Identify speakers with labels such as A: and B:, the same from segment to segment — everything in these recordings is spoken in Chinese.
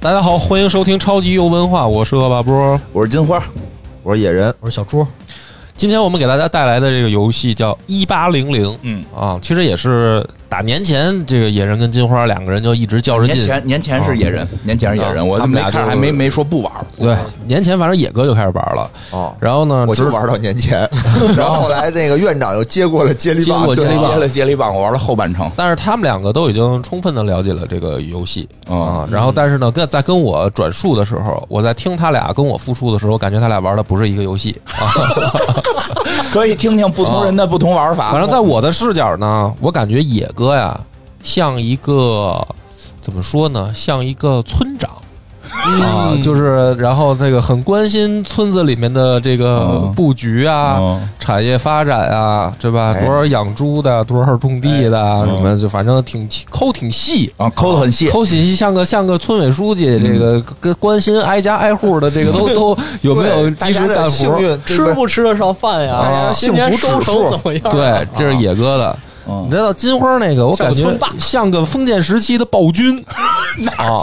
A: 大家好，欢迎收听超级游文化，我是恶霸波。
B: 我是金花，我是野人，
C: 我是小朱，
A: 今天我们给大家带来的这个游戏叫一八零零
B: 嗯，
A: 啊，其实也是打年前，这个野人跟金花两个人就一直较着
B: 年
A: 劲。
B: 前年前是野人，年前是野
A: 啊
B: 人，我
A: 他们
B: 没
A: 俩
B: 看
A: 就
B: 还没没说不玩儿
A: 对，年前反正野哥就开始玩了，
B: 哦，
A: 然后呢，
D: 我就
A: 直
D: 玩到年 前，然后后来那个院长又接过了接力
A: 接
D: 棒
A: 过，
B: 接
D: 对
A: 接
B: 了
A: 力棒
B: 接了接力棒，我啊玩了后半程，
A: 但是他们两个都已经充分的了解了这个游戏
B: 嗯
A: 啊，然后但是呢，跟在跟我转述的时候，我在听他俩跟我复述的时候，感觉他俩玩的不是一个游戏啊。
B: 可以听听不同人的不同玩法。
A: 反正在我的视角呢，我感觉野哥呀，像一个怎么说呢，像一个村长。
D: 嗯
A: 啊，就是，然后这个很关心村子里面的这个
B: 嗯
A: 布局啊、
B: 嗯
A: 产业发展啊，对吧？
D: 哎嗯
A: 多少养猪的，多少种地的啊，
B: 哎
A: 什么就反正挺抠挺细，
B: 啊，抠的很细，
A: 抠细细像个像个村委书记，这
D: 嗯
A: 个跟关心挨家挨户的这个 都都有没有
D: 对
A: 及
D: 大
A: 时
D: 家
A: 干
D: 的幸
A: 活？
D: 运
C: 吃不吃得上饭呀？
D: 大家
C: 今
D: 幸
C: 年
D: 福
C: 收
D: 指
C: 成怎
D: 数，
C: 么 样？，
A: 对，这是野哥的。
B: 嗯
A: 你知道金花那个，我感
C: 像个
A: 觉
C: 村霸
A: 像个封建时期的暴君。啊，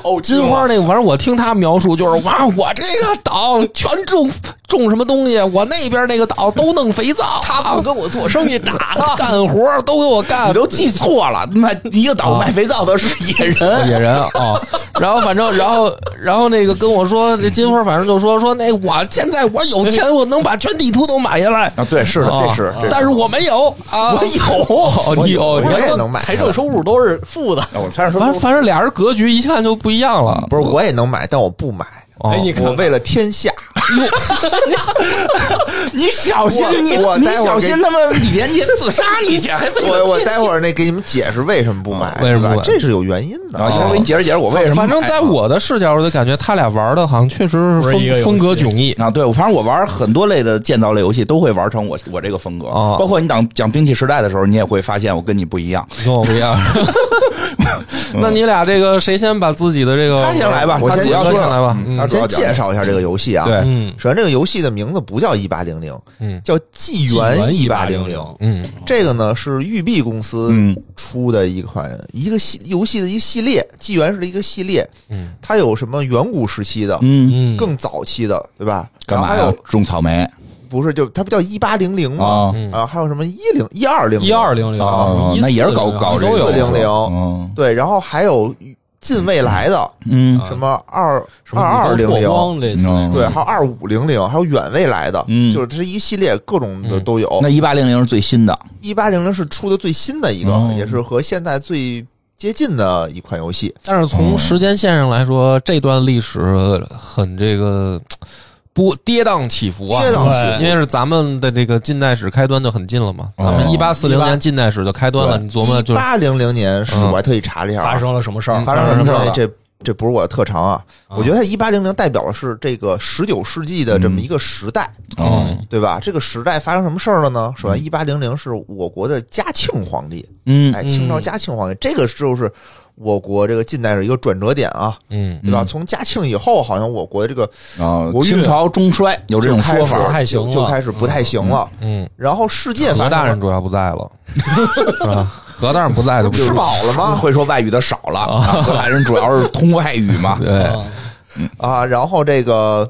B: 暴
A: 金花那个，
C: 嗯
A: 反正我听他描述就是哇，我这个岛全种种什么东西，我那边那个岛都弄肥皂，
C: 他不跟我做生意，打他。
A: 干活儿都给我干
B: 你。都记错了，卖一个岛
A: 啊
B: 卖肥皂的是野人，
A: 野人啊、然后反正，然后，然后那个跟我说，这金花反正就说说那我现在我有钱，我能把全地图都买下来，
B: 啊，对，是的，这是，这是
A: 但是我没有啊，
B: 我有，
A: 哦，你有，
D: 我也能买，
C: 财政收入都是负的。
B: 啊我猜是说
A: 反反正俩人格局一看就不一样了。
D: 不是我也能买，但我不买，
A: 哦
C: 哎，你看
D: 我为了天下，
B: 你小心
D: 我
B: 你
D: 我
B: 你
D: 待会儿
B: 小
D: 给
B: 心他妈李连杰自杀你去，还为了
D: 我我
B: 骗
D: 待会儿那给你们解释为什么不
B: 哦
D: 买，
A: 为什
D: 对
A: 么
D: 吧
A: 不买？
D: 这是有原因的
B: 啊，一会儿我给你解释解释我为什么买啊。
A: 反正在我的视角，我就感觉他俩玩的好像确实
C: 不
A: 是
C: 是一个游
A: 风风
C: 戏
A: 格迥异。
B: 啊，对，我反正我玩很多类的建造类游戏都会玩成我我这个风格，
A: 哦
B: 包括你讲讲兵器时代的时候，你也会发现我跟你不一样。
A: 跟 我不一样。那你俩这个谁先把自己的这个
B: 嗯他先来吧
D: 我
B: 他
D: 先
B: 主要
A: 先
B: 说
A: 来吧。
B: 他
A: 嗯
B: 主要
D: 先
B: 讲
D: 介绍一下这个游戏啊。
B: 对
A: 嗯
D: 首先这个游戏的名字不叫一八零零，
A: 嗯
D: 叫纪元一八零零。
A: 嗯
D: 这个呢是育碧公司
B: 嗯
D: 出的一款、一个系游戏的一系列，纪元是一个系列，
A: 嗯
D: 它有什么远古时期的，
B: 嗯，
A: 嗯，
D: 更早期的，对吧？
B: 干
D: 然
B: 嘛
D: 后还
B: 呀
D: 有？
B: 种草莓
D: 不是就它不叫一八零零吗？
B: 啊？
A: 嗯
D: 啊，还有什么一零一二零
A: 一二零零
D: 啊？
B: 哦那也是搞搞这
A: 都
B: 个
A: 有
D: 四零零
B: 嗯
D: 对，然后还有近未来的
B: 嗯
A: 啊
D: 什么二二二零啊零，
C: 类似那种
A: 嗯
D: 对，还有二五零零，还有远未来的，
B: 嗯
D: 就是这一系列各种
A: 嗯
D: 的都有。
B: 那一八零零是最新的，
D: 一八零零是出的最新的一个，
B: 哦
D: 也是和现在最接近的一款游戏。
A: 但是从
B: 嗯
A: 时间线上来说，这段历史很这个波跌宕起伏啊。
D: 跌宕起
C: 对
A: 因为是咱们的这个近代史开端就很近了嘛，
B: 哦
A: 咱们一八四零
C: 18
A: 年近代史就开端了。
B: 对
A: 你琢磨就是
D: 八零零年是，
A: 嗯
D: 我还特意查了一下啊，
C: 发生了什么事儿？
A: 发生了什么事儿
D: 哎这这不是我的特长啊，我觉得一八零零代表的是这个十九世纪的这么一个时代，
B: 啊
A: 嗯
D: 对吧？这个时代发生什么事儿了呢？首先，一八零零是我国的嘉庆皇帝，
B: 嗯
D: 哎，清朝嘉庆皇帝，这个就是我国这个近代史一个转折点啊，
A: 嗯
D: 对吧？
B: 嗯
D: 从嘉庆以后，好像我国这个
B: 啊
D: 国，运
B: 清朝中衰有这种
D: 就开
B: 说
D: 始
B: 法
C: 太行
D: 就
C: 了
D: 就开始不太行了。
A: 嗯，
D: 然后世界
A: 何
D: 发
A: 大
D: 生
A: 人主要不在 了，是吧？何大人不在就不
D: 吃饱了
B: 啊，
D: 吗？
B: 会说外语的少了，啊荷兰人主要是通外语 嘛。
A: 对，
C: 啊
D: 啊，然后这个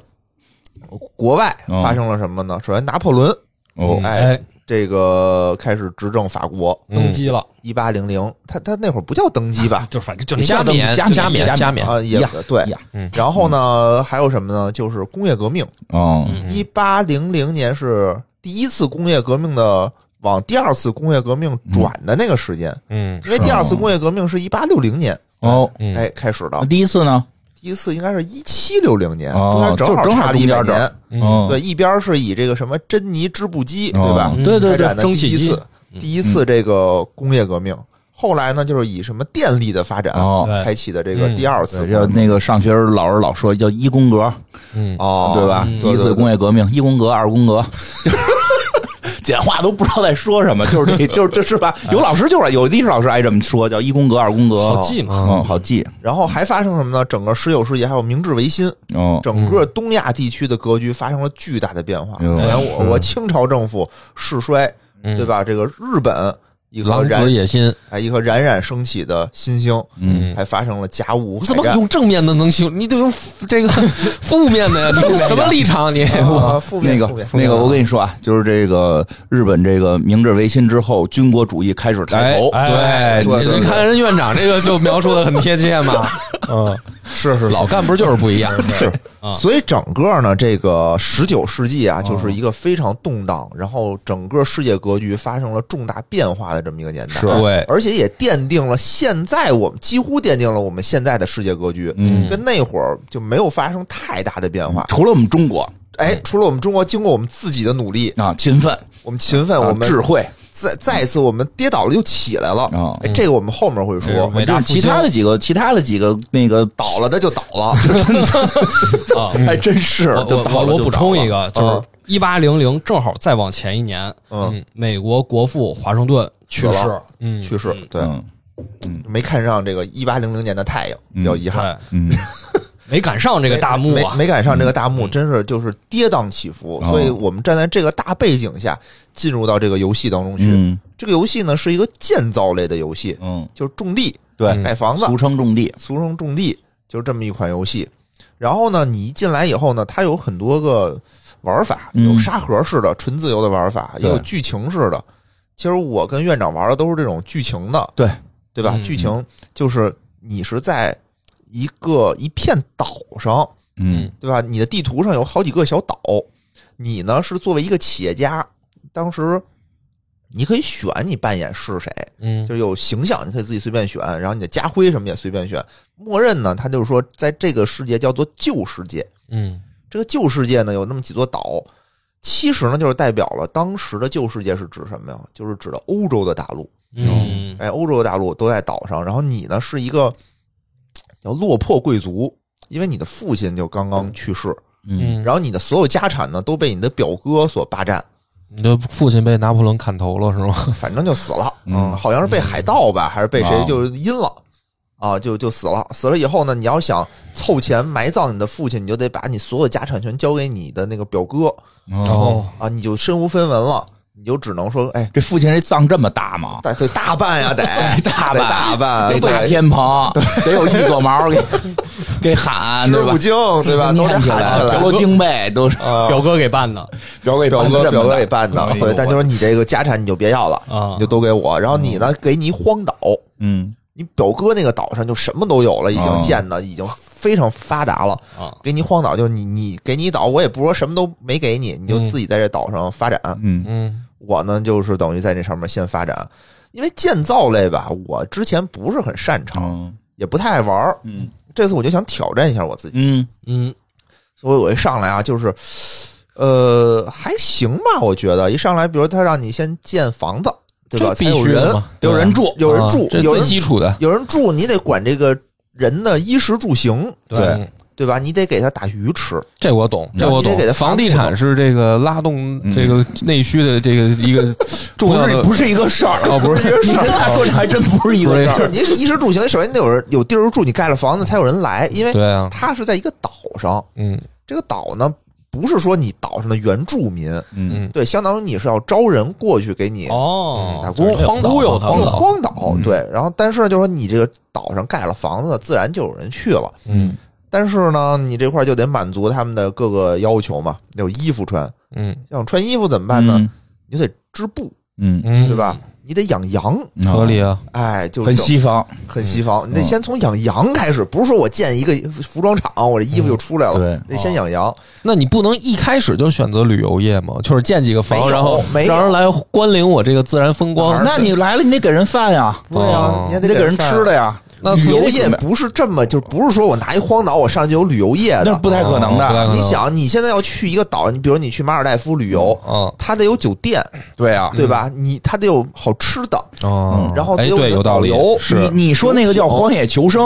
D: 国外
B: 嗯
D: 发生了什么呢？首先，拿破仑
B: 哦
D: 哎，这个开始执政法国，
C: 登基了，
A: 嗯
D: 一八零零，他他那会儿不叫登 基吧？
C: 就反正就
A: 加冕
B: 加
A: 加
B: 冕
A: 冕加冕，
D: 啊，也
B: 呀
D: 对
B: 呀
A: 嗯。
D: 然后呢，还有什么呢？就是工业革命，
B: 哦
A: 嗯
D: 一八零零年是第一次工业革命的往第二次工业革命
B: 嗯
D: 转的那个时间，
A: 嗯
D: 因为第二次工业革命是一八六零年
B: 哦，
A: 嗯，
D: 哎开始
B: 那
D: 的，
B: 第一次呢？
D: 第一次应该是一七六零年，中
B: 哦
D: 间正好
B: 就正好
D: 差了一百
B: 中间
D: 年。
A: 嗯
B: 哦
D: 对，一边是以这个什么珍妮织布机，
B: 哦嗯
D: 对吧？
C: 嗯
B: 对对
D: 开
B: 对
D: 展，的
C: 蒸
D: 第
C: 汽
D: 一
C: 机
D: 次，第一次这个工业革命。后来呢，就是以什么电力的发展
B: 哦
C: 对
D: 开启的这个
A: 嗯
D: 第二次
B: 对，要那个上学时候老师老说叫一宫格，
A: 嗯
D: 哦，
B: 对吧？
C: 嗯
B: 第一次工业革命，一宫格、二宫格，就是简化都不知道在说什么，就是这，就是这是吧？有老师就是有历史老师爱这么说，叫一宫格、二宫格，
C: 好记嘛。
B: 嗯，好记，
D: 然后还发生什么呢？整个十九世纪还有明治维新，
B: 哦，
D: 整个东亚地区的格局发生了巨大的变化。哎
B: 嗯
D: 首先，我我清朝政府世衰，对吧？这个日本一颗
A: 狼
D: 冉
A: 子野心，
D: 哎一颗冉冉升起的新星，
B: 嗯，
D: 还发生了甲午
A: 你
D: 海
A: 怎么
D: 战。
A: 用正面的能形容？你得用这个负面的呀？你是什么立场？ 你
D: 啊，负面
B: 那
D: 负
B: 个
D: 面
B: 那个，我跟你说啊，就是这个日本这个明治维新之后，军国主义开始抬头，
A: 哎
D: 对
A: 你
D: 对
A: 你
D: 对
A: 看人院长这个就描述的很贴切嘛。嗯，
D: 是是
A: 老干部就是不一样。
D: 是，
C: 啊
D: 所以整个呢，这个十九世纪啊，就是一个非常动荡，然后整个世界格局发生了重大变化的这么一个年代。
B: 是
A: 对
D: 而且也奠定了现在我们几乎奠定了我们现在的世界格局，
B: 嗯
D: 跟那会儿就没有发生太大的变化。
B: 啊除了我们中国
C: 嗯
D: 哎，除了我们中国经过我们自己的努力，
B: 啊，勤奋、
D: 我们勤奋，
B: 啊
D: 我们
B: 智慧
D: 再再一次我们跌倒了又起来了
B: 啊，
D: 哎这个我们后面会说。
C: 伟
B: 就
C: 大
B: 是
C: 复
B: 其
C: 兴
B: 他的几个，其他的几个那个倒
D: 倒了的就倒了， 哎
C: 啊。
B: 还真是
C: 我
B: 就倒
C: 我
B: 了
C: 我
B: 就
C: 补
B: 倒
C: 充
B: 了
C: 一个，就是一八零零，正好再往前一年，
D: 嗯，
C: 美国国父华盛顿去
D: 死
C: 世
D: 了，
A: 嗯，
D: 去世，对，
B: 嗯
D: 没看上这个一八零零年的太阳，比较遗憾。
C: 对，
B: 嗯，
C: 没赶上这个大幕
D: 没
C: 啊。
D: 没赶上这个大幕，真是就是跌宕起伏。
B: 哦
D: 所以我们站在这个大背景下，进入到这个游戏当中去。
B: 嗯
D: 这个游戏呢是一个建造类的游戏，
B: 嗯，
D: 就是种地、
C: 嗯
B: 对，
D: 盖房子、
B: 俗称种地，
D: 俗称种地，就是这么一款游戏。然后呢，你一进来以后呢，它有很多个玩法，
B: 嗯
D: 有沙盒式的纯自由的玩法，也
B: 对
D: 有剧情式的。其实我跟院长玩的都是这种剧情的，
B: 对
D: 对吧？
C: 嗯
D: 剧情就是你是在一个一片岛上，
B: 嗯
D: 对吧？你的地图上有好几个小岛，你呢是作为一个企业家，当时你可以选你扮演是谁，
A: 嗯
D: 就是有形象，你可以自己随便选，然后你的家徽什么也随便选。默认呢，它就是说，在这个世界叫做旧世界，
A: 嗯
D: 这个旧世界呢有那么几座岛，其实呢就是代表了当时的旧世界是指什么呀？就是指的欧洲的大陆，
C: 嗯，
D: 哎，欧洲的大陆都在岛上，然后你呢是一个叫落魄贵族，因为你的父亲就刚刚去世，
B: 嗯
A: 嗯，
D: 然后你的所有家产呢都被你的表哥所霸占，
A: 你的父亲被拿破仑砍头了是吗？
D: 反正就死了，
B: 嗯
D: 好像是被海盗吧，还是被
B: 啊
D: 谁就是阴了。啊，就就死了。死了以后呢，你要想凑钱埋葬你的父亲，你就得把你所有家产全交给你的那个表哥
B: 哦，
D: 啊，你就身无分文了，你就只能说，哎，
B: 这父亲这葬这么大吗？
D: 大得大 办呀，得
B: 哎大
D: 得
B: 办
D: 大办，
B: 得大
D: 对
B: 天棚，得有一撮 毛给给喊，
D: 师
B: 对吧
D: 傅？经对吧？都得
B: 念
D: 喊
B: 起
D: 起
B: 来，
D: 来
B: 陀。罗经呗，都是
D: 呃
C: 表哥给办的，
B: 哦表给
D: 表
B: 办
D: 哥
B: 这么
D: 表哥给
B: 大
D: 办的
B: 哎，呦
D: 对，但就
B: 我
D: 是你这个家产你就别要了
C: 啊
D: 你就都给我。然后你呢，给你一荒岛，
B: 嗯
D: 你表哥那个岛上就什么都有了，已
B: 啊
D: 经建的已经非常发达了
C: 啊。
D: 给你荒岛，就是你你给你岛，我也不是说什么都没给你，你就自己在这岛上发展。
B: 嗯
A: 嗯
D: 我呢，就是等于在这上面先发展，因为建造类吧，我之前不是很擅长，
B: 嗯
D: 也不太爱玩儿。
B: 嗯
D: 这次我就想挑战一下我自己。
B: 嗯
C: 嗯，
D: 所以我一上来啊，就是，呃，还行吧，我觉得一上来，比如他让你先建房子，对吧？
A: 这
D: 才
A: 必
D: 有
A: 须的
D: 人，
A: 嘛，
B: 有人住，
D: 有人住
A: 啊这
D: 有
A: 最
D: 人
A: 基础的。
D: 有人住，你得管这个人的衣食住行，
B: 对，
A: 嗯
D: 对吧？你得给他打鱼吃，
A: 这我懂，这我
D: 你得
A: 懂
D: 给他。发
A: 房地产是这个拉动这个内需的这个一个重要
B: 不
A: 的
B: 是不是一个事儿，
A: 哦，不是
B: 你跟他说这还真不是一个
D: 就
B: 事
D: 是
B: 儿，
D: 你衣食住行，首先得有人有地儿住，你盖了房子才有人来，因为
A: 对啊，
D: 它是在一个岛上，
A: 嗯
D: 这个岛呢。不是说你岛上的原住民，
B: 嗯
A: 嗯
D: 对，相当于你是要招人过去给你
C: 哦，
D: 嗯打工
C: 荒忽悠他
D: 啊荒
C: 们
D: 岛
C: 了，
D: 荒岛
B: 嗯
D: 对。然后，但是呢，就是说你这个岛上盖了房子，自然就有人去了。
A: 嗯
D: 但是呢，你这块就得满足他们的各个要求嘛，有衣服穿，
A: 嗯
D: 想穿衣服怎么办呢？你就得织布，
B: 嗯？
A: 嗯，
D: 对？吧？你得养羊，
B: 嗯，
A: 合理啊，
D: 哎，就
B: 很
D: 整
B: 西方，
D: 很西方。你得
B: 嗯
D: 先从养羊开始，不是说我建一个服装厂，我这衣服就出来了，
B: 对
D: 得先养羊。
A: 那你不能一开始就选择旅游业吗？就是建几个
D: 没
A: 房，
D: 有
A: 然后
D: 没有
A: 让人来关领我这个自然风光
D: 哪。
B: 那你来了，你得给人饭呀，
D: 对啊
A: 哦，
D: 你还
B: 你
D: 得
B: 得给人啊
D: 饭
B: 吃的。呀，
A: 那
D: 旅游
B: 游
D: 业不是这么，就不是说我拿一荒岛我上去有旅游业
B: 那
D: 的
B: 是。不太可能
A: 哦不太可
B: 的，
A: 能
D: 你想，你现在要去一个岛，你比如你去马尔代夫旅游，
A: 啊
D: 它得有酒店，
B: 对啊，
D: 对吧？你它得有好吃的，
A: 啊
B: 嗯，
D: 然后得
A: 哎，
D: 有
A: 对，
D: 你的
A: 有
D: 导
A: 道理
D: 游，
A: 是啊
B: 你你说那个叫荒野求 生，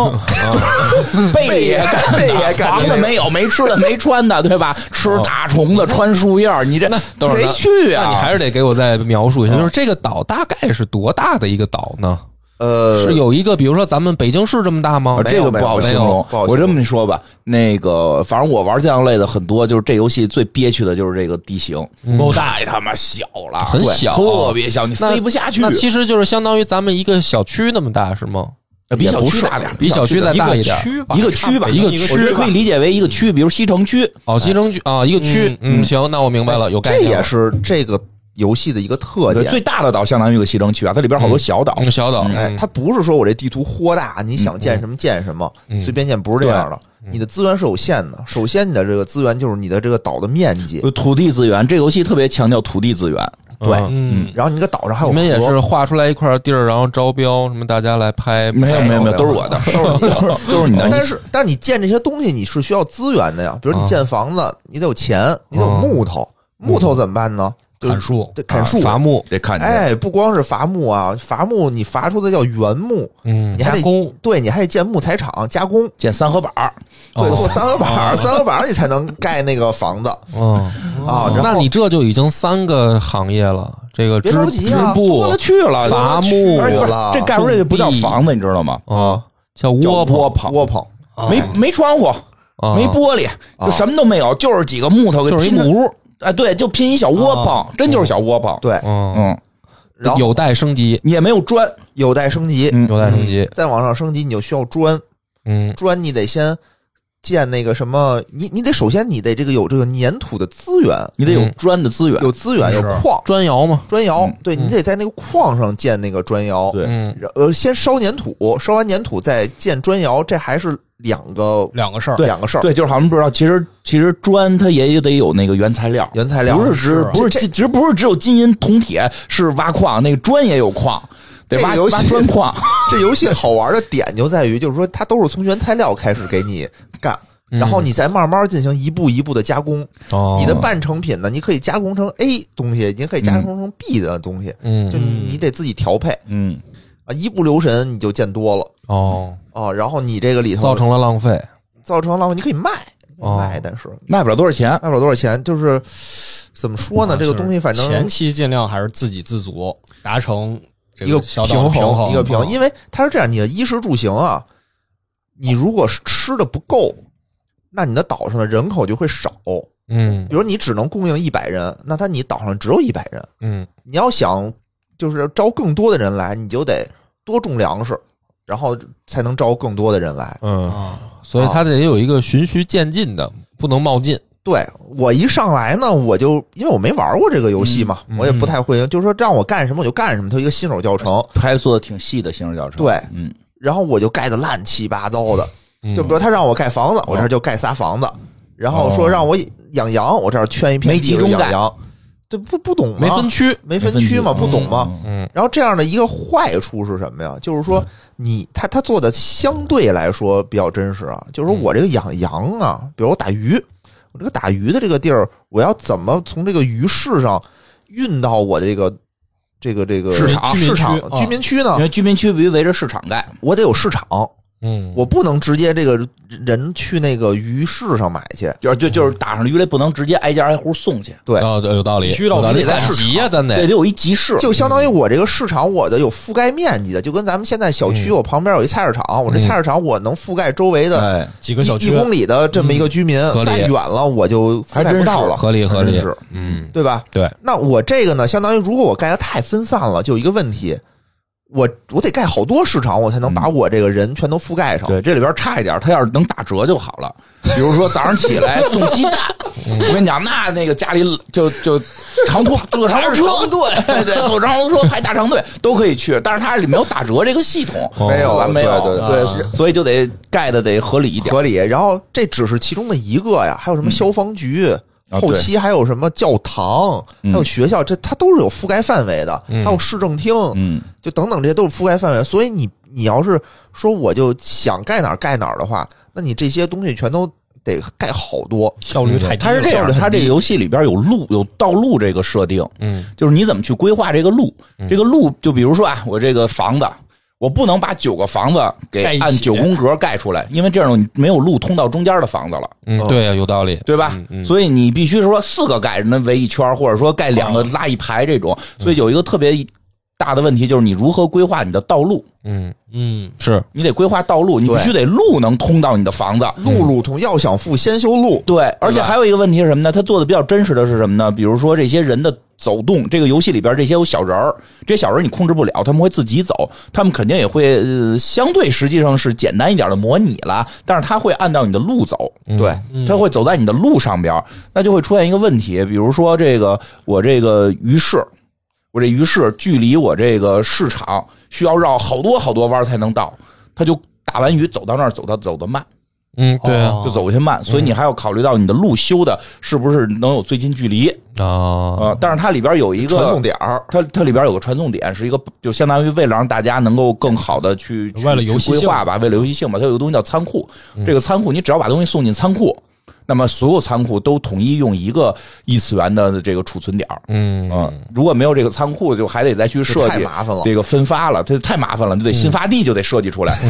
B: 贝也干
D: 贝也干
B: 啊房子没有，没吃的，没穿的，对吧？吃大虫子，穿树叶儿，你这
A: 啊那等会儿
B: 没
A: 呢
B: 去
A: 那
B: 啊？
D: 啊
A: 你还是得给我再描述一下，就是这个岛大概是多大的一个岛呢？
D: 呃，
A: 是有一个，比如说咱们北京市这么大吗
B: 啊，？这个
D: 没有
B: 不好
D: 没
B: 形
A: 有
B: 容
D: 不好。
B: 我
D: 形
B: 这
D: 容
B: 么说吧，那个反正我玩酱类的很多，就是这游戏最憋屈的就是这个地形，
A: 嗯
B: 太他妈小了，
A: 很
B: 对
A: 小
B: 特别小，你
A: 那
B: 塞不下去。
A: 那其实就是相当于咱们一个小区那么大，是吗？
B: 比
A: 也
B: 小
A: 不
B: 区
A: 是
B: 大点儿，
A: 比小区再
C: 一
A: 大
C: 个
A: 一点儿。
C: 区吧，
B: 一个区吧，
A: 一个区
B: 我觉得可以理解为一个区，比如西城区，
A: 哦，集中区啊，一个区。嗯，行，那我明白了，有概
D: 这
A: 念了。
D: 也是这个游戏的一个特
B: 对
D: 点。
B: 最大的岛相当于一个西城区啊，它里边好多小岛。
A: 嗯，小岛，
D: 哎，
A: 嗯
D: 它不是说我这地图豁大，你想建什么建什么，随便建，不是这样的。你的资源是有限的，首先你的这个资源就是你的这个岛的面积，
B: 有呃土地资源，这游戏特别强调土地资源，
D: 对
A: 嗯
C: 嗯，
D: 然后你这个岛上还有
A: 你们也
D: 河
A: 是画出来一块地儿，然后招标什么，大家来拍。
B: 没有没有没有，
D: 有
B: 都是我的，都是都是
A: 哦
B: 你的。
D: 哦但是，但是你建这些东西，你是需要资源的呀。比如你
A: 啊
D: 建房子，你得有钱，你得有
A: 啊
D: 木头，木头怎么办呢？
C: 砍树，
D: 得砍树。
B: 啊
A: 伐木，
B: 得看你
D: 哎，不光是伐木啊，伐木你伐出的叫原木，
A: 嗯
D: 你还
C: 加
D: 得
C: 工，
D: 对，你还得建木材厂加工，
B: 建三合板儿，
D: 对，
A: 哦
D: 做三合板儿，三合板儿你才能盖那个房子
A: 嗯，
D: 啊。然后
A: 那你这就已经三个行业了，这个织
D: 别着急
A: 织
D: 啊
A: 布
B: 过了去了，
A: 伐木
B: 而且不是
D: 了
B: 这盖出来就不叫房子，你知道吗？
A: 啊，叫
B: 叫
A: 窝
B: 窝
A: 棚，哦
B: 棚，
D: 窝棚，
B: 没没窗户，
A: 啊
B: 没玻璃，就什么都没有，就是几个木头给
A: 就是一
B: 拼成
A: 木屋，哦
B: 哎，对，就拼一小窝棚，真就是小窝棚。，
D: 对，
A: 嗯，
B: 嗯，
D: 然后
A: 有待升级，
B: 也没有砖，
D: 有待升级，
B: 嗯
A: 有待升级，
D: 再往上升级你就需要砖，
A: 嗯
D: 砖你得先建那个什么，你你得首先你得这个有这个粘土的资源，
B: 你得有
A: 嗯
B: 砖的资源。
D: 有资源有
C: 是
D: 矿，
A: 砖窑嘛，
D: 砖窑
B: 嗯，
D: 对
A: 嗯
D: 你得在那个矿上建那个砖窑，
B: 对
A: 嗯，
D: 然呃，先烧粘土，烧完粘土再建砖窑，这还是两个
C: 两个事儿，
D: 两个事儿，
B: 对，就是好像不知道，其实其实砖它也得有那个原材料，
D: 原材料啊
B: 不是
C: 是
B: 只不是
D: 这
B: 其实不是只有金银铜铁是挖矿，那个砖也有矿，得
D: 这
B: 挖
D: 游戏
B: 挖砖矿。
D: 这游戏好玩的点就在于，就是说它都是从原材料开始给你干，
A: 嗯
D: 然后你再慢慢进行一步一步的加工。
A: 哦，
D: 嗯你的半成品呢，你可以加工成 A 东西，你可以加工成 B 的东西，就
A: 嗯
D: 你得自己调配
B: 嗯，
D: 啊，一不留神你就见多了
A: 哦，
D: 啊。然后你这个里头
A: 造成了浪费，
D: 造成浪费，你可以卖
A: 哦
D: 卖，但是
B: 卖不了多少钱。
D: 卖不了多少钱，就是怎么说呢？这个东西反正
C: 嗯前期尽量还是自给自足，达成这
D: 一个
C: 小
D: 平
C: 岛的
D: 衡，一个平
C: 平嗯
D: 衡，因为它是这样，你的衣食住行啊，你如果是吃的不够，那你的岛上的人口就会少。
A: 嗯
D: 比如你只能供应一百人，那他你岛上只有一百人，
A: 嗯
D: 你要想就是招更多的人来，你就得多种粮食，然后才能招更多的人来。
A: 嗯，
C: 啊，
A: 所以它得有一个循序渐进的，不能冒进，
D: 对我一上来呢，我就因为我没玩过这个游戏嘛，嗯我也不太会，就是说让我干什么我就干什么，它一个新手教程。
B: 还做的挺细的形式教程。
D: 对
B: 嗯，
D: 然后我就盖的乱七八糟的，
A: 嗯
D: 就比如他让我盖房子，我这儿就盖仨房子，然后说让我养羊，我这儿圈一
B: 哦
D: 片
B: 没
D: 地
B: 集
D: 就
B: 中
D: 养
B: 盖
D: 羊，对，不不懂吗
A: 没分区，
D: 没分区嘛，
B: 没
D: 不
B: 分
D: 懂嘛。
B: 嗯
A: 嗯
D: 然后这样的一个坏处是什么呀？就是说你他他做的相对来说比较真实啊，就是说我这个养羊啊，比如我打鱼，我这个打鱼的这个地儿，我要怎么从这个鱼市上运到我这个这个这个
B: 市场
D: 市场
C: 居民区啊
D: 居民区呢
B: 因？为居民区必须围着市场盖。
D: 我得有市场，
A: 嗯，
D: 我不能直接这个人去那个鱼市上买去。
B: 就是就就是打上鱼雷，不能直接挨家挨户送去，
D: 对
A: 哦对有道理，
C: 必须到
A: 有道理
C: 你得在
A: 赶
C: 市
A: 集呀，咱
B: 对，
A: 得
B: 得有一集市。
D: 就相当于我这个市场，我的有覆盖面积的，就跟咱们现在小区，
A: 嗯
D: 我旁边有一菜市场，我这菜市场我能覆盖周围的
B: 哎，
C: 几个小
D: 一一
C: 区，
D: 公里的这么一个居民，
A: 合理
D: 再远了我就覆
B: 还
D: 盖
B: 真
D: 不
B: 是
D: 到了，
A: 合理合理
B: 真是，
A: 嗯，
D: 对吧？
A: 对，
D: 那我这个呢，相当于如果我盖的太分散了，就有一个问题，我我得盖好多市场，我才能把我这个人全都覆盖上。
B: 对，这里边差一点，他要是能打折就好了。比如说早上起来送鸡蛋，我跟你讲，那那个家里就 就长途坐长途车，对对，坐长途车排大长队都可以去，但是它里没有打折这个系统，
D: 没有
B: 完没有，
D: 对对
B: 哦对
C: 对啊
B: 所以就得盖的得合理一点。
D: 合理。然后这只是其中的一个呀，还有什么消防局，
B: 啊
D: 后期还有什么教堂，还有学校，这它都是有覆盖范围的，还有市政厅，
B: 嗯，
D: 就等等这些都是覆盖范围。所以你你要是说我就想盖哪儿盖哪儿的话，那你这些东西全都得盖好多。
C: 效率太低
B: 它
C: 了，
B: 是这样的，它这个游戏里边有路有道路这个设定，
A: 嗯，
B: 就是你怎么去规划这个路，这个路就比如说啊，我这个房子。我不能把九个房子给
C: 盖一起
B: 按九宫格盖出来，因为这样你没有路通到中间的房子了，
A: 嗯，对呀，有道理，
B: 对吧
A: 嗯？
B: 所以你必须说四个盖那围一圈，或者说盖两个拉一排这种。所以有一个特别大的问题就是你如何规划你的道路，
A: 嗯，
C: 嗯，
A: 是
B: 你得规划道路，你必
D: 对
B: 须得路能通到你的房子。
D: 嗯路路通，要想富先修路。
B: 对，而且还有一个问题是什么呢？他做的比较真实的是什么呢？比如说这些人的走动，这个游戏里边这些有小人儿，这些小人儿你控制不了，他们会自己走，他们肯定也会、呃相对实际上是简单一点的模拟了，但是他会按照你的路走，
D: 对，
B: 他会走在你的路上边儿，那就会出现一个问题，比如说这个我这个鱼市，我这鱼市距离我这个市场需要绕好多好多弯儿才能到，他就打完鱼走到那儿走到走得慢，
A: 嗯，对啊
C: 哦
B: 就走下慢，所以你还要考虑到你的路修的是不是能有最近距离
D: 哦
A: 啊，
B: 啊、呃但是它里边有一
D: 传
B: 个
D: 送。点儿，
B: 它它里边有个传送点，是一个就相当于为了让大家能够更好的去去
C: 为了游戏
B: 去规
C: 性嗯
B: 划吧，为了游戏性吧，它有个东西叫仓库。这个仓库你只要把东西送进仓库，那么所有仓库都统一用一个异次元的这个储存点儿。
A: 嗯
B: 嗯，如果没有这个仓库，就还得再去设
D: 这
B: 计，
D: 太麻烦了
B: 这个分发了，这太麻烦了，就
C: 嗯
B: 得新发地就得设计出来，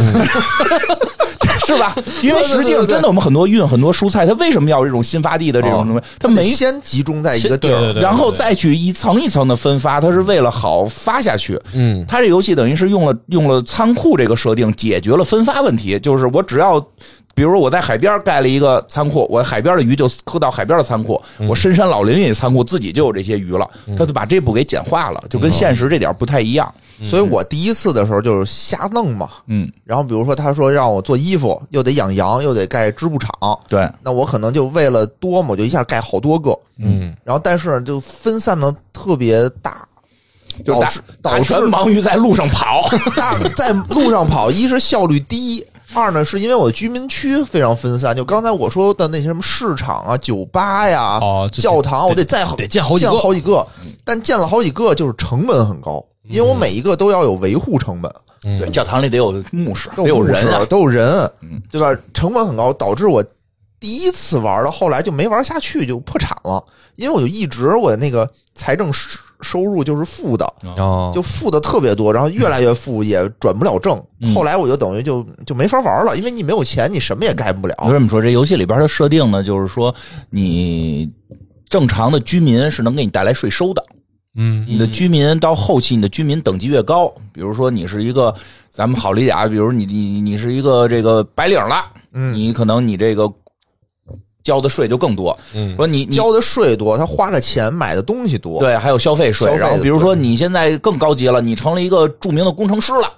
B: 是 吧？因为实际上，
D: 对对对对
B: 真的我们很多运很多蔬菜，它为什么要有这种新发地的这种
D: 哦
B: 东西？它
D: 它得
B: 没。
D: 先集中在一个地
C: 对对
D: 儿
C: 对，
B: 然后再去一层一层的分发，它是为了好发下去。
A: 嗯
B: 它这游戏等于是用了用了仓库这个设定解决了分发问题，就是我只要。比如说我在海边盖了一个仓库，我海边的鱼就搁到海边的仓库，我深山老林里的仓库自己就有这些鱼了，它就把这步给简化了，就跟现实这点儿不太一样。
D: 所以我第一次的时候就是瞎弄嘛。
B: 嗯，
D: 然后比如说他说让我做衣服，又得养羊，又得盖织布厂，
B: 对，
D: 那我可能就为了多嘛，我就一下盖好多个，
A: 嗯，
D: 然后但是就分散的特别大，
B: 就
D: 导
B: 大
D: 致
B: 大
D: 导致
B: 全忙于在路上跑。
D: 大在路上跑，一是效率低，二呢是因为我的居民区非常分散。就刚才我说的那些什么市场啊、酒吧呀、
C: 哦就
D: 教堂，啊我得再
C: 得建好几
D: 建
C: 个
D: 好几个，但建了好几个就是成本很高，因
C: 嗯
D: 为我每一个都要有维护成本，
B: 对，教堂里得有牧师，
D: 都
B: 得有
D: 有
B: 人啊
D: 人，。都有人
B: 嗯，
D: 对吧？成本很高，导致我第一次玩到后来就没玩下去，就破产了，因为我就一直我那个财政收收入就是负的，
A: 哦，
D: 就负的特别多，然后越来越
B: 嗯
D: 负，也转不了正。后来我就等于就就没法玩了，因为你没有钱，你什么也干不了。
B: 我这么说，这游戏里边的设定呢，就是说你正常的居民是能给你带来税收的。
A: 嗯
B: 你的居民到后期，你的居民等级越高，比如说你是一个，咱们好理解啊，比如你你你是一个这个白领了，
D: 嗯
B: 你可能你这个交的税就更多，
A: 嗯
B: 说你你
D: 交的税多，他花的钱买的东西多，
B: 对，还有消费税，
D: 消费的
B: 然后比如说你现在更高级了，你成了一个著名的工程师了。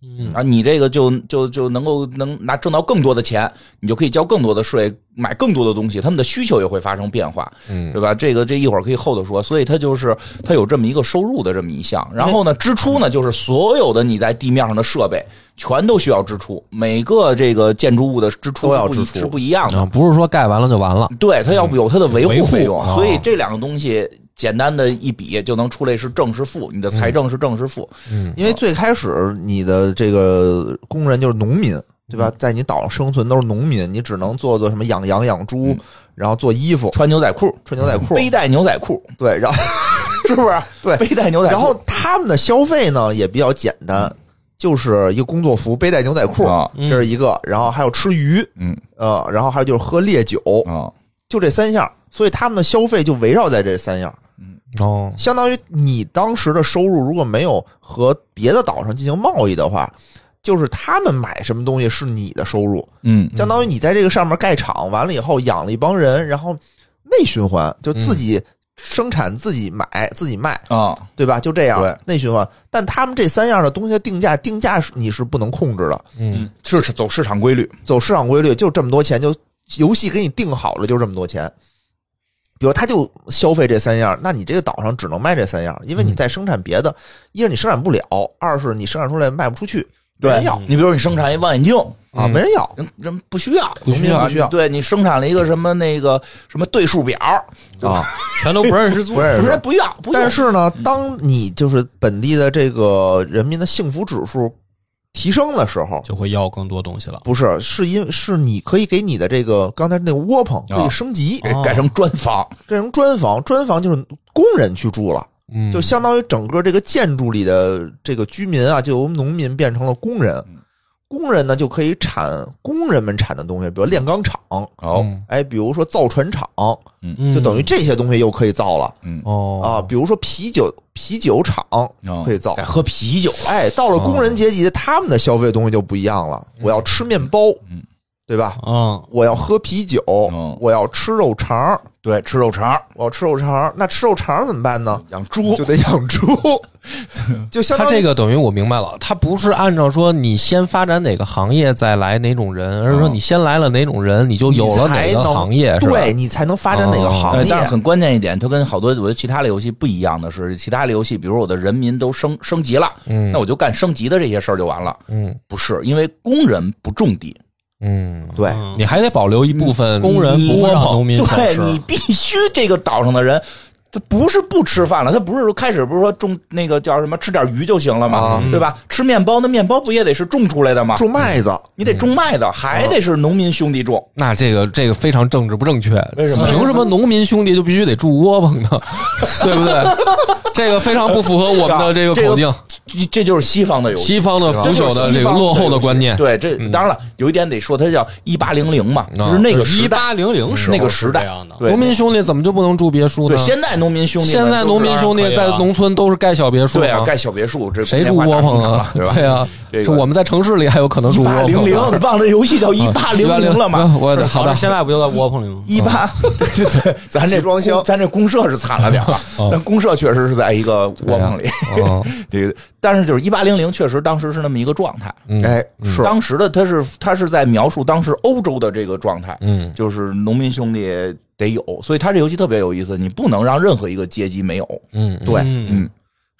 C: 嗯
B: 啊，你这个就就就能够能拿挣到更多的钱，你就可以交更多的税，买更多的东西，他们的需求也会发生变化，
A: 嗯
B: 对吧？这个这一会儿可以后头说，所以它就是它有这么一个收入的这么一项，然后呢，支出呢就是所有的你在地面上的设备全都需要支出，每个这个建筑物的支出
D: 都要
B: 是不一
D: 支出
B: 是不一样的
A: 啊，，不是说盖完了就完了，
B: 对，它要不有它的维
C: 维
B: 护
C: 护
B: 费用，
A: 哦
B: 所以这两个东西简单的一比就能出来是正是负，你的财政是正是负，
D: 因为最开始你的这个工人就是农民，对
B: 嗯
D: 吧？在你岛上生存都是农民，你只能做做什么养羊、养猪，
B: 嗯
D: 然后做衣服、
B: 穿牛仔裤，
D: 穿牛仔裤，
B: 背带牛仔裤，
D: 对， 然后是不是？对，
B: 背带牛仔裤，嗯
D: 然后他们的消费呢也比较简单，就是一个工作服、背带牛仔裤，
B: 啊
D: 这是一个，然后还有吃鱼，
B: 嗯
D: 呃，然后还有就是喝烈酒，
B: 啊，
D: 就这三项，所以他们的消费就围绕在这三样。
A: 哦，
D: 相当于你当时的收入如果没有和别的岛上进行贸易的话，就是他们买什么东西是你的收入，
B: 嗯
D: 相当于你在这个上面盖厂，完了以后养了一帮人，然后内循环，就
A: 嗯
D: 自己生产、自己买、自己卖，
B: 啊，
D: 对吧？就这
B: 对
D: 样内循环。但他们这三样的东西的定价，定价是你是不能控制的，
A: 嗯
B: 是是走市场规律，
D: 走市场规律，就这么多钱，就游戏给你定好了，就这么多钱。比如他就消费这三样，那你这个岛上只能卖这三样，因为
A: 嗯
D: 你再生产别的，一是你生产不了，二是你生产出来卖不出去，没人要
B: 你比如你生产一望远镜，
D: 啊，
A: 嗯
D: 没人要。
B: 人人不需要，
D: 不需要不需要
B: 对你生产了一个什么那个什么对数表啊，
C: 全都不认识
D: 不
C: 做，
D: 认识
B: 人不要，不用
D: 但是呢，当你就是本地的这个人民的幸福指数提升的时候，
C: 就会要更多东西了。
D: 不是是因是你可以给你的这个刚才那个窝棚
A: 啊
D: 可以升级，
B: 给改成专房，
D: 变成砖房，砖房就是工人去住了。
A: 嗯，
D: 就
A: 嗯
D: 相当于整个这个建筑里的这个居民啊，就由农民变成了工人。工人呢就可以产工人们产的东西，比如炼钢厂，
B: 哦，
A: 嗯
D: 哎，比如说造船厂，
C: 嗯
D: 就等于这些东西又可以造了、
B: 嗯
A: 哦哎
D: 啊。比如说啤酒啤酒厂
B: 哦
D: 可以造
B: 改，喝啤酒了，
D: 哎，到了工人阶级，他们的消费的东西就不一样了。我要吃面包，
B: 嗯，
D: 对吧？
C: 嗯
D: 我要喝啤酒，我要吃肉肠，
B: 对，吃肉肠，
D: 我要吃肉肠。那吃肉肠怎么办呢？
B: 养猪
D: 就得养猪，就相
A: 他
D: 当于
A: 这个等于我明白了，他不是按照说你先发展哪个行业再来哪种人，而是
B: 嗯
A: 说你先来了哪种人，你就有了哪个行业，是吧？
D: 对你才能发展哪个行
B: 呃，
D: 业。
B: 但是很关键一点，它跟好多我觉得其他的游戏不一样的是，其他的游戏，比如我的人民都升升级了，
A: 嗯
B: 那我就干升级的这些事儿就完了。
A: 嗯
B: 不是，因为工人不种地，
A: 嗯，
D: 对，
A: 你还得保留一部分
C: 工人
A: 你
C: 不让农民少
B: 对
C: 吃
B: 你必须这个岛上的人，他不是不吃饭了，他不是说开始不是说种那个叫什么吃点鱼就行了
A: 啊
B: 嘛，对吧？吃面包，那面包不也得是种出来的吗？
D: 种麦子，
B: 你得种麦子，
A: 嗯
B: 还得是农民兄弟种。
A: 那这个这个非常政治不正确，
B: 为什么
A: 凭什么农民兄弟就必须得住窝棚 呢？对不对？这个非常不符合啊我们的这个口径，
B: 这这就是西方的游戏，
A: 西方的腐
B: 这
A: 朽
B: 就是
A: 的
B: 西
A: 这个
B: 方
A: 落后
B: 游
A: 的
B: 戏
A: 观念。嗯
B: 对，这当然了，有一点得说，它叫一八零零嘛，
A: 啊
B: 就是那个时
C: 一
B: 代。嗯
C: 八零零时
B: 那个时
C: 时
B: 代
C: 这样的，
B: 对
A: 农民兄弟怎么就不能住别墅呢
B: 对，？现在农民兄弟们
A: 现在
B: 都
A: 农
B: 是
A: 民兄
C: 可
A: 弟
C: 以啊
A: 在农村都是盖小别墅
B: 对啊
A: 吗，
B: 盖小别墅，这
A: 谁住窝棚啊？
B: 对吧？
A: 啊，
B: 这个
A: 就我们在城市里还有可能
B: 一
A: 住窝
B: 八
A: 棚。啊
B: 零零，你 忘了这游戏叫一八零零了吗？
A: 我
C: 是
A: 好
C: 好
A: 的
C: 的，，现在不就在窝棚里吗？
B: 一
A: 啊
B: 八， 对对对，咱这
D: 集装箱
B: 咱这公社是惨了点 儿啊，但公社确实是在一个窝棚里。
A: 嗯
B: 这个，但是就是一八零零，确实当时是那么一个状态。
A: 嗯
D: 哎，是
B: 当时的他是他是在描述当时欧洲的这个状态，
A: 嗯
B: 就是农民兄弟得有，所以他这游戏特别有意思，你不能让任何一个阶级没有。
A: 嗯，
D: 对。
C: 嗯，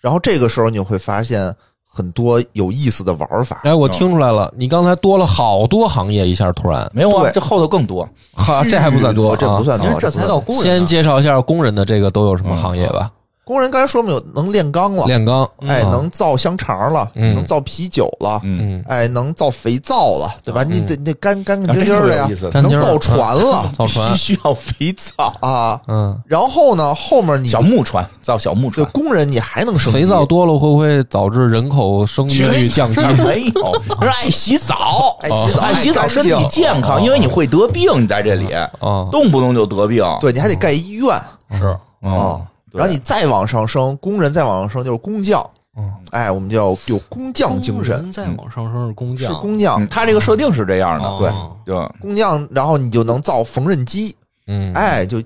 D: 然后这个时候你会发现很多有意思的玩法，
A: 哎，我听出来了，你刚才多了好多行业，一下突然，
B: 没有啊，
D: 对
B: 这后头更多。
A: 哈，啊这还不算多，
D: 这不
A: 啊。
D: 算
C: 因
D: 多，
C: 为这
D: 不算
C: 才
D: 多
C: 到工人呢。
A: 先介绍一下工人的这个都有什
B: 嗯
A: 么行业吧，
D: 工人。刚才说明有能炼钢了，
A: 炼钢，
C: 嗯
D: 哎，
A: 啊
D: 能造香肠了，
A: 嗯
D: 能造啤酒了，
B: 嗯，
A: 嗯，
D: 哎，能造肥皂了，对吧？你得那干干干净净
B: 啊这
D: 的
B: 特别
D: 呀
B: 有意思，
A: 干净
D: 能
A: 儿嗯
D: 造船了
A: 造船
B: 必，须需要肥皂，
D: 啊。
A: 嗯，
D: 然后呢，后面你
B: 小木船造小木
D: 对
B: 船，
D: 工人你还能升级
A: 肥皂，多了会不会导致人口生育率降低？
B: 没 有，人爱洗澡，
D: 爱洗澡哦
B: 爱洗澡，
D: 爱干
B: 身
D: 净
B: 体健康，因为你会得病，你在这里
A: 哦
B: 动不动就得病，
D: 对你还得盖医院
A: 是，
B: 嗯，对
D: 然后你再往上升，工人再往上升就是工匠，
A: 嗯，
D: 哎，我们叫有工匠哦精
C: 工
D: 神，
C: 人再往上升是工
D: 是
C: 匠，
D: 工匠
B: 嗯，他这个设定是这样的，
C: 哦
B: 对，就
D: 工匠，然后你就能造缝纫机，
A: 嗯，
D: 哎，就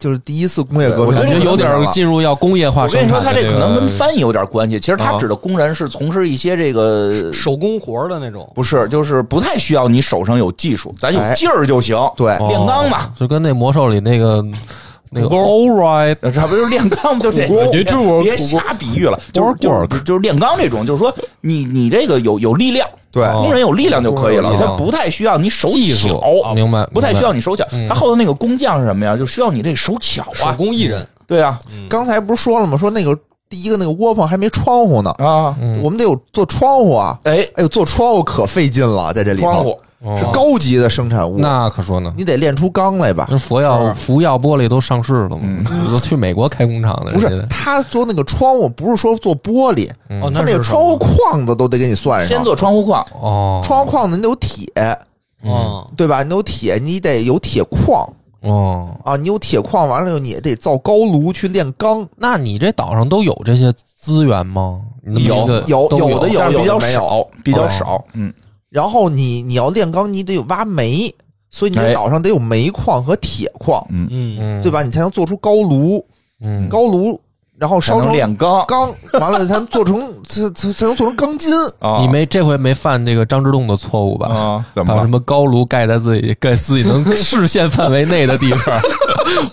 D: 就是第一次工业
B: 对
D: 革命，
B: 我
A: 感觉有点儿进入要工业化
B: 我跟
A: 啊生
B: 你说，
A: 产
B: 他
A: 的
B: 这
A: 个。
B: 可能跟翻译有点关系。其实他
D: 啊
B: 指的工人是从事一些这个
C: 手工活儿的那种，
B: 不是，就是不太需要你手上有技术，咱有
D: 哎
B: 劲儿就行。
D: 对
A: 哦
B: 炼钢嘛，
A: 就跟那魔兽里那个那个 All right，
B: 这不就是炼钢 吗？就这，别
C: 你这我
B: 别瞎比喻了，就是就是就是炼钢这种，就是说你你这个有有力量，
D: 对
B: 工人有力量就可以了
A: 哦工，人有力
B: 他
A: 量
B: 不太需要你手
A: 技术哦
B: 巧，
A: 明白
B: 不太
A: 明白
B: 需要你手巧
A: 嗯。
B: 他后头那个工匠是什么呀？就需要你这手巧
C: 手
B: 啊，
C: 工艺人，
B: 对啊
D: 刚才不是说了吗？说那个第一个那个窝棚还没窗户呢，
B: 啊，
A: 嗯
D: 我们得有做窗户啊。
B: 哎，
D: 哎呦，做窗户可费劲了，在这里头
B: 窗户哦
D: 是高级的生产物，
A: 那可说呢。
D: 哦你得炼出钢来吧？
A: 那佛药、福药玻璃都上市了嘛？都去美国开工厂的，
B: 嗯
D: 不
A: 人
D: 是，
A: 家
D: 他做那个窗户不是说做玻璃，
B: 嗯
C: 哦，
D: 他
C: 是
D: 那个
C: 什
D: 窗户框子都得给你算
B: 先
D: 上。
B: 做窗户框，
A: 哦，
D: 窗户框子你得有铁，
C: 么啊，
D: 对吧？你得有铁，你得有铁矿
A: 哦，
D: 啊！你有铁矿，完了以后你也得造高炉去炼钢。
A: 那你这岛上都有这些资源吗？你那么
B: 有
A: 一个
D: 有
A: 都
D: 有的
B: 但是比
D: 有
B: 较
D: 的没
B: 少
D: 有，
B: 比较
A: 哦
B: 少，嗯，
D: 然后你你要炼钢，你得有挖煤，所以你
B: 哎
D: 这岛上得有煤矿和铁矿，
C: 嗯，
A: 嗯
D: 对？吧？你才能做出高炉，
A: 嗯，
D: 高炉，然后
B: 才
D: 烧
B: 能
D: 成
B: 炼钢
D: 钢，完了才能做成才才才能做成钢筋。
B: 啊。
A: 你没这回没犯这个张之洞的错误吧？
B: 啊？怎
A: 把
B: 么了
A: 什？么高炉盖在自己盖自己能视线范围内的地方，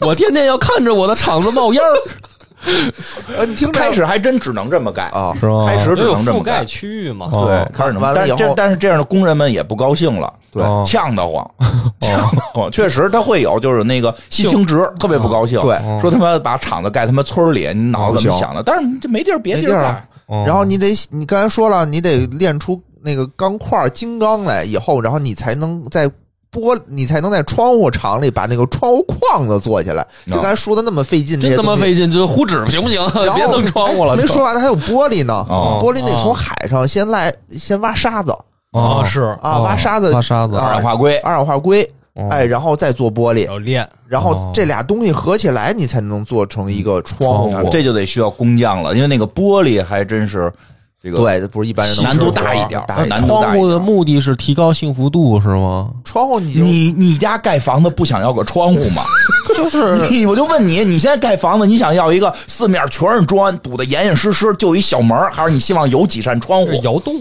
A: 我天天要看着我的厂子冒烟儿，
D: 呃，你听着
B: 开始还真只能这么盖
D: 啊，
A: 是吗？
B: 开始只
C: 也
A: 嗯
C: 有
B: 能这
C: 覆
B: 么
C: 盖
B: 盖。
C: 区域嘛，
A: 哦
B: 对，开始能
D: 完了
B: 但
D: 以后
B: 这但是这样的工人们也不高兴了，
D: 对
A: 哦
B: 呛得慌，呛得慌。确实，他会有就是那个西青直特别不高兴，
D: 对
A: 哦
B: 说他妈把厂子盖他妈村儿里，你脑子怎么想的？但是这没地儿，别
D: 没
B: 地
D: 地
B: 儿
D: 儿
B: 盖
D: 啊。
A: 哦
D: 然后你得，你刚才说了，你得炼出那个钢块、金刚来以后，然后你才能在玻，你才能在窗户厂里把那个窗户框子做起来。就刚才说的那么费劲，这
A: 哦真
D: 些
A: 他妈
D: 东西。
A: 费劲，就是糊纸行不行？
D: 然后
A: 别弄窗户了，
D: 哎没说完呢，还有玻璃呢。
B: 哦
D: 玻璃得
C: 哦
D: 从海上先来，先挖沙子，
A: 哦
C: 啊，是
D: 啊，挖沙子
A: 挖沙子，
B: 二
D: 啊
B: 氧化硅，
D: 二氧化硅，
B: 哦
A: 嗯
D: 哎，然后再做玻璃，
C: 要练，
D: 然后
A: 哦
D: 这俩东西合起来，你才能做成一个窗
A: 窗
D: 户。
A: 户
B: 啊这就得需要工匠了，因为那个玻璃还真是这个
D: 对，不是一般人能
B: 难度
D: 做
B: 大一点儿
D: 大一
B: 难
D: 点
B: 度
D: 儿。
A: 窗
B: 大一
A: 户
B: 点
A: 的目的是提高幸福度是吗？
D: 窗户你就
B: 你你家盖房子不想要个窗户吗？
A: 就是
B: 你我就问你，你现在盖房子，你想要一个四面全是砖，堵得严严实实，就一小门儿，还是你希望有几扇窗户
C: 这？是窑洞，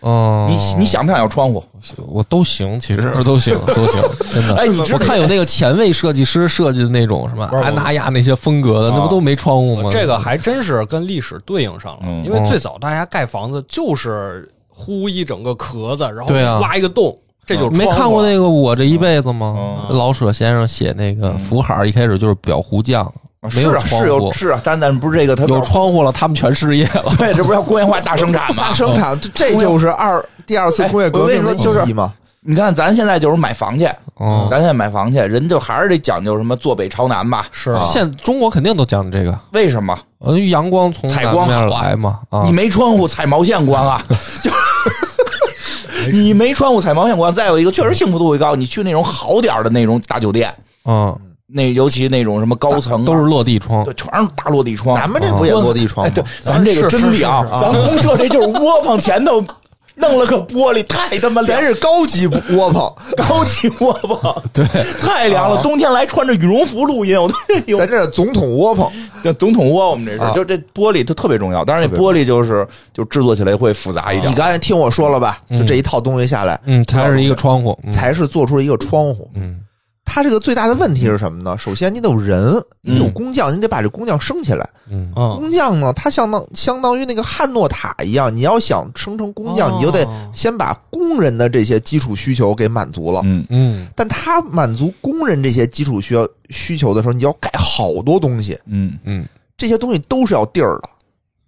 A: 嗯，
B: 你你想不想要窗户？
A: 我都行，其实都行，都 行，真的。
B: 哎你知
A: 呃我看有那个前卫设计师设计的那种什么
C: 不是我
A: 安那亚那些风格的，那
B: 啊
A: 不都没窗户吗？
C: 这个还真是跟历史对应上
B: 嗯
C: 了，因为最早大家盖房子就是糊一整个壳子，然后
A: 对啊嗯
C: 挖一个洞，这就是
A: 没
C: 窗户
A: 看过那个《我这一辈子》吗
B: 啊嗯？
A: 老舍先生写那个符号，一开始就是裱糊匠，没
B: 是啊，
A: 窗
B: 是有
A: 户，
B: 是啊，但但不是这个，它
A: 有窗户了，他们全失业了。
B: 对，这不是要工业化大生 产吗？
D: 大生产，这这就是二第二次工业革命
B: 哎我
D: 的
B: 跟你说就是
D: 意义嘛？
B: 你看咱现在就是买房去，
A: 嗯
B: 咱现在买房去，人就还是得讲究什么坐北朝南吧？
C: 是啊
A: 现中国肯定都讲这个，
B: 为什么？
A: 呃，阳光从
B: 采
A: 南
B: 光
A: 面
B: 好啊
A: 来嘛，啊
B: 你，没窗户踩毛线关啊？ 就你没窗户踩毛线关。再有一个，确实幸福度会高。你去那种好点儿的那种大酒店，
A: 嗯，
B: 那尤其那种什么高层啊、
A: 都是落地窗
B: 对，，全是大落地窗。
D: 咱们啊这不也落地窗
B: 哦哎，
D: 吗
B: 对？，咱这个真凉，咱公社这就是窝棚前头弄了个玻璃，太他妈
D: 咱
B: 凉，
D: 是高级窝棚，
B: 高级窝棚，
A: 对，
B: 太凉了。冬天来穿着羽绒服录音，我都有
D: 咱这是总统窝棚，
B: 这总统窝，我们这是、
D: 啊
B: 就这玻璃就特别重要。当然，那玻璃就是就制作起来会复杂一点。
D: 你刚才听我说了吧？
A: 嗯
D: 就这一套东西下来，
A: 嗯，才是一个窗户，嗯
D: 才是做出了一个窗户。
A: 嗯
D: 它这个最大的问题是什么呢？首先，你得有人，你得有工匠，你得把这工匠升起来。
A: 嗯
C: 嗯
D: 工匠呢，它相当相当于那个汉诺塔一样，你要想生成工匠，
C: 哦
D: 你就得先把工人的这些基础需求给满足了。
B: 嗯，
A: 嗯
D: 但他满足工人这些基础需要需求的时候，你要盖好多东西，
B: 嗯，
A: 嗯，
D: 这些东西都是要地儿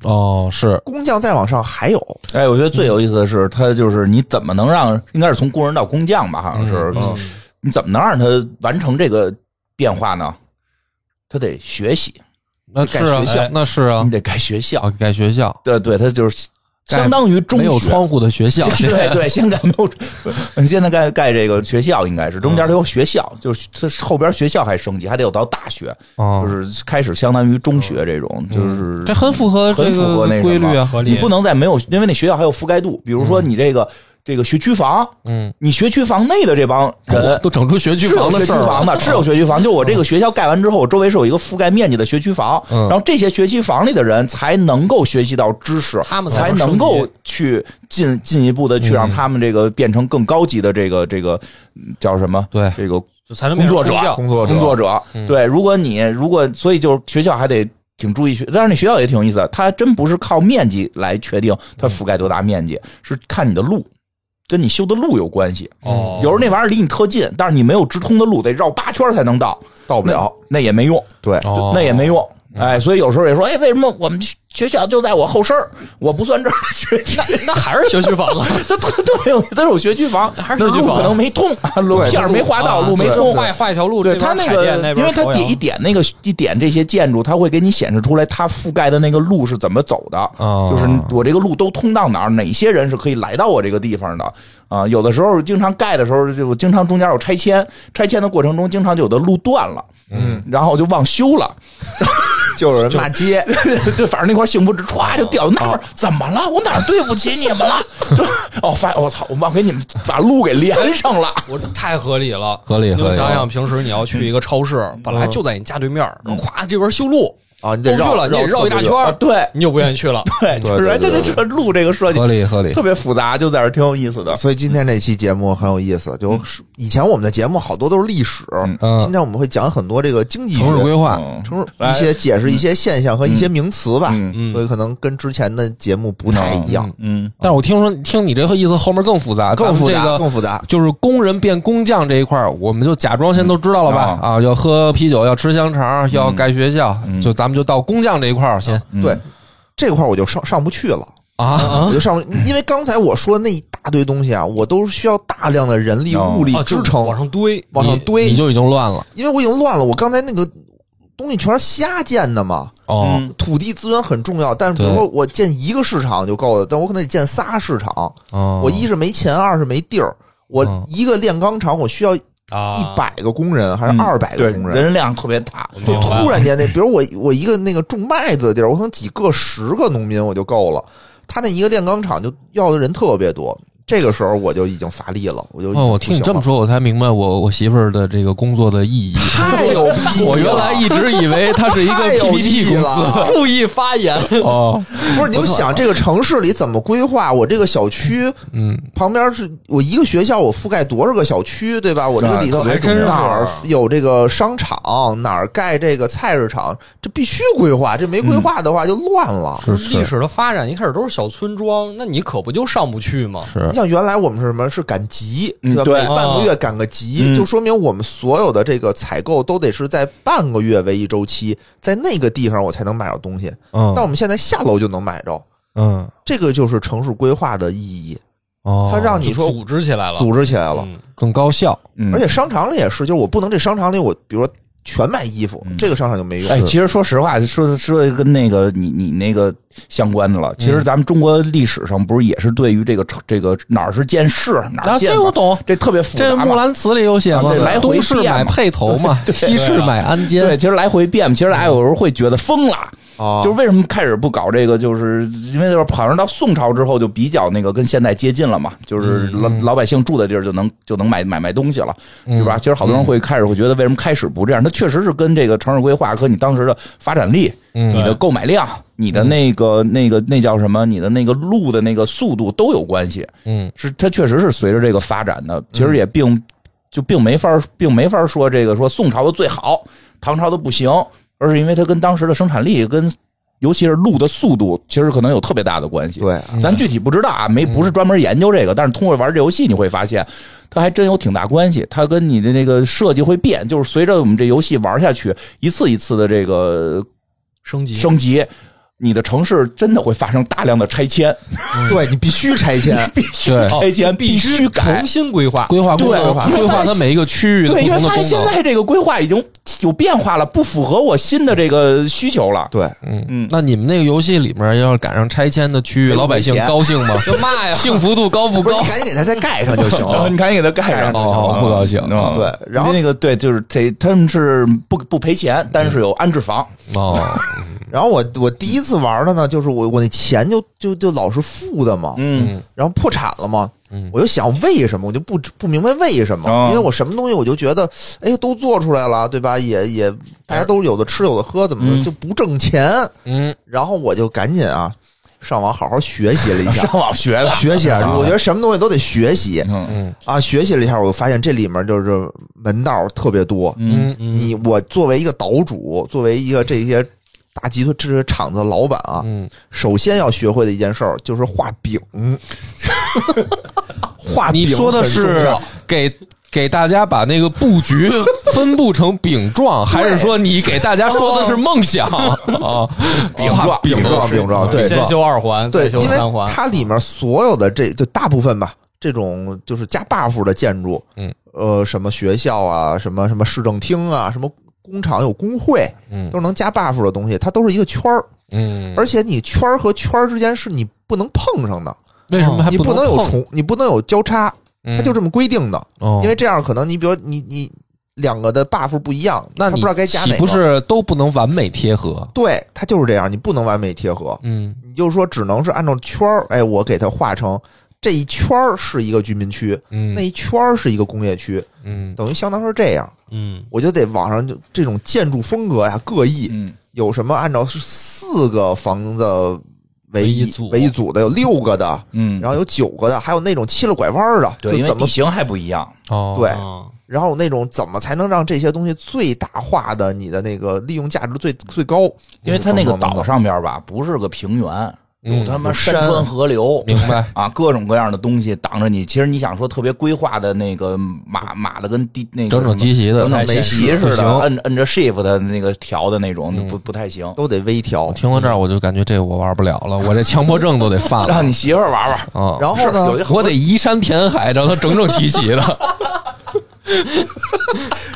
D: 的。
A: 哦，是，
D: 工匠再往上还有，
B: 哎，我觉得最有意思的是，它就是你怎么能让，应该是从工人到工匠吧，好像是，
C: 嗯
B: 你怎么能让他完成这个变化呢？他得学习，
A: 那是啊
D: 改学校
A: 哎那是啊
B: 你，得盖学校。
A: 啊，改学校，
B: 对呃对，他就是相当于中
A: 没有
B: 学。
A: 窗户的学校，现在
B: 对对，先盖没有，现在盖盖这个学校应该是中
A: 嗯
B: 间它有学校，就是它后边学校还升级，还得有到大学，
A: 啊
B: 就，是开始相当于中学这种，就是
A: 这很符合嗯这
B: 很符合那
A: 个
B: 个
A: 规律啊，
C: 合理
B: 你不能在没有，因为那学校还有覆盖度，比如说你这个这个学区房，
A: 嗯，哦
B: 你学区房内的这帮人。
A: 都整出学区
B: 是有
A: 房
B: 学
A: 的
B: 区
A: 事儿啊
B: 房
A: 了，
B: 的，是有学区房。就我这个学校盖完之后，我周围是有一个覆盖面积的学区房，
A: 嗯
B: 然后这些学区房里的人才能够学习到知识，
C: 他们
B: 才
C: 才能升
B: 能
C: 级
B: 够去进进一步的去
A: 嗯
B: 让他们这个变成更高级的这个这个嗯叫什么？
A: 对
B: 这个
C: 就才能
B: 工作者啊
C: 变成工匠
D: 工作者，
B: 工作者。
C: 嗯
B: 对，如果你如果所以就是学校还得挺注意学，但是那学校也挺有意思的，它真不是靠面积来确定
A: 嗯
B: 它覆盖多大面积，是看你的路。跟你修的路有关系，
C: 哦
B: 有时候那玩意儿离你特近，但是你没有直通的路，得绕八圈才能到，
D: 到不了。
B: 那也没用，
D: 对，
A: 哦
B: 那也没用。
C: 嗯
B: 哎，所以有时候也说，哎，为什么我们学校就在我后身儿我不算这儿的学区，
C: 那还是学区房 啊，
B: 这 特特别有意思，有学区房，
C: 还是学区
B: 路
C: 房
B: 可能没通，路
D: 对
B: 片儿没划到，
C: 啊
B: 路没
D: 对
B: 通，
C: 画画一条路，
B: 对
C: 这
B: 它
C: 边
B: 那
C: 海淀
B: 个，
C: 那
B: 因
C: 边
B: 为它
C: 朝
B: 点
C: 阳
B: 一点那个一点这些建筑，它会给你显示出来它覆盖的那个路是怎么走的，
A: 哦
B: 就是我这个路都通到哪儿，哪些人是可以来到我这个地方的啊。有的时候经常盖的时候，就经常中间有拆迁，拆迁的过程中经常就有的路断了，嗯，然后就忘修了，
D: 就有人骂街，
B: 就反正那块幸福值歘就掉那儿，怎么了？我哪儿对不起你们了？ 就哦，发现我操，我忘给你们把路给连上了。
C: 我太合理了，
A: 合理
C: 你
A: 合
C: 就
A: 理
C: 想想，平时你要去一个超市，
B: 嗯
C: 本来就在你家对面，然后哗这边修路，
D: 啊你
C: 都
D: 得
C: 去
D: 绕
C: 了，你得
D: 绕
C: 绕一大
D: 特别
C: 圈
B: 啊
D: 远
C: 儿，
B: 对
C: 你就不愿意去 了。
B: 对，
D: 对
B: 就是
D: 对
B: 哎这
D: 对
B: 这这路这个设计
A: 合理合理
B: 特，别复杂，就在这儿挺有意思的。
D: 所以今天这期节目很有意思，就是以前我们的节目好多都是历史，今
A: 嗯，
D: 天我们会讲很多这个经济学、
A: 城市规划，
B: 嗯
D: 城市
B: 来
D: 一些解释一些现象和一些名词吧，
B: 嗯
C: 嗯
D: 所以可能跟之前的节目不太一样，
B: 嗯，
A: 但是我听说听你这个意思后面更复杂，啊咱
D: 更
A: 们
D: 复杂，
A: 这个
D: 更复杂。
A: 就是工人变工匠这一块儿，我们就假装先都知道了吧？啊，要喝啤酒，要吃香肠，要盖学校，
B: 嗯
A: 就咱们就到工匠这一块儿先
B: 嗯
D: 对，这块儿我就上上不去了，
A: 啊。
D: 我就上，因为刚才我说的那一大堆东西啊，我都是需要大量的人力、
B: 哦
D: 物力
C: 啊，
D: 支
C: 就是
D: 撑
C: 往上堆，
D: 往上
A: 你
D: 堆
A: 你，就已经乱了。
D: 因为我已经乱了。我刚才那个东西全是瞎建的嘛。
A: 哦，
C: 嗯
D: 土地资源很重要，但是比如
A: 对
D: 说我建一个市场就够了，但我可能得建仨市场。
A: 哦
D: 我一是没钱，二是没地儿。
A: 嗯
D: 我一个炼钢厂，我需要一
C: 啊，
D: 百个工人还是
B: 嗯
D: 二百
B: 对
D: 个工人？
B: 人量特别大，
D: 就
C: 明白
D: 突然间那，比如我我一个那个种麦子的地儿，我可能几个十个农民我就够了。他那一个炼钢厂就要的人特别多，这个时候我就已经乏力了，我就已经
A: 哦，我听你这么说，我才明白我我媳妇儿的这个工作的意 义。
D: 不行了，太有意义了。
A: 我原来一直以为她是一个
D: 太有意
A: PPT
D: 义
A: 公司
D: 了，
C: 注意发言，
A: 哦，
D: 不是你就想这个城市里怎么规划？我这个小区
A: 嗯，
D: 旁边是我一个学校，我覆盖多少个小区，对吧？我这个里头
C: 对还真是
D: 哪儿有这个商场，哪儿盖这个菜市场，这必须规划。这没规划的话就乱了。
A: 是
C: 历
A: 是
C: 史的发展一开始都是小村庄，那你可不就上不去吗？
A: 是
D: 你，像原来我们是什么？是赶集，
B: 嗯
D: 吧？
B: 对
D: 每半个月赶个集，
B: 嗯
D: 就说明我们所有的这个采购都得是在半个月为一周期，在那个地方我才能买着东西。但我
A: 嗯
D: 们现在下楼就能买着，
A: 嗯，
D: 这个就是城市规划的意义。
A: 哦，
D: 它让你说
C: 组织起来了，
D: 组织起来了，
C: 嗯
A: 更高效。
B: 嗯
D: 而且商场里也是，就是我不能这商场里我比如说全卖衣服，这个商场就没用。
B: 哎，其实说实话，说说跟那个你你那个相关的了。
A: 嗯
B: 其实咱们中国历史上不是也是对于这个这个哪儿是建市，哪儿
A: 啊
B: 建
A: 这我
B: 法，
A: 懂，
B: 这特别复
A: 这
B: 杂
A: 《木
B: 嘛。
A: 兰辞》里有写嘛
B: 啊这来，回
A: 东市
B: 变
A: 买
B: 嘛
A: 配头嘛，西市买鞍
B: 对，
A: 鞯。
B: 其实来回变，其实大家有时候会觉得疯了，
A: 哦
B: 就是为什么开始不搞这个，就是因为就是好像到宋朝之后就比较那个跟现在接近了嘛，就是老老百姓住的地儿就能就能买买卖东西了，对吧？其实好多人会开始会觉得为什么开始不这样？它确实是跟这个城市规划和你当时的发展力、你的购买量、你的那个那个那叫什么？你的那个路的那个速度都有关系。
A: 嗯，
B: 是它确实是随着这个发展的，其实也并就并没法并没法说这个说宋朝的最好，唐朝的不行，而是因为它跟当时的生产力跟尤其是路的速度，其实可能有特别大的关系。
D: 对，
B: 咱具体不知道啊，没不是专门研究这个，但是通过玩这游戏你会发现，它还真有挺大关系。它跟你的那个设计会变，就是随着我们这游戏玩下去，一次一次的这个
C: 升级
B: 升级，你的城市真的会发生大量的拆迁，
D: 对你必须拆迁，
A: 对，
B: 拆迁哦必须改
C: 重。新规划，
A: 哦规划工
B: 对
A: 作
B: 因为
A: 规划它每一个区域的不
B: 对，因为
A: 同的
B: 发现
A: 功
B: 现
A: 能。
B: 在这个规划已经有变化了，不符合我新的这个需求了。
D: 对。
B: 嗯，
A: 那你们那个游戏里面，要是赶上拆迁的区域，
B: 对
A: 老百姓
B: 没钱
A: 高兴 吗？
C: 就骂呀，
A: 幸福度高不
D: 不是
A: 高
D: 你？赶紧给它再盖上就行
B: 然后
D: 了
B: 你。赶紧给他盖上就行
A: 哦
B: 了，
A: 不高兴
B: 嗯
D: 对然后
B: 那个对，就是这他们是不不赔钱，但是有安置房，
A: 哦，
D: 然后我我第一次玩的呢，就是我我那钱就就就老是负的嘛，
B: 嗯
D: 然后破产了嘛，
A: 嗯
D: 我就想为什么，我就不不明白为什么，
B: 哦
D: 因为我什么东西我就觉得，哎，都做出来了，对吧？也也大家都有的吃有的喝，怎么的、
B: 嗯
D: 就不挣钱？
A: 嗯，
D: 然后我就赶紧啊，上网好好学习了一下
B: 上，网学的，
D: 学习啊，我觉得什么东西都得学习
B: 嗯
D: 啊，学习了一下，我发现这里面就是门道儿特别多，
B: 嗯
C: 嗯
D: 你我作为一个岛主，作为一个这些大集团这些厂子的老板啊，
A: 嗯
D: 首先要学会的一件事儿就是画饼。画饼
A: 你说的
D: 很重
A: 是
D: 要
A: 给给大家把那个布局分布成饼 状，还是说你给大家说的是梦想啊？
B: 饼状
D: 饼状饼状，对
C: 先修二环，
D: 对，
C: 再修
D: 因为
C: 三环，
D: 它里
A: 嗯
D: 面所有的这就大部分吧，这种就是加 buff 的建筑，
A: 嗯，
D: 呃，什么学校啊，什么什么市政厅啊，什么工厂有工会，
A: 嗯
D: 都是能加 buff 的东西，它都是一个圈儿，
A: 嗯，
D: 而且你圈儿和圈儿之间是你不能碰上的，
A: 为
C: 嗯
A: 什么还
D: 你
A: 能
D: 能有
A: 碰？
D: 重，你不能有交叉，
A: 它
D: 它就这么规定的，
A: 嗯哦
D: 因为这样可能你比如你你两个的 buff 不一样，
A: 那
D: 它
A: 你
D: 不知道该加哪
A: 岂
D: 个，
A: 不是都不能完美贴合？
D: 对，它就是这样，你不能完美贴合，
A: 嗯
D: 你就说只能是按照圈儿，哎，我给它画成这一圈儿是一个居民区，那
A: 嗯
D: 一圈儿是一个工业区，
A: 嗯
D: 等于相当是这样，
C: 嗯，
D: 我就得网上就这种建筑风格呀各异，
B: 嗯
D: 有什么按照是四个房子为
C: 为一
D: 一
C: 组
D: 为一组的，有六个的，
B: 嗯，
D: 然后有九个的，还有那种七了拐弯儿的，
B: 对，
D: 就
B: 因为
D: 怎么
B: 地形还不一样，
A: 哦
D: 对
C: 嗯
D: 然后那种怎么才能让这些东西最大化的你的那个利用价值最最高？
B: 因为它那个
D: 等等等
B: 岛
D: 等
B: 上边吧，不是个平原，有他妈
D: 有
B: 山
D: 山
B: 川河流，
A: 嗯明白？
B: 啊，各种各样的东西挡着你。其实你想说特别规划的那个马马的跟地那个
A: 整整
B: 什么
A: 齐齐的
B: 整整
D: 那
B: 没
D: 没
B: 齐
D: 戏
B: 似
A: 不
B: 的，
A: 行嗯
B: 摁摁着 shift 的那个调的那种，不不太行。
D: 都得微调
A: 我。听到这儿，我就感觉这我玩不了了，我这强迫症都得犯了
B: 让你媳妇儿玩玩，
A: 啊！
D: 然后呢
B: 是有一，
A: 我得移山 填海，让它整整齐齐的。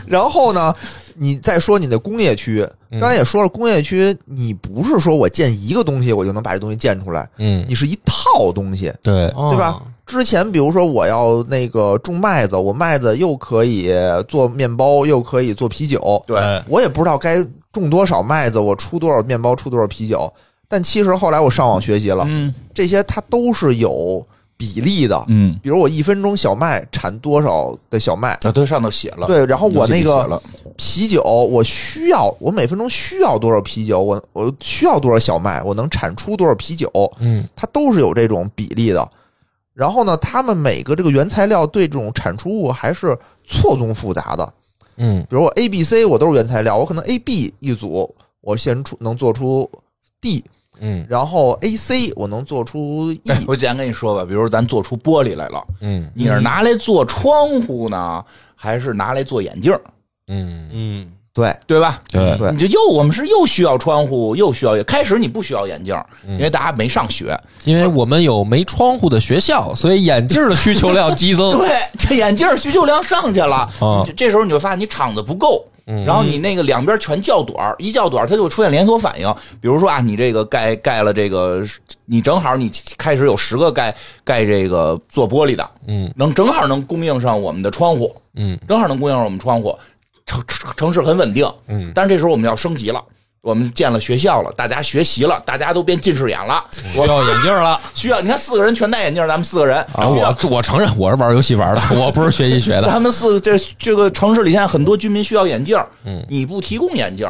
D: 然后呢，你再说你的工业区，
B: 嗯
D: 刚才也说了，工业区你不是说我建一个东西我就能把这东西建出来，
A: 嗯，
D: 你是一套东西，
A: 对，
D: 对吧？
C: 嗯
D: 之前比如说我要那个种麦子，我麦子又可以做面包，又可以做啤酒，
B: 对
C: 哎
D: 我也不知道该种多少麦子，我出多少面包，出多少啤酒。但其实后来我上网学习了，
B: 嗯
D: 这些它都是有比例的。
B: 嗯
D: 比如我一分钟小麦产多少的小麦，
B: 啊，对，上头写了，
D: 对，然后
B: 游
D: 我
B: 戏里
D: 那
B: 写
D: 个
B: 了
D: 啤酒，我需要我每分钟需要多少啤酒，我我需要多少小麦，我能产出多少啤酒，
A: 嗯
D: 它都是有这种比例的。然后呢，他们每个这个原材料对这种产出物还是错综复杂的。
A: 嗯
D: 比如我 A、B、C 我都是原材料，我可能 A、B 一组我先出能做出 B，
A: 嗯哎
D: 然后 A、C 我能做出 E，
B: 哎我简单跟你说吧，比如咱做出玻璃来了，
A: 嗯
B: 你是拿来做窗户呢，还是拿来做眼镜儿，
A: 嗯，
C: 嗯，
D: 对
B: 对吧？
A: 对
D: 对
B: 你就又我们是又需要窗户，又需要开始你不需要眼镜儿，
A: 嗯
B: 因为大家没上学。
A: 因为我们有没窗户的学校，所以眼镜儿的需求量激增。
B: 对，这眼镜儿需求量上去了，
A: 啊嗯
B: 这这时候你会发现你场子不够，然后你那个两边全较短儿，一较短儿它就出现连锁反应。比如说啊，你这个盖盖了这个，你正好你开始有十个盖盖这个做玻璃的，
A: 嗯
B: 能正好能供应上我们的窗户，
A: 嗯
B: 正好能供应上我们窗户，城城城市很稳定。
A: 嗯，
B: 但是这时候我们要升级了。我们建了学校了，大家学习了，大家都变近视眼了。
C: 需要眼镜了，
B: 需要你看四个人全戴眼镜，咱们四个人
A: 啊，
B: 需要
A: 我我承认我是玩游戏玩的，我不是学习学 的。
B: 他们四个这这个城市里现在很多居民需要眼镜，嗯，你不提供眼镜，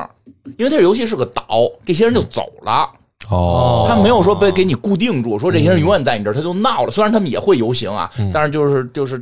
B: 因为这游戏是个岛，这些人就走了，
A: 哦
B: 他没有说被给你固定住，说这些人永远在你这儿，他就闹
A: 嗯
B: 了。虽然他们也会游行啊，但是就是就是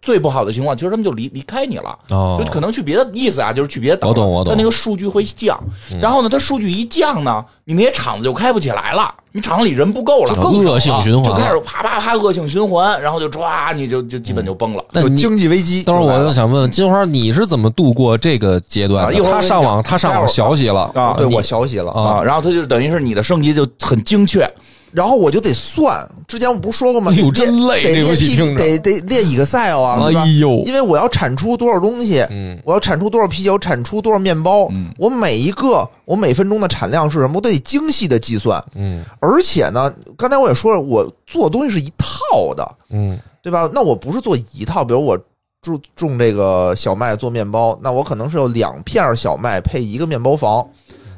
B: 最不好的情况，其实他们就离离开你了。
A: 哦
B: 就，可能去别的意思啊，就是去别的岛了，
A: 我懂我懂嗯
B: 它那个数据会降，然后呢，它数据一降呢，你那些厂子就开不起来了，你厂子里人不够了，
A: 更恶性循
B: 就
A: 环
B: 开
A: 了。
B: 始啪啪啪恶性循环，然后就唰，你就就基本就崩了。
A: 那
D: 有
A: 你
D: 经济危机就
A: 等
D: 来
A: 会
D: 了。
A: 儿我就想问问金花，你是怎么度过这个阶段
B: 啊
A: 的？
B: 一会儿我
A: 他
B: 跟你
A: 上
B: 讲
A: 网，他上网学习了
B: 啊
D: 对
A: 你
D: 我学习了
A: 啊
B: 啊，然后它就等于是你的升级就很精确，
D: 然后我就得算，之前我不是说过吗？
A: 哎呦
D: 得列
A: 真累
D: 得
A: 这游
D: 列
A: 戏
D: T-
A: 听着
D: 得得列 Excel 啊，对吧
A: 哎？呦，
D: 因为我要产出多少东西，
A: 嗯
D: 我要产出多少啤酒，产出多少面包，我每一个我每分钟的产量是什么，我都得精细的计算。
A: 嗯
D: 而且呢，刚才我也说了，我做东西是一套的，
A: 嗯
D: 对吧？那我不是做一套，比如我种种这个小麦做面包，那我可能是有两片小麦配一个面包房，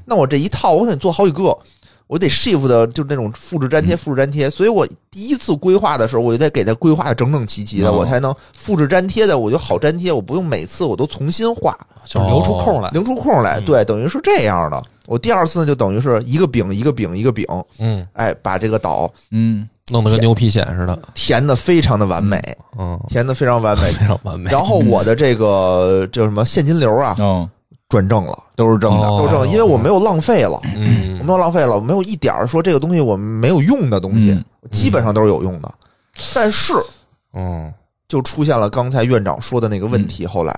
D: 那我这一套我得做好几个，我得 shift 的就是那种复制粘贴、复制粘贴，所以我第一次规划的时候，我就得给它规划的整整齐齐的，
B: 哦
D: 我才能复制粘贴的，我就好粘贴，我不用每次我都重新画，
C: 就是留出空来。
D: 留出空来。
C: 嗯
D: 对，等于是这样的。我第二次呢，就等于是一个饼一个饼一个饼，
A: 嗯，
D: 哎，把这个岛
B: 嗯，
A: 弄得跟牛皮癣似的，
D: 填的非常的完美，
A: 嗯，
D: 填的非常完美，
A: 非常完美。
D: 然后我的这个叫什么现金流啊，
B: 嗯，
D: 转正了，
B: 都是正的，
A: 哦
D: 都正了，因为我没有浪费了，我
A: 嗯，
D: 没有浪费了，我没有一点儿说这个东西我没有用的东西
B: 嗯，
D: 基本上都是有用的。但是
A: 嗯
D: 就出现了刚才院长说的那个问题，后来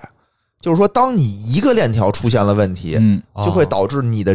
D: 就是说，当你一个链条出现了问题，
B: 嗯，
A: 哦
D: 就会导致你的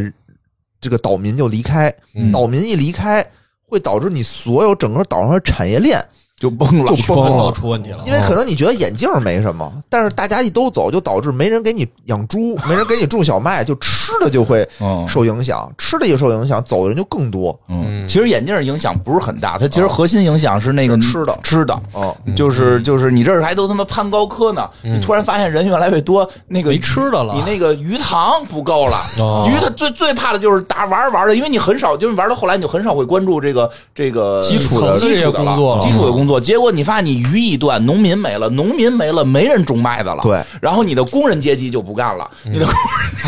D: 这个岛民就离开，
A: 嗯
D: 岛民一离开，会导致你所有整个岛上的产业链
B: 就崩了
D: 就崩
C: 全
D: 了
C: 都。出问题了哦
D: 因，为可能你觉得眼镜儿没什么，但是大家一都走，就导致没人给你养猪，没人给你种小麦，就吃的就会
B: 嗯
D: 受影响，吃的也受影响，走的人就更多。
B: 嗯，其实眼镜儿影响不是很大，它其实核心影响是那个
D: 是吃的
B: 吃的。
D: 哦，
B: 就是就是你这儿还都他妈攀高科呢，你突然发现人越来越多，那个
C: 没吃的了
B: 你那个鱼塘不够了。
A: 哦
B: 鱼它最最怕的就是打玩着玩着，因为你很少，就是玩到后来你就很少会关注这个这个
A: 基础的
B: 基础的
A: 工
B: 了
A: 作
B: 基础的工作。结果你发现你鱼一断，农民没了，农民没了，没人种麦子了。
D: 对，
B: 然后你的工人阶级就不干了，你的工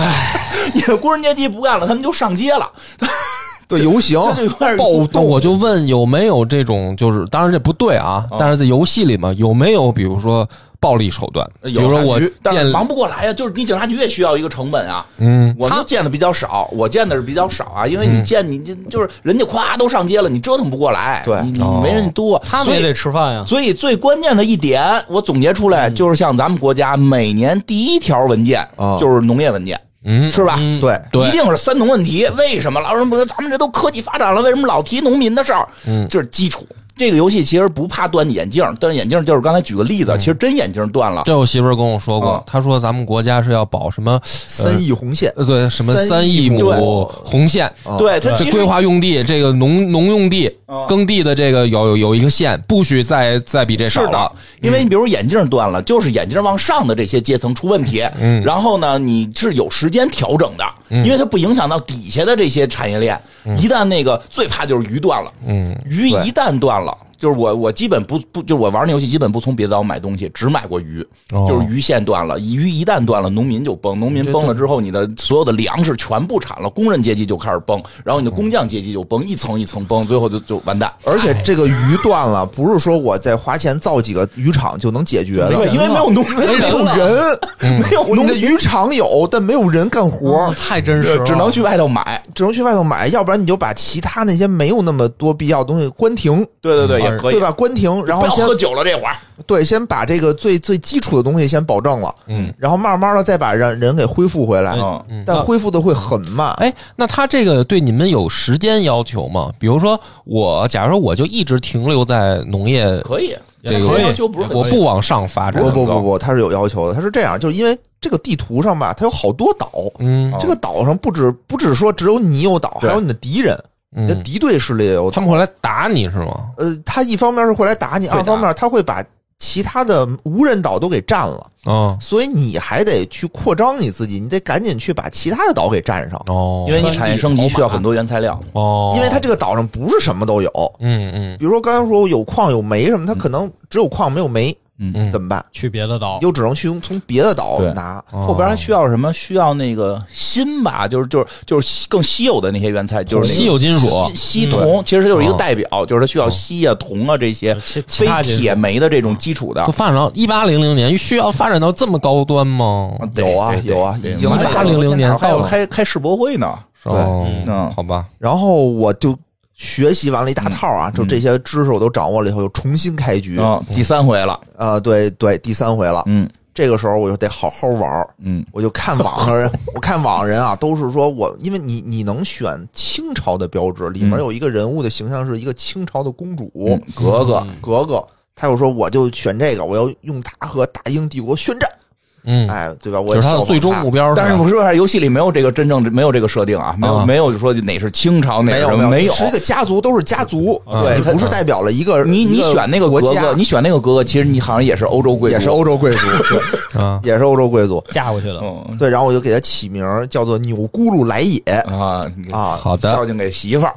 B: 人， 你的工人阶级不干了，他们就上街了，
D: 对，游行
B: 这就有点
D: 暴
A: 那
D: 动，
A: 我就问有没有这种，就是当然这不对啊，但是在游戏里嘛，有没有比如说暴力手段？比如说我
B: 但
A: 建
B: 是忙不过来呀、啊就是你警察局也需要一个成本啊。
A: 嗯，
B: 我们见的比较少，我见的是比较少啊，因为你见你就就是人家夸都上街了，你折腾不过来，
D: 对
B: 你你
A: 哦
B: 没人多，
C: 他们
B: 所
C: 也
B: 以嗯
C: 得吃饭呀。
B: 所以最关键的一点，我总结出
A: 嗯
B: 来就是像咱们国家每年第一条文件
D: 哦
B: 就是农业文件，
A: 嗯
B: 是吧？
C: 嗯
D: 对，
A: 对
B: 一定是三农问题。为什么老人不？咱们这都科技发展了，为什么老提农民的事儿？嗯，这是基础。这个游戏其实不怕断眼镜，断眼镜就是刚才举个例子，
A: 嗯
B: 其实真眼镜断了，
A: 这我媳妇儿跟我说过
B: 啊，
A: 她说咱们国家是要保什么
D: 嗯三亿红线，
A: 呃对什么
D: 三
A: 三
D: 亿
A: 亿亩
D: 亩
A: 红线，
D: 啊
B: 对它
A: 这
B: 其
A: 规
B: 实
A: 划用地这个农农用地
D: 嗯
B: 啊
A: 耕地的这个有有有一个线，不许再再比这
B: 是
A: 少
B: 的
A: 了。，
B: 因为你比如眼镜断了，就是眼镜往上的这些阶层出问题，嗯，然后呢，你是有时间调整的，因为它不影响到底下的这些产业链。一旦那个最怕就是鱼断了，嗯，鱼一旦断了。就是我，我基本不不，就是我玩那游戏基本不从别的岛买东西，只买过鱼。
A: 哦
B: 就是鱼线断了，鱼一旦断了，农民就崩，农民崩了之后，你的所有的粮食全不产了，工人阶级就开始崩，然后你的工匠阶级就崩，一层一层崩，最后就就完蛋。
D: 而且这个鱼断了，不是说我再花钱造几个渔场就能解决的，
B: 对，因为没有农，因为
D: 没
B: 没
D: 有
B: 有人嗯
D: 人，
B: 没有
D: 你
B: 农
D: 的渔场有，但没有人干活
C: 嗯，太真实
B: 呃
C: 了，
B: 只能去外头买。
D: 只能去外头买，要不然你就把其他那些没有那么多必要的东西关停，
B: 对对对，
C: 嗯
B: 也可以，
D: 对？吧？关停，然
B: 不
D: 后
B: 要
D: 先
B: 喝酒了，这会儿
D: 对，先把这个最最基础的东西先保证了，嗯，然后慢慢的再把让人给恢复回来，
B: 嗯
A: 嗯
D: 但恢复的会很慢。
A: 哎，那他这个对你们有时间要求吗？比如说我，假如说我就一直停留在农业，
B: 可以，
A: 这个
B: 但是要求不是很
A: 我不往上发展
D: 不。不不不，它是有要求的，它是这样，就是因为这个地图上吧，它有好多岛，
A: 嗯
D: 这个岛上不止不只说只有你有岛，
B: 哦对
D: 还有你的敌人，你的
A: 嗯，
D: 敌对势力也有岛
A: 他们会来打你是吗？
D: 呃，他一方面是会来打你，
B: 会打
D: 二方面他会把其他的无人岛都给占了，
A: 啊
D: 所以你还得去扩张你自己，你得赶紧去把其他的岛给占上，
A: 哦，
B: 因为你产业升级需要很多原材料，
A: 哦，
D: 因为它这个岛上不是什么都有，
A: 嗯嗯
D: 比如说刚才说有矿有煤什么，它可能只有矿没有煤，
B: 嗯，哦
A: 嗯，
D: 怎么办？
C: 去别的岛，
D: 又只能去用从别的岛
B: 对
D: 拿。
A: 哦
B: 后边还需要什么？需要那个锌吧，就是就是就是更稀有的那些原材，就是那个
A: 稀有金属嗯哦
B: 锌稀铜，其实就是一个代表，就是它需要锡啊、铜啊这
A: 呃
B: 些
C: 其其
B: 非
C: 他这
B: 铁煤的这种基础的
A: 都。发展到一八零零年，需要发展到这么高端吗？
B: 对
D: 有啊
B: 对对
D: 有啊
B: 对
D: 已经
B: 我们
D: 那个
A: 800年
B: 还有
A: 到了
B: 开开世博会呢，
D: 对
A: 哦
B: 嗯
A: 好吧，
D: 然后我就学习完了一大套
B: 嗯
D: 啊，就这些知识我都掌握了以后，又重新开局。
B: 啊，
A: 嗯
B: 第三回了，
D: 呃，对对，第三回了，
B: 嗯
D: 这个时候我就得好好玩儿。
B: 嗯
D: 我就看网上人，我看网上人啊，都是说我，因为你你能选清朝的标志，里面有一个人物的形象是一个清朝的公主、
B: 嗯，格格，
D: 格格，他又说我就选这个，我要用它和大英帝国宣战，
A: 嗯，
D: 哎，对吧？我
A: 就
D: 也
A: 是他的
D: 效仿
A: 最终
D: 她
A: 目标吧，
B: 但是我说一下，游戏里没有这个真正没有这个设定啊，没有、
A: 啊
B: 没有说哪是清朝哪
D: 没
B: 是
D: 有
B: 什么
D: 没
B: 没
D: 是一个家族，都是家族，
A: 啊
B: 对
D: 你
B: 他
D: 不是代表了一个
B: 你你选那
D: 个
B: 个格
D: 国家
B: 格，，你选那个格格，其实你好像也是欧洲贵族，
D: 也是欧洲贵族，对，
A: 啊，
D: 也是欧洲贵族。
C: 嫁过去的，
B: 嗯
D: 对，然后我就给他起名儿叫做钮咕噜来也
B: 啊
D: 啊，
A: 好
B: 孝
A: 的，
B: 敬给媳妇儿，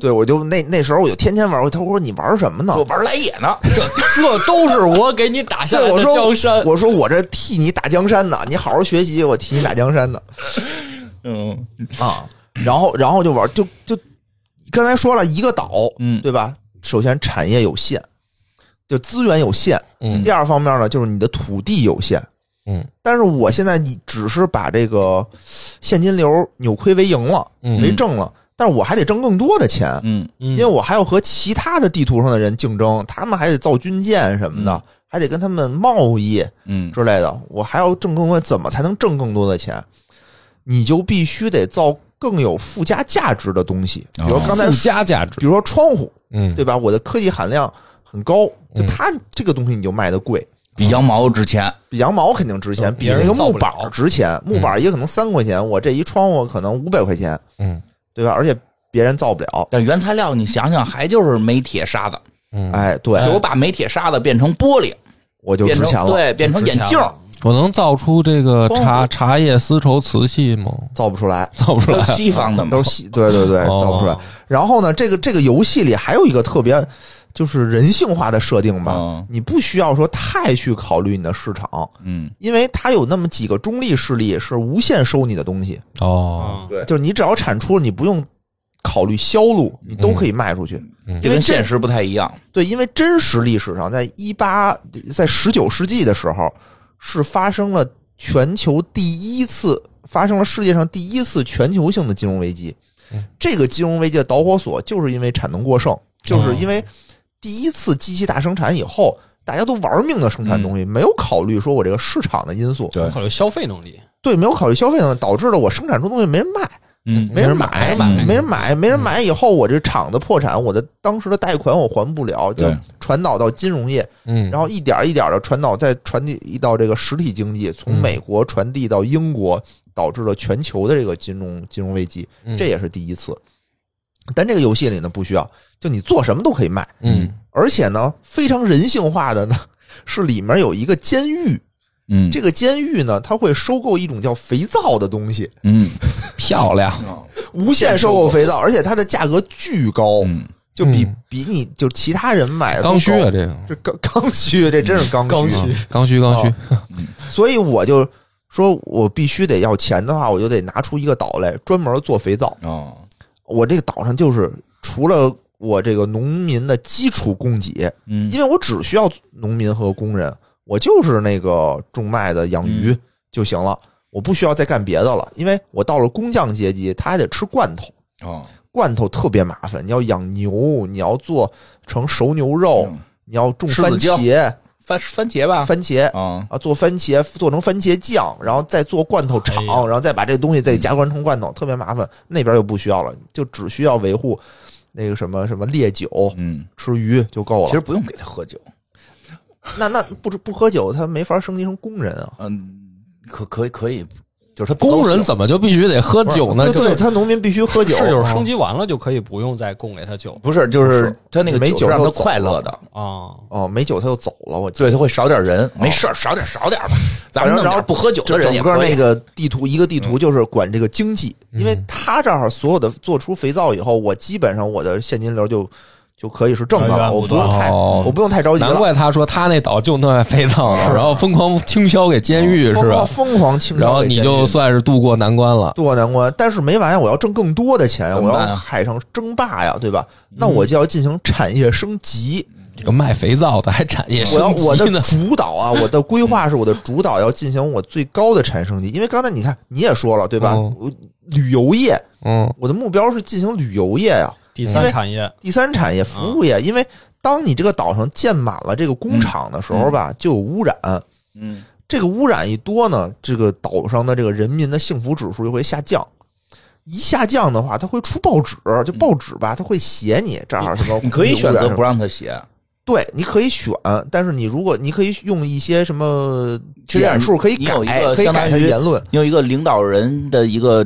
D: 对我就那那时候我就天天玩儿，他说你玩儿什么呢？
B: 我玩来也呢，
C: 这这都是我给你 打下来
D: 对，我
C: 的
D: 说
C: 江山。
D: 我说我这替你打江山呢，你好好学习，我替你打江山呢
B: 嗯
D: 啊。然后，然后就玩，就就刚才说了一个岛，
B: 嗯
D: 对吧？首先产业有限，就资源有限。
A: 嗯
D: 第二方面呢，就是你的土地有限。
A: 嗯，
D: 但是我现在你只是把这个现金流扭亏为盈了，
A: 嗯
D: 为挣了，但是我还得挣更多的钱。
B: 嗯，
C: 因
D: 因为我还要和其他的地图上的人竞争，他们还得造军舰什么的，还得跟他们贸易，
B: 嗯
D: 之类的，我还要挣更多，怎么才能挣更多的钱？你就必须得造更有附加价值的东西，比如
B: 哦
D: 刚才
C: 嗯
A: 附
D: 说，
A: 加价值，
D: 比如说窗户，
A: 嗯，
D: 对吧？我的科技含量很高，就它这个东西你就卖的贵，
B: 比羊毛值钱，
D: 比羊毛肯定值钱，
C: 嗯
D: 比
C: 别人
D: 那个
C: 造
D: 木
C: 不
D: 板
C: 了
D: 值钱，木板也可能三块钱，我这一窗户可能五百块钱，
A: 嗯，
D: 对吧？而且别人造不了，
B: 但原材料你想想，还就是煤、铁、沙子，
A: 嗯，
D: 哎，对，
B: 就我把煤、铁、沙子变成玻璃，
D: 我就
B: 变
D: 值
B: 成
D: 钱了，
B: 对，变成眼镜儿，
A: 我能造出这个
B: 光
A: 茶
B: 我
A: 茶叶丝绸瓷器吗？
D: 造不出来。
A: 造不出
B: 都
A: 来
B: 是，西方的嘛，
D: 都是西，对对对，
A: 哦
D: 倒不出来。然后呢，这个这个游戏里还有一个特别就是人性化的设定吧，
B: 嗯
D: 你不需要说太去考虑你的市场，
B: 嗯，
D: 因为它有那么几个中立势力是无限收你的东西，
A: 哦，
B: 对
D: 就是你只要产出了，你不用考虑销路，你
B: 嗯
D: 都可以卖出去。
B: 这跟现实不太一样，
D: 对，因为真实历史上，在一八在十九世纪的时候，是发生了全球第一次发生了世界上第一次全球性的金融危机。这个金融危机的导火索就是因为产能过剩，就是因为第一次机器大生产以后，大家都玩命的生产东西，没有考虑说我这个市场的因素，
B: 对
C: 考虑消费能力，
D: 对，没有考虑消费呢，导致了我生产出东西没人卖，
B: 嗯
D: 没人
A: 买
D: 买，
B: 买
D: 没人买，没人买。以后我这厂子破产，我的当时的贷款我还不了，就
B: 对
D: 传导到金融业，
A: 嗯，
D: 然后一点儿一点的传导，再传递到这个实体经济，从
A: 嗯
D: 美国传递到英国，导致了全球的这个金融金融危机，
A: 嗯
D: 这也是第一次。但这个游戏里呢，不需要，就你做什么都可以卖，
A: 嗯
D: 而且呢，非常人性化的呢，是里面有一个监狱，
B: 嗯
D: 这个监狱呢，它会收购一种叫肥皂的东西，
B: 嗯
A: 漂亮，
D: 无限收购肥皂，而且它的价格巨高，
B: 嗯
D: 就比
A: 嗯
D: 比你就其他人买哎的都
A: 刚需
D: 高
A: 啊，这个
D: 这刚刚需，这真嗯是刚
C: 刚
D: 需
C: 需
A: 刚需刚 需
D: 哦，所以我就说我必须得要钱的话，我就得拿出一个岛来专门做肥皂。
B: 哦
D: 我这个岛上就是除了我这个农民的基础供给，
B: 嗯
D: 因为我只需要农民和工人，我就是那个种麦的、养鱼就行了，我不需要再干别的了。因为我到了工匠阶级，他还得吃罐头，
B: 哦
D: 罐头特别麻烦，你要养牛，你要做成熟牛肉，
B: 嗯
D: 你要种
B: 柿
D: 番
B: 子椒
D: 茄，
B: 番番茄吧
D: 番茄
B: 啊
D: 啊，做番茄做成番茄酱，然后再做罐头厂，
C: 哎呀
D: 然后再把这东西再加工成罐头，特别麻烦。那边就不需要了，就只需要维护那个什么什么烈酒、
B: 嗯，
D: 吃鱼就够
B: 其实
D: 了。
B: 不用给他喝酒，
D: 那那不不喝酒，他没法升级成工人啊。
B: 嗯，可可以可以，就是他不
A: 工
B: 高
A: 人
B: 兴
A: 怎么就必须得喝酒呢？
D: 对
A: 就
D: 对，他农民必须喝酒，
C: 是就是升级完了就可以不用再供给他酒
B: 不是就是他那个
D: 没
B: 酒
D: 酒
B: 是让
D: 就
B: 他
D: 走
B: 快乐
D: 了
B: 的，
C: 啊。
D: 哦，没酒他就走了。我记得
B: 对他会少点人，没事儿少点少点吧，咱们
D: 反正
B: 弄
D: 然后
B: 点不喝酒的
D: 这
B: 人也
D: 整个
B: 可以
D: 那个地图，一个
A: 嗯
D: 地图就是管这个经济，因为他这儿所有的做出肥皂以后，我基本上我的现金流就就可以是正的
C: 源
D: 了，
C: 源
D: 我
C: 不
D: 不
C: 断
D: 用太
A: 哦
D: 我不用太着急
A: 难
D: 了。
A: 怪他说他那岛就那肥皂，哎
C: 啊
A: 然后疯狂倾销给监狱
D: 哦疯
A: 是吧
D: 狂？疯狂倾销，
A: 然后你就算是渡过难关了。
D: 渡过难关，但是没完呀，我要挣更多的钱，
B: 怎么
D: 我
B: 办啊
D: 要海上争霸呀，对吧？
A: 嗯
D: 那我就要进行产业升级，
A: 这个卖肥皂的还产业
D: 我要
A: 升
D: 我
A: 级
D: 的
A: 呢，
D: 主导啊，我的规划是我的主导要进行我最高的产业升级，因为刚才你看你也说了，对吧？
A: 嗯
D: 我旅游业，
A: 嗯
D: 我的目标是进行旅游业呀、
C: 第三产业，
D: 第三产业服务业，因为当你这个岛上建满了这个工厂的时候吧，就有污染，
B: 嗯
D: 这个污染一多呢，这个岛上的这个人民的幸福指数就会下降。一下降的话，它会出报纸，就报纸吧，它会写你这儿什么。
B: 你可以选择不
D: 让，
B: 让他写，
D: 对，你可以选，但是你如果你可以用一些什么
B: 其实
D: 点数可以
B: 你
D: 改，
B: 有一个
D: 可以
B: 相
D: 改
B: 当
D: 它
B: 于
D: 言论。
B: 你有一个领导人的一个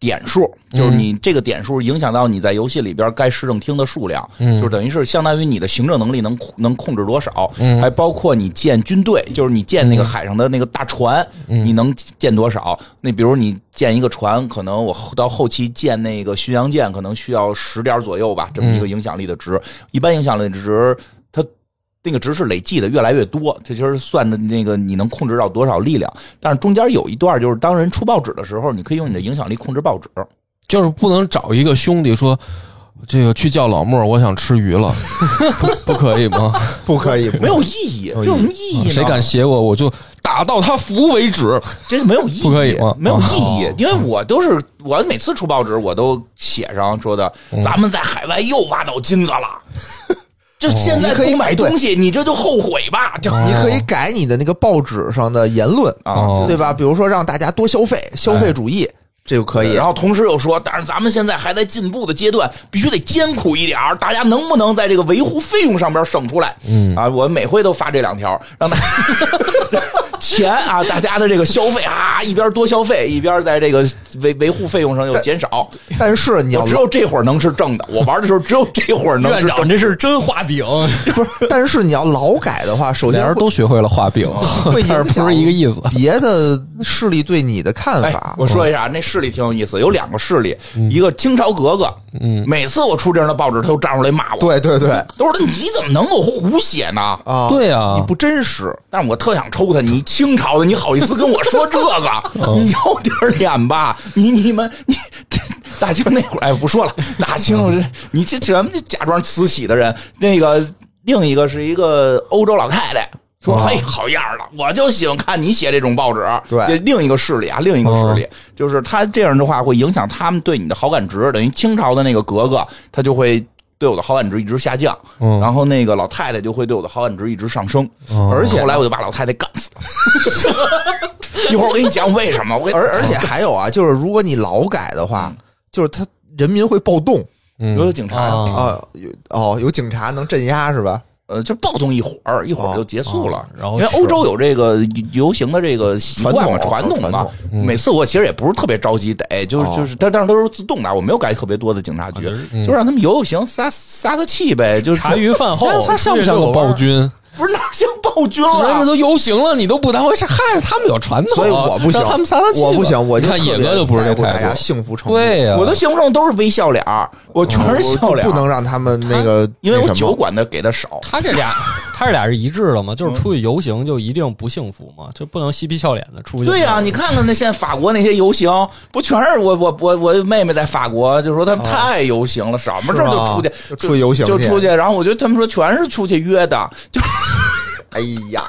B: 点数，
A: 嗯
B: 就是你这个点数影响到你在游戏里边该市政厅的数量，
A: 嗯
B: 就是等于是相当于你的行政能力能能控制多少，
A: 嗯
B: 还包括你建军队，就是你建那个海上的那个大船，
A: 嗯
B: 你能建多少？那比如你建一个船，可能我后到后期建那个巡洋舰，可能需要十点左右
A: 嗯
B: 吧，这么一个影响力的值，一般影响力值。它那个值是累计的，越来越多，这就是算的那个你能控制到多少力量。但是中间有一段就是，当人出报纸的时候，你可以用你的影响力控制报纸。
A: 就是不能找一个兄弟说。这个去叫老莫，我想吃鱼 了，不不可以吗？
D: 不可以，不
B: 没有意义，这有什么意义呢？
A: 啊谁敢挟我，我就打到他服为止。
B: 这没有意义，
A: 不可以吗
B: 没有意义，因为我都是我每次出报纸，我都写上说的，咱们在海外又挖到金子了。就现在
D: 你可以哦
B: 不买东西，你这就后悔吧。就
D: 你可以改你的那个报纸上的言论，
A: 哦
D: 对吧？比如说让大家多消费，消费主义，这就可以。
B: 然后同时又说，但是咱们现在还在进步的阶段，必须得艰苦一点儿。大家能不能在这个维护费用上边省出来？嗯啊，我每回都发这两条，让大家 钱啊，大家的这个消费啊，一边多消费，一边在这个维维护费用上又减少。
D: 但是你要
B: 我只有这会儿能是正的，我玩的时候只有这会儿能
C: 院
B: 是
C: 长
B: 正的。
C: 这是真画饼，
D: 不是，但是你要老改的话，首
A: 俩
D: 先
A: 人
D: 会
A: 都学会了画饼，
D: 会
A: 但是
D: 影
A: 不
D: 响
A: 是一个意思。
D: 别的势力对你的看
B: 哎
D: 法，，
B: 我说一下，那势力挺有意思，有两个势力，一个清朝格格，嗯，每次我出这样的报纸，他就站出来骂我，
D: 对对对
B: 都说你怎么能够胡写呢？
D: 啊，
A: 对啊
D: 你不真实，
B: 但是我特想抽他，你清朝的，你好意思跟我说这个？ 你有点脸吧？你你们你。大清那会儿，哎，不说了。大清这，你这咱们这假装慈禧的人，那个另一个是一个欧洲老太太，说：“
A: 哦
B: 嘿，好样儿的，我就喜欢看你写这种报纸。”
D: 对
B: 这另一个势力啊，另一个势力、就是他这样的话会影响他们对你的好感值，等于清朝的那个格格，他就会对我的好感值一直下降，
A: 嗯
B: 然后那个老太太就会对我的好感值一直上升，
A: 嗯
D: 而且
B: 哦后来我就把老太太干死了。 一会儿我给你讲为什么，我给
D: 而而且还有啊，就是如果你劳改的话，就是他人民会暴动
B: 有有
A: 嗯，
B: 警察，
C: 啊
D: 啊，有哦，有警察能镇压是吧？
B: 呃，就暴动一会儿，一会儿就结束了。
C: 啊然后
B: 因为欧洲有这个游行的这个习惯嘛，
D: 传
B: 传
D: 统
B: 嘛
D: 传统。
A: 嗯
B: 每次我其实也不是特别着急逮，就
D: 哦
B: 是就是，但但是都是自动的，我没有改特别多的警察局
C: 啊就是，
A: 嗯
B: 就让他们游游行，撒撒撒气呗，就是
C: 茶余饭后，
A: 他像不像个啊暴君？
B: 不是哪儿像暴君
A: 人家
B: 了？
A: 都游行了，你都不当回事，嗨，他们有传统，
D: 所以我不行
A: 让他们撒撒，气吧，
D: 我不行，我
A: 你
D: 就
A: 看
D: 特
A: 野
D: 别
A: 哥就不是
D: 在
A: 这
D: 乎大
A: 态
D: 家
A: 度，
D: 幸福程度，
A: 对呀，
B: 我的行政都是微笑脸儿，我全
D: 我
B: 是笑
D: 哦就
B: 脸
D: 不
B: 儿，
D: 能让他们那个，
B: 因为我
D: 那什么
B: 酒管的给的少。
C: 他这俩，他这俩是一致的嘛？就是出去游行就一定不幸福嘛？就不能嬉皮笑脸的出去。
B: 对呀、你看看那现在法国那些游行，不全是我我我我妹妹在法国，就说他们太游行了，什么事
D: 是
B: 儿
D: 吗
B: 就出去
D: 就出去游行
B: 就
D: 去
B: 出去。然后我觉得他们说全是出去约的，就
D: 哎呀，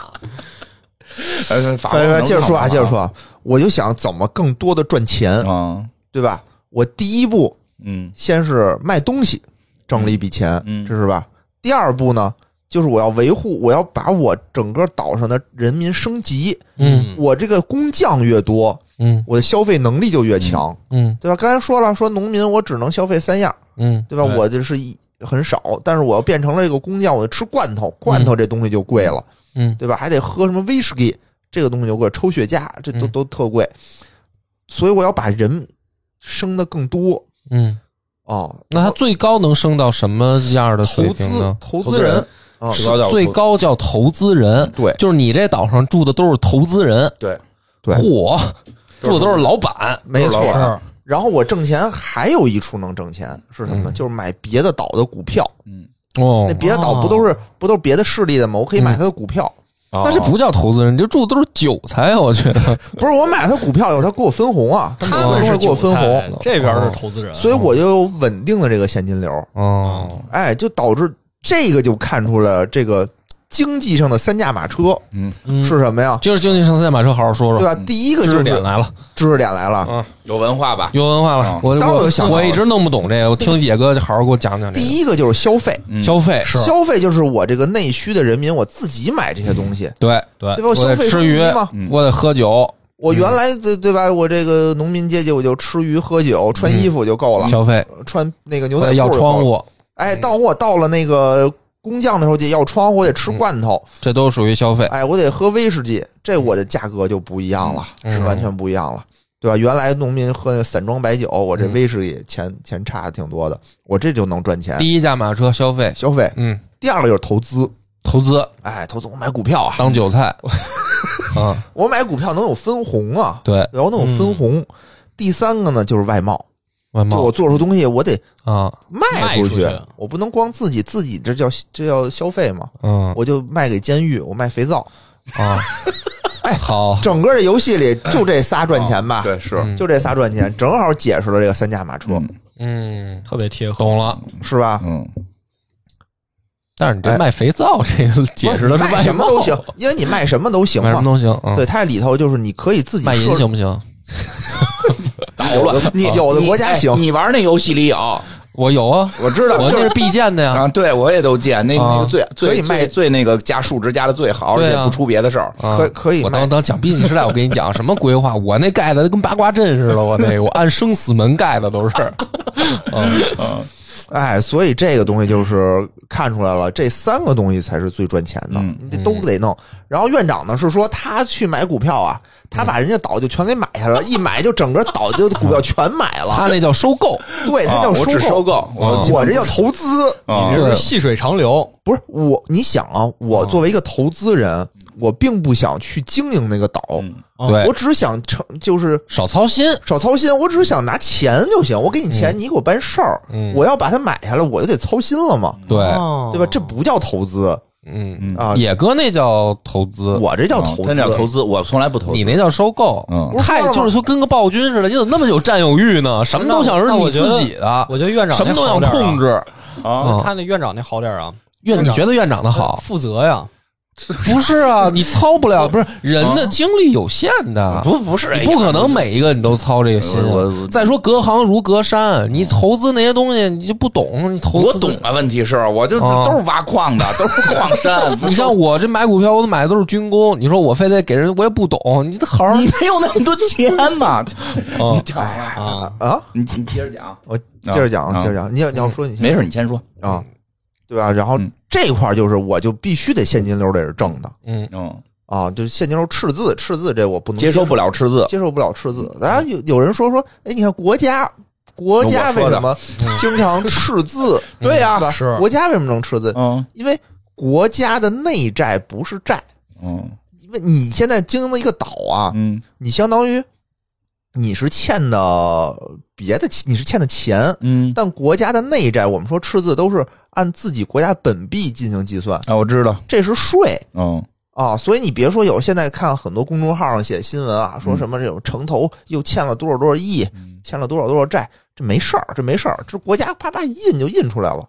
B: 呃 法国
D: 反正
B: 能
D: 接着说啊，
B: 弄
D: 接着说
B: 吗，
D: 啊，我就想怎么更多的赚钱，
A: 啊
B: 嗯
D: 对吧？我第一步
B: 嗯
D: 先是卖东西，挣了一笔钱，
B: 嗯
D: 这是吧？第二步呢，就是我要维护，我要把我整个岛上的人民升级。
A: 嗯
D: 我这个工匠越多，
A: 嗯
D: 我的消费能力就越强，
A: 嗯
D: 对吧？刚才说了，说农民我只能消费三样，
A: 嗯
D: 对吧？
B: 对
D: 我就是一很少，但是我要变成了这个工匠，我吃罐头，罐头这东西就贵了，
A: 嗯
D: 对吧？还得喝什么威士忌，这个东西就贵，抽雪茄这都
A: 嗯
D: 都特贵，所以我要把人升的更多
A: 嗯，
D: 哦。
A: 那他最高能升到什么样的水
D: 投
A: 平
D: 资
A: 呢？
D: 投
B: 投
D: 资
B: 资人
D: 人啊，
B: 最高叫
A: 最高叫投资人，
D: 对
A: 就是你这岛上住的都是投资人，
B: 对，
D: 对
A: 嚯，住的都是老板，
D: 没错
B: 是。
D: 然后我挣钱还有一处能挣钱是什么呢？
A: 嗯
D: 就是买别的岛的股票。
B: 嗯，
A: 哦嗯
D: 那别的岛不都是不都是别的势力的吗？我可以买他的股票，
A: 那这不叫投资人，你这住的都是韭菜，我觉 得。
D: 不是我买他股票以后，他给我分红啊，
C: 他
D: 们
C: 们
D: 会
C: 是
D: 给我分
C: 韭菜
D: 红，
C: 嗯这边是投资人，
D: 所以我就有稳定的这个现金流。
A: 哦，
D: 哎，就导致这个就看出了这个经济上的三驾马车
A: 嗯
D: 是什么呀？
A: 今儿经济上再把车好好说
D: 对
A: 说。
D: 吧？第一个
A: 知
D: 就
A: 识
D: 是
A: 点来了，嗯
D: 知识点来了。
B: 有文化吧？
A: 有文化了
B: 啊。
A: 我
D: 当然有想
A: 我
D: 到
A: 我
D: 了
A: 一直弄不懂这个，我听野哥好好给我讲讲这
D: 第
A: 个
D: 一个就是消费，
B: 嗯
A: 消费。
D: 哎消费就是我这个内需的人民，我自己买这些东西，
A: 对
C: 对
D: 对吧？我
A: 嗯
D: 消
A: 我
D: 费
A: 得吃
D: 升级
A: 鱼嗯
D: 嘛。
B: 嗯，
A: 我得喝酒，
D: 我原来对对吧？我这个农民阶级，我就吃鱼喝酒，穿衣服就够
A: 嗯
D: 了，呃
A: 消费。
D: 穿那个牛
A: 我
D: 仔裤
A: 得要
D: 就够
A: 窗
D: 了
A: 户，嗯
D: 哎，到我到了那个工匠的时候，得要窗户，我得吃罐头，
A: 这都属于消费。
D: 哎，我得喝威士忌，这我的价格就不一样了，
A: 嗯
D: 是
A: 嗯
D: 完全不一样了，对吧？原来农民喝那散装白酒，我
A: 嗯
D: 这威士忌钱钱差的挺多的，我这就能赚钱。
A: 第一驾马车消费，
D: 消费，
A: 嗯，
D: 第二个就是投资，
A: 投资
D: 哎，投资我买股票啊，
A: 当 韭菜，啊，
D: 我买股票能有分红啊，
A: 对，嗯
D: 然后能有分红。第三个呢就是外贸，
A: 外
D: 就
A: 贸
D: 我做出东西，我得
A: 啊，
D: 卖
C: 卖
D: 出
C: 出去
D: 我不能光自己自己这叫这叫消费嘛，
A: 嗯
D: 我就卖给监狱，我卖肥皂，
A: 啊，哎，好，
D: 整个这游戏里就这仨赚钱吧，
B: 对是，
A: 嗯
D: 就这仨赚钱，正好解释了这个三驾马车，
B: 嗯
A: 嗯，
C: 特别贴合。
A: 懂了。
D: 是吧？
B: 嗯，
A: 但是你这卖肥皂这个解释的是
D: 不哎卖
A: 外
D: 什么
A: 贸
D: 都行，因为你卖什么都行
A: 卖什
D: 嘛
A: 么。都行。嗯
D: 对，，它里头就是你可以自己
A: 卖淫
D: 设置，
A: 行不行？
B: 捣乱，你
D: 有的
B: 你
D: 国家
B: 哎
D: 行
B: 你玩那游戏里有，
A: 我有啊，
B: 我知道，
A: 我
B: 就
A: 那是
B: 是
A: 必见的呀
B: 啊，。对我也都见那那
A: 啊
B: 个最
D: 可以
B: 最
D: 卖
B: 最最那个加数值加的最好，而
A: 对
B: 且
A: 啊
B: 不出别的事儿。
A: 啊
D: 可可以
A: 我
D: 卖
A: 当当讲比起时代，我跟你讲什么规划，我那盖的跟八卦阵似的，我那个我按生死门盖的都是。嗯
D: 哎，所以这个东西就是看出来了，这三个东西才是最赚钱的，
B: 嗯
D: 你这都得弄。然后院长呢是说他去买股票啊，他把人家岛就全给买下 来了，一买就整个岛就股票全买了，
A: 他那叫收购，
D: 对他
B: 啊
D: 叫
B: 我只
D: 收
B: 收购我
D: 我
B: 基
D: 我这叫投资，
B: 啊
C: 你这是细水长流，
D: 不是我。你想啊，我作为一个投资人，我并不想去经营那个岛，
B: 嗯
A: 对
D: 我，只想成就是。
A: 少操心。
D: 少操心，我只是想拿钱就行。我给你钱，你给我办事儿。
A: 嗯
D: 我要把它买下来，我就得操心了嘛，
A: 对，
C: 哦
D: 对吧？这不叫投资
A: 嗯，
B: 嗯
D: 啊，
A: 野哥那叫投资，
D: 我这叫
B: 啊
D: 投资，
B: 真叫投资，我从来不投资
A: 你。那叫收购。
B: 嗯
D: 不是
A: 太
D: 说了吗
A: 就是说跟个暴君似的，你怎么那么有占有欲呢？什么都想是
C: 那
A: 你
C: 我觉得
A: 自己的，
C: 我觉得院长
A: 什么都
C: 那好
A: 想
C: 点儿啊
A: 控。制。
B: 啊
A: 嗯
C: 他那院长那好点儿啊，
A: 院，
C: 院
A: 你哦
C: 长
A: 觉得院长的好？
C: 负责呀，
A: 不是啊，你操不了，不是人的精力有限的，
B: 不不是，
A: 你不
D: 哎
A: 可能每一个你都操这个心
B: 我
A: 啊
B: 我。
A: 再说隔行如隔山，你投资那些东西你就不懂，你投资
B: 我懂啊。问题是，我就
A: 啊
B: 都是挖矿的，都是矿 山。不是
A: 你像我这买股票，我买的都是军工，你说我非得给人，我也不懂，你这好好
B: 你没有那么多钱嘛？
A: 哦
B: 你讲吧，
C: 啊，
D: 啊，
B: 你你接着讲，
D: 我接着讲，
B: 啊
D: 接着讲，你要你要说你先
B: 没事，你先说。
D: 啊，对吧？然后
B: 嗯
D: 这块儿就是我就必须得现金流得是正的
A: 嗯
B: 嗯，
D: 啊，就是现金流赤字，赤字这我不能
B: 接受不了赤字，
D: 接受不了赤字。大家有有人说说，哎，你看国家国家为什么经常赤字？
B: 嗯 对呀
D: 吧？
C: 是
D: 国家为什么能赤字？
B: 嗯
D: 因为国家的内债不是债，
B: 嗯
D: 因为你现在经营的一个岛啊，
B: 嗯
D: 你相当于你是欠的别的，你是欠的钱，
B: 嗯，
D: 但国家的内债，我们说赤字都是按自己国家本币进行计算，
B: 啊，我知道，
D: 这是税。
B: 嗯
D: 啊，所以你别说有，现在看很多公众号上写新闻啊，
B: 嗯
D: 说什么这种城投又欠了多少多少亿，欠了多少多少债，这没事儿，这没事儿，这国家啪啪一印就印出来了。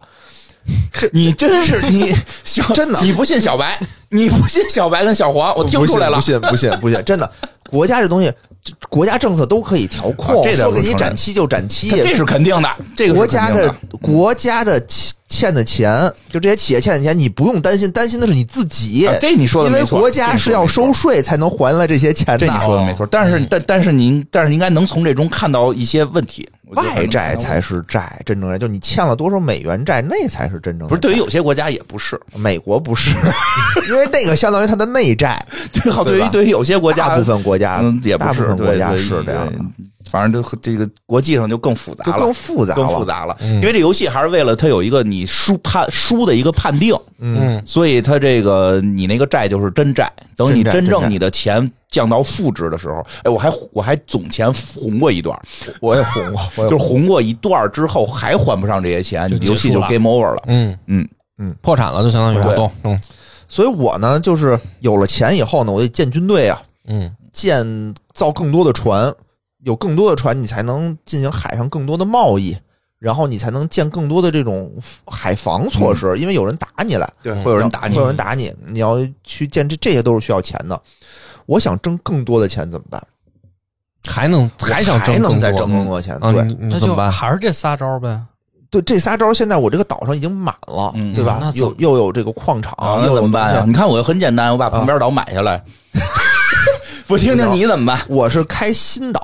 B: 你真是 你小
D: 真的
B: 你不信小白，你不信小白跟小黄，我听出来了
D: 不。信不信不信不信，真的，国家这东西，这国家政策都可以调控，
B: 啊这点
D: 说
B: 我
D: 给你
B: 承认
D: 展期就展期，
B: 这这是肯定的，这个是
D: 国家
B: 肯定
D: 的
B: 的
D: 国家的欠欠的钱，就这些企业欠的钱，你不用担心，担心的是你自己。
B: 啊这你说的
D: 因为
B: 没错
D: 国家是要收税才能还来这些钱
B: 这
D: 的。
B: 你说的没错，但
D: 嗯
B: 是但但是您但是应该能从这中看到一些问题。我觉得
D: 外债
B: 可能
D: 才是债，真正债就你欠了多少美元债，那才是真正的
B: 不是对于有些国家也不是，
D: 美国不是，因为那个相当于它的内债，
B: 对好对
D: 对吧
B: 于对于有些国家
D: 大部分国家
B: 嗯也
D: 大
B: 不
D: 部
B: 是
D: 分国
B: 对
D: 家
B: 对
D: 是这样的，
B: 对反正就这个国际上就更复杂
D: 就
B: 了，
D: 更复杂了嗯
B: 更复杂了，因为这游戏还是为了它有一个你输判输的一个判定，
A: 嗯，
B: 所以它这个你那个债就是真债，等你
D: 真债
B: 真
D: 真债
B: 正你的钱降到负值的时候，哎，我还我还总钱红过一段，
D: 我也红过，我也
B: 就是
D: 红
B: 红过一段之后还还不上这些钱，
C: 就
B: 你
C: 结束
B: 游戏哎就
C: 了
B: game over 了。
A: 嗯
B: 嗯，
A: 破产了就相当于
B: 对
A: 活动，嗯
D: 所以我呢，就是有了钱以后呢，我就建军队啊，
A: 嗯
D: 建造更多的船，有更多的船，你才能进行海上更多的贸易，然后你才能建更多的这种海防措施，因为有人打你来，
B: 对，会有人打你
D: 会，有人打你，你要去建这这些都是需要钱的。我想挣更多的钱怎么办？
A: 还能还想
D: 还
A: 挣
D: 能
A: 更
D: 再
A: 多
D: 挣更多的钱？
A: 啊？
B: 嗯
D: 对
A: 你
C: 那
A: 你怎
C: 就
A: 么办？
C: 还是这仨招儿呗。
D: 对，这仨招现在我这个岛上已经满了，
B: 嗯
D: 对吧
C: 那？
D: 又
C: 怎
D: 又有这个矿场，
B: 啊，
D: 又
B: 那
D: 有
B: 怎么办呀？你看我很简单，我把旁边岛买下 来。我听听你怎么办？
D: 我是开新岛，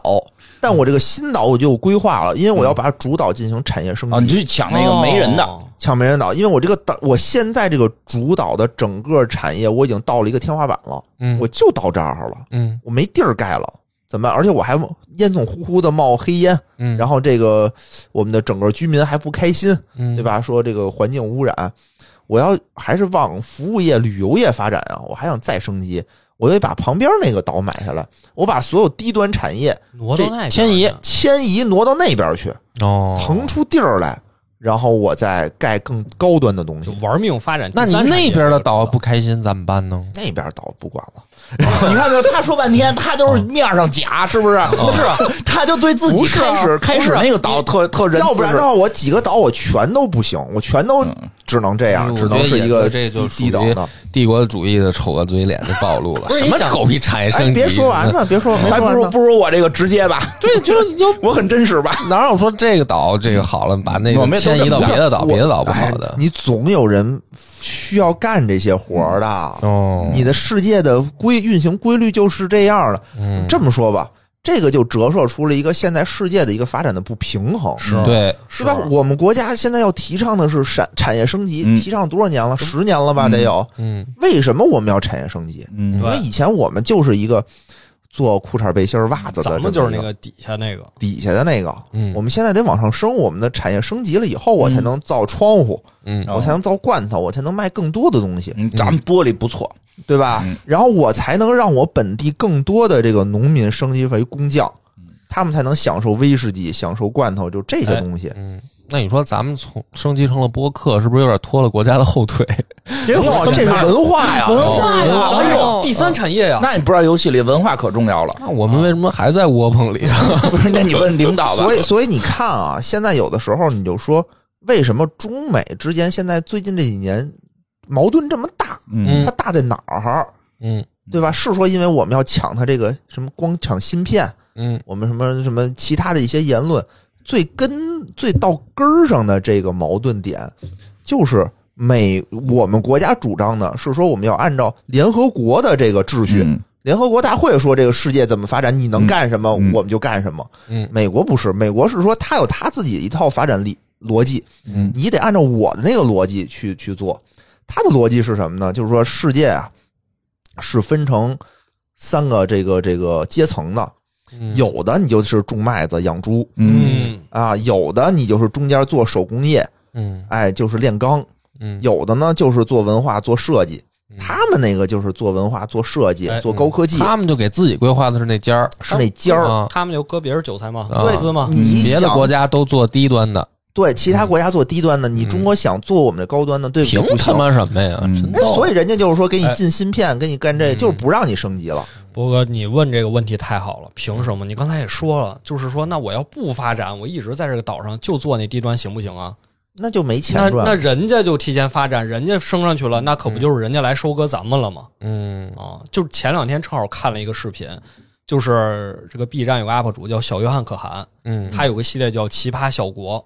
D: 但我这个新岛我就有规划了，因为我要把主岛进行产业升
B: 啊，你
D: 级，
B: 去抢那个没人的，
C: 哦
D: 抢没人岛。因为我这个岛，我现在这个主岛的整个产业我已经到了一个天花板了，
A: 嗯
D: 我就到这儿了，
A: 嗯
D: 我没地儿盖了，怎么办？而且我还烟囱呼呼的冒黑烟，
A: 嗯，
D: 然后这个我们的整个居民还不开心，
A: 嗯
D: 对？吧？说这个环境污染，我要还是往服务业、旅游业发展啊！我还想再升级，我得把旁边那个岛买下来，我把所有低端产业
C: 挪到
D: 这
C: 那边
A: 迁移
C: 去
D: 迁移挪到那边去，
A: 哦，
D: 腾出地儿来，然后我再盖更高端的东
C: 就
A: 嗯
D: 西。
C: 玩命发展。
A: 那你
C: 第三产业
A: 那边的
C: 就知道
A: 岛不开心怎么办呢？
D: 那边岛不管了，
B: 你看没有？他说半天，他都是面上假，是不是？不是，他就对自己
D: 不是啊
B: 开始开始那个岛特特人，
D: 要不然的，话，我几个岛我全都不行，我全都只能这样，
A: 嗯
D: 哎只能是一
A: 我觉得
D: 个
A: 也这就
D: 低
A: 属于
D: 低岛的。
A: 帝国主义的丑恶嘴脸就暴露了，
C: 不是
A: 什么
C: 你想
A: 狗屁产业升级？嗯
D: 哎，别说 完，呢，别说完，没
B: 还不
D: 说完
B: 如
D: 呢。
B: 不如我这个直接吧，
A: 对，就是就
B: 我很真实吧。
A: 哪有说这个岛这个好了，把那
B: 我们
A: 个
B: 也
A: 迁
B: 都
A: 移到
B: 这么
A: 别的岛，
D: 我
A: 别的岛不
D: 哎
A: 好的。
D: 你总有人需要干这些活儿的。
A: 哦，
D: 你的世界的规运行规律就是这样的。
A: 嗯
D: 这么说吧，这个就折射出了一个现在世界的一个发展的不平衡，是
A: 对，
D: 是吧？我们国家现在要提倡的是产产业升级，
B: 嗯
D: 提倡多少年了？十年了吧，得有。
A: 嗯
D: 为什么我们要产业升级？
B: 嗯
D: 因为
C: 对
D: 以前我们就是一个做裤衩、背心儿、袜子的，
C: 咱们就是那
D: 个
C: 个底下那个，
D: 底下的那个。
A: 嗯
D: 我们现在得往上升，我们的产业升级了以后，我才能造窗户，
A: 嗯
D: 我才能造罐头，我才能卖更多的东西。
B: 嗯，咱们玻璃不错，
D: 对吧？然后我才能让我本地更多的这个农民升级为工匠，他们才能享受威士忌、享受罐头，就这些东西。
A: 嗯。那你说咱们从升级成了播客，是不是有点拖了国家的后 腿？
B: 哎
D: 没有啊，这是文化呀，
B: 文化呀
C: 咱
B: 哎呦
C: 有第三产业呀，
B: 那你不知道游戏里文化可重要了，
A: 那我们为什么还在窝棚里？啊
B: 不是？那你问领导吧。
D: 所以，所以你看啊，现在有的时候你就说，为什么中美之间现在最近这几年矛盾这么大，
B: 嗯
D: 它大在哪儿？啊
A: 嗯
D: 对吧？是说因为我们要抢它这个什么光抢芯片，
A: 嗯
D: 我们什么什么其他的一些言论，最根最到根儿上的这个矛盾点，就是美我们国家主张的是说我们要按照联合国的这个秩序，
B: 嗯
D: 联合国大会说这个世界怎么发展，你能干什么、
B: 嗯嗯
D: 我们就干什么。
A: 嗯
D: 美国不是，美国是说他有他自己一套发展理逻辑，
B: 嗯
D: 你得按照我的那个逻辑去去做。他的逻辑是什么呢？就是说世界啊是分成三个这个这个阶层的，
A: 嗯，
D: 有的你就是种麦子养猪
B: 嗯
D: 啊，有的你就是中间做手工业，
A: 嗯
D: 哎，就是炼钢，
A: 嗯
D: 有的呢就是做文化做设计。
A: 嗯
D: 他们那个就是做文化、做设计
C: 哎、
D: 做高科技，
A: 他们就给自己规划的是那尖儿
D: 是那尖儿。
A: 啊，
C: 嗯他们就割别人韭菜嘛，
A: 啊
C: 投资嘛，
D: 你
A: 别的
D: 想
A: 国家都做低端的，
D: 对其他国家做低端的，你中国想做我们的高端的，对不对
A: 嗯凭
D: 不
A: 他
D: 行。
A: 妈什么呀？啊
B: 嗯
A: 真
D: 哎，
A: 逗
D: 所以人家就是说给你
C: 哎
D: 进芯片，给你干这，
A: 嗯
D: 就是不让你升级了。
C: 波哥，你问这个问题太好了，凭什么？你刚才也说了，就是说，那我要不发展，我一直在这个岛上就做那低端，行不行啊？
D: 那就没
C: 那
D: 钱
C: 那
D: 赚。
C: 人家就提前发展，人家升上去了，那可不就是人家来收割咱们了吗？
A: 嗯
C: 啊，就前两天正好看了一个视频，就是这个 B 站有个 UP 主叫小约翰可汗，
A: 嗯，
C: 他有个系列叫《奇葩小国》，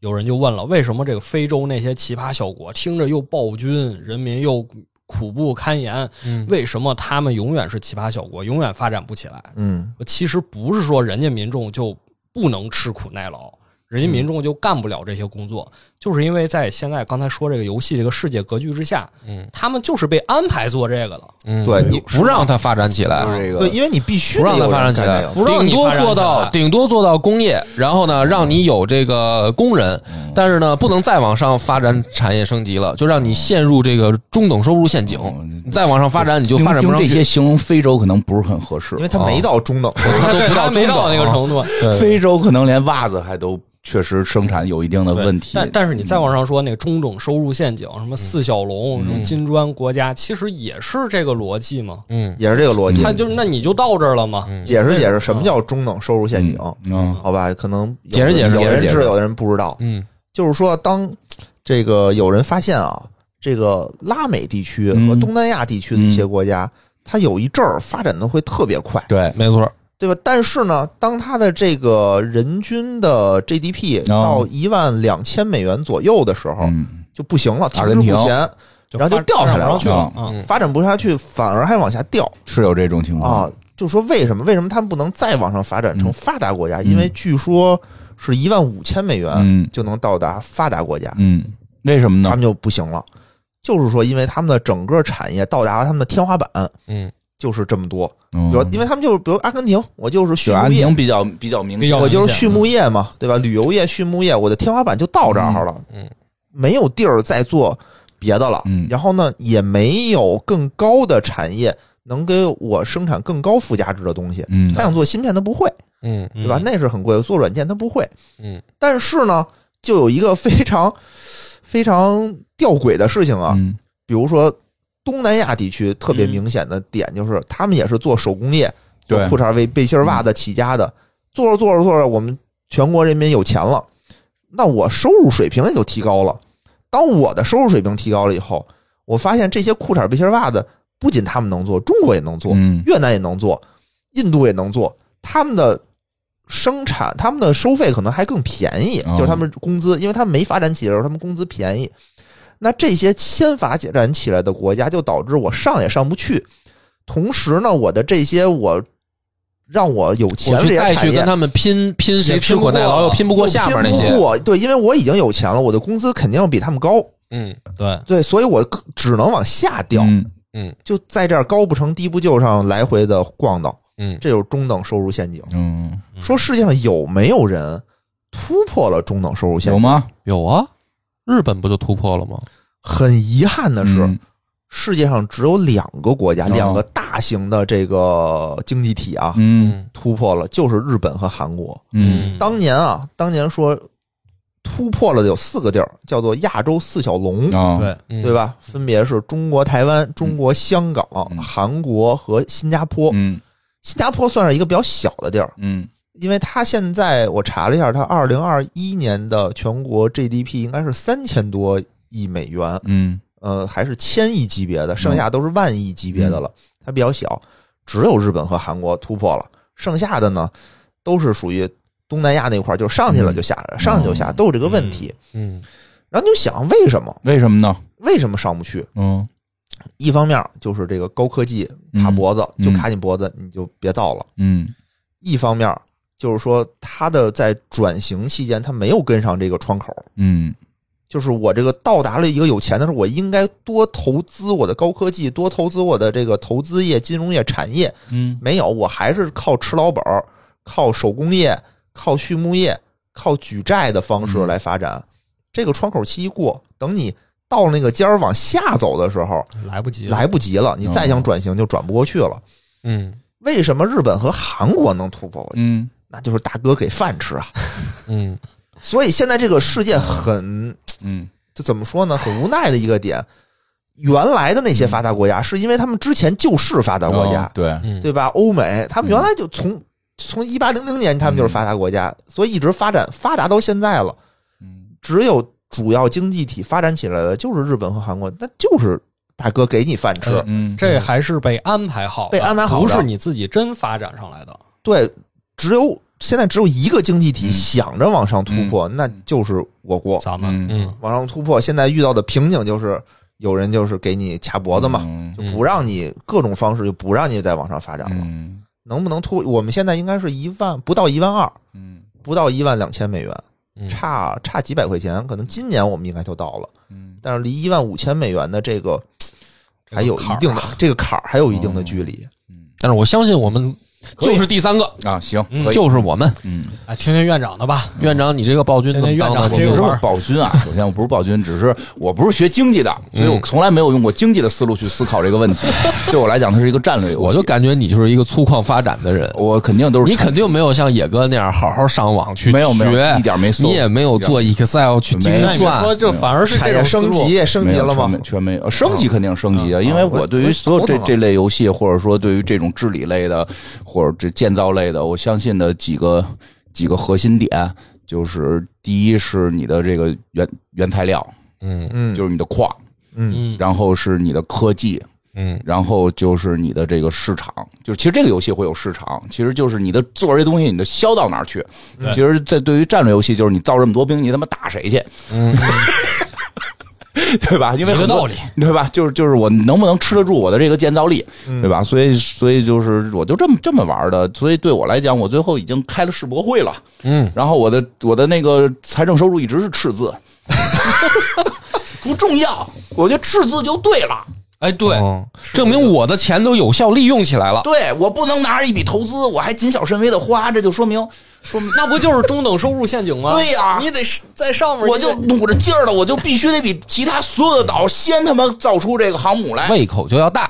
C: 有人就问了，为什么这个非洲那些奇葩小国听着又暴君，人民又苦不堪言，
A: 嗯
C: 为什么他们永远是奇葩小国，永远发展不起来？
D: 嗯，
C: 其实不是说人家民众就不能吃苦耐劳，人家
A: 嗯
C: 民众就干不了这些工作，就是因为在现在刚才说这个游戏这个世界格局之下，
A: 嗯，
C: 他们就是被安排做这个了。
A: 嗯
D: 对
A: 你不让它发展起来，啊
B: 就是这个
D: 对，因为你必须
A: 不让
D: 得
A: 它
D: 有
A: 发
D: 人
A: 展起
D: 干
A: 来
D: 这，个。
C: 不让
A: 顶
C: 你
A: 多
C: 发展
A: 做
C: 起
A: 到
C: 来
A: 顶多做到工业，然后呢，让你有这个工人，
D: 嗯
A: 但是呢，不能再往上发展产业升级了，就让你陷入这个中等收入陷阱。
D: 哦
B: 嗯
A: 你再往上发展，你就发展不
B: 用
A: 上
B: 这些
A: 去。
B: 形容非洲可能不是很合适
D: 因，为他没到中等，
A: 他都不到
C: 还没
A: 中
C: 到
A: 等
C: 那个
A: 啊
C: 程度，
B: 非洲可能连袜子还都确实生产有一定的
C: 对
B: 问题。
C: 但但是你再往上说，那个中等收入陷阱，什
A: 嗯
C: 么四小龙，什么金砖国家，其实也是这个逻辑嘛。
A: 嗯
D: 也是这个逻辑
C: 他。就是那你就到这儿了嘛。
D: 解释解释什么叫中等收入陷阱，
B: 嗯，
D: 好吧？可能有
A: 解释解释
D: 有
A: 解释
D: 人
B: 解
D: 知
B: 释
D: 道，有的人不知道。
A: 嗯
D: 就是说，当这个有人发现啊，这个拉美地区和
B: 嗯
D: 东南亚地区的一些国家，它有一阵儿发展的会特别快，
B: 对，
A: 没错，
D: 对吧？但是呢，当它的这个人均的 GDP 到
B: 哦
D: 一万两千美元左右的时候，
B: 嗯，
D: 就不行了，停
B: 阿
D: 滞
B: 根
D: 不
B: 廷
D: 前，然后就
C: 发
D: 掉下来了
C: 发展不上去了啊。
A: 嗯
D: 发展不下去，反而还往下掉
B: 是有这种情况
D: 啊。就说为什么？为什么他们不能再往上发展成
B: 嗯
D: 发达国家？因为据说是一万五千美元
B: 嗯
D: 就能到达发达国家。
B: 嗯，为什么呢
D: 他们？就不行了。就是说，因为他们的整个产业到达了他们的天花板，
A: 嗯
D: 就是这么多。比
B: 嗯
D: 如，因为他们就是，比如阿根廷，我就是畜
B: 就阿
D: 牧
B: 根
D: 业，
B: 廷比较比较明
C: 比较
B: 显，
D: 我就是畜牧业嘛，对吧？旅游业、畜牧业，我的天花板就到这儿了，
A: 嗯嗯
D: 没有地儿再做别的了。
B: 嗯
D: 然后呢，也没有更高的产业能给我生产更高附加值的东西。
B: 嗯
D: 他想做芯片，他不会，
A: 嗯
D: 对吧？
C: 嗯
D: 那是很贵的，做软件他不会。
A: 嗯
D: 但是呢，就有一个非常非常吊诡的事情啊，
B: 嗯
D: 比如说东南亚地区特别明显的点就是，他们也是做手工业，
B: 对
D: 做裤衩、围背心、袜子起家的。做着做着做着，我们全国人民有钱了，那我收入水平也就提高了。当我的收入水平提高了以后，我发现这些裤衩、背心、袜子不仅他们能做，中国也能做，
B: 嗯
D: 越南也能做，印度也能做，他们的。生产他们的收费可能还更便宜，
B: 哦
D: 就是他们工资，因为他们没发展起来的时候，他们工资便宜。那这些先发展起来的国家，就导致我上也上不去。同时呢，我的这些我让我有钱
A: 我
D: 的这
A: 去
D: 些
A: 再
D: 产
A: 去跟
D: 业，
A: 他们拼拼谁
C: 也
A: 吃
C: 拼
A: 苦
C: 不
A: 耐劳，
C: 过
A: 又拼不过下面那
D: 拼
A: 些
D: 不。过对，因为我已经有钱了，我的工资肯定要比他们高，
A: 嗯
C: 对，
D: 对，所以我可只能往下掉，
B: 嗯
D: 就在这儿高不成低不就上来回的逛荡，
A: 嗯
D: 这就是中等收入陷阱。
B: 嗯，
D: 说世界上有没有人突破了中等收入陷
B: 有
D: 阱？
B: 吗？
A: 有啊，日本不就突破了吗？
D: 很遗憾的是，
B: 嗯
D: 世界上只有两个国家，
B: 哦
D: 两个大型的这个经济体啊，
B: 嗯
D: 突破了，就是日本和韩国。
B: 嗯
D: 当年啊，当年说突破了有四个地儿，叫做亚洲四小龙，
B: 啊，
C: 对，
A: 嗯
D: 对？吧？分别是中国台湾、中国香港、
B: 嗯
D: 韩国和新加坡。
B: 嗯
D: 新加坡算是一个比较小的地儿，
B: 嗯
D: 因为它现在我查了一下，它二零二一年的全国 GDP 应该是三千多亿美元，
B: 嗯
D: 呃，还是千亿级别的，剩下都是万亿级别的
B: 嗯
D: 了，它比较小，只有日本和韩国突破了，剩下的呢都是属于东南亚那块儿，就上
B: 嗯
D: 去了就下来了，上去就
B: 哦
D: 下，都有这个问题。
A: 嗯
D: 然后你就想为什么？
B: 为什么呢？
D: 为什么上不去？
B: 嗯
D: 一方面就是这个高科技卡脖子，
B: 嗯
D: 就卡你脖子，你就别造了；
B: 嗯
D: 一方面就是说它的在转型期间，它没有跟上这个窗口，
B: 嗯
D: 就是我这个到达了一个有钱的时候，我应该多投资我的高科技，多投资我的这个投资业、金融业、产业。
B: 嗯
D: 没有，我还是靠吃老本儿、靠手工业、靠畜牧业、靠举债的方式来发展。这个窗口期一过，等你到那个尖儿往下走的时候，
C: 来不及了，
D: 来不及了，你再想转型就转不过去了。
A: 嗯
D: 为什么日本和韩国能突破？
B: 嗯
D: 那就是大哥给饭吃啊！
A: 嗯
D: 所以现在这个世界很
B: 嗯
D: 这怎么说呢？很无奈的一个点，原来的那些发达国家，是因为他们之前就是发达国家
B: 嗯哦，对，
A: 嗯，
D: 对吧？欧美他们原来就从从一八零零年他们就是发达国家，所以一直发展发达到现在了。
B: 嗯
D: 只有主要经济体发展起来的就是日本和韩国，那就是大哥给你饭吃。
C: 嗯
B: 嗯
C: 这还是被安排好的，
D: 被安排好
C: 不
D: 的
C: 是你自己真发展上来的。
A: 哦
D: 对，只有现在只有一个经济体
B: 嗯
D: 想着往上突破，那就是我国。
C: 咱们
A: 嗯
D: 往上突破，现在遇到的瓶颈就是有人就是给你卡脖子嘛，
B: 嗯
D: 就不让你各种方式就不让你再往上发展了。
B: 嗯
D: 能不能突？我们现在应该是一万不到一万二，
B: 嗯
D: 不到一万两千美元，
A: 嗯
D: 差差几百块钱，可能今年我们应该就到了，
B: 嗯
D: 但是离一万五千美元的这个
C: 这个
D: 还有
C: 坎儿
D: 一
C: 啊
D: 定的这个坎儿还有一定的距离。
B: 嗯
A: 但是我相信我们就是第三个，
B: 啊，行，
C: 嗯
D: 可以
A: 就是我们
B: 嗯，
C: 哎，听听院长的吧，
A: 院长，你这个暴君怎么当的？
C: 院长这
B: 我
C: 个
B: 不
C: 玩
B: 是
C: 儿
B: 暴君啊，首先我不是暴君，只是我不是学经济的，所以我从来没有用过经济的思路去思考这个问题。对我来讲，它是一个战略游戏。
A: 我就感觉你就是一个粗犷发展的人，
B: 我肯定都是
A: 你肯定没有像野哥那样好好上网去
B: 没有没有
A: 学，
B: 一点没搜
A: 你也没有做 Excel 去精
B: 没有
C: 那你别
A: 算
C: 说，这反而是
D: 产
C: 这
D: 业
C: 种思
D: 升
C: 路
D: 级升级了吗
B: 没有？全没全没有，呃升级肯定升级啊，
D: 嗯
B: 因为我对于所有这
D: 我我
B: 这类游戏，或者说对于这种治理类的，或者这建造类的，我相信的几个几个核心点，就是第一是你的这个原原材料，
A: 嗯
D: 嗯
B: 就是你的矿，
D: 嗯
C: 嗯，
B: 然后是你的科技，
A: 嗯
B: 然后就是你的这个市场，就是其实这个游戏会有市场，其实就是你的做这东西，你的销到哪儿去？其实，在对于战略游戏，就是你造这么多兵，你他妈打谁去？
A: 嗯，
B: 对吧？因为
C: 一个
B: 很多
C: 道理，
B: 对吧？就是就是我能不能吃得住我的这个建造力，对吧？所以所以就是我就这么这么玩的，所以对我来讲，我最后已经开了世博会了，
A: 嗯，
B: 然后我的我的那个财政收入一直是赤字，不重要，我觉得赤字就对了。
C: 哎，对，
A: 哦证明我的钱都有效利用起来了。
B: 对我不能拿着一笔投资，我还谨小慎微的花，这就说明说明
C: 那不就是中等收入陷阱吗？
B: 对呀
C: 你得是在上面，
B: 我就
C: 你得
B: 努着劲儿了，我就必须得比其他所有的岛先他妈造出这个航母来。
A: 胃口就要大，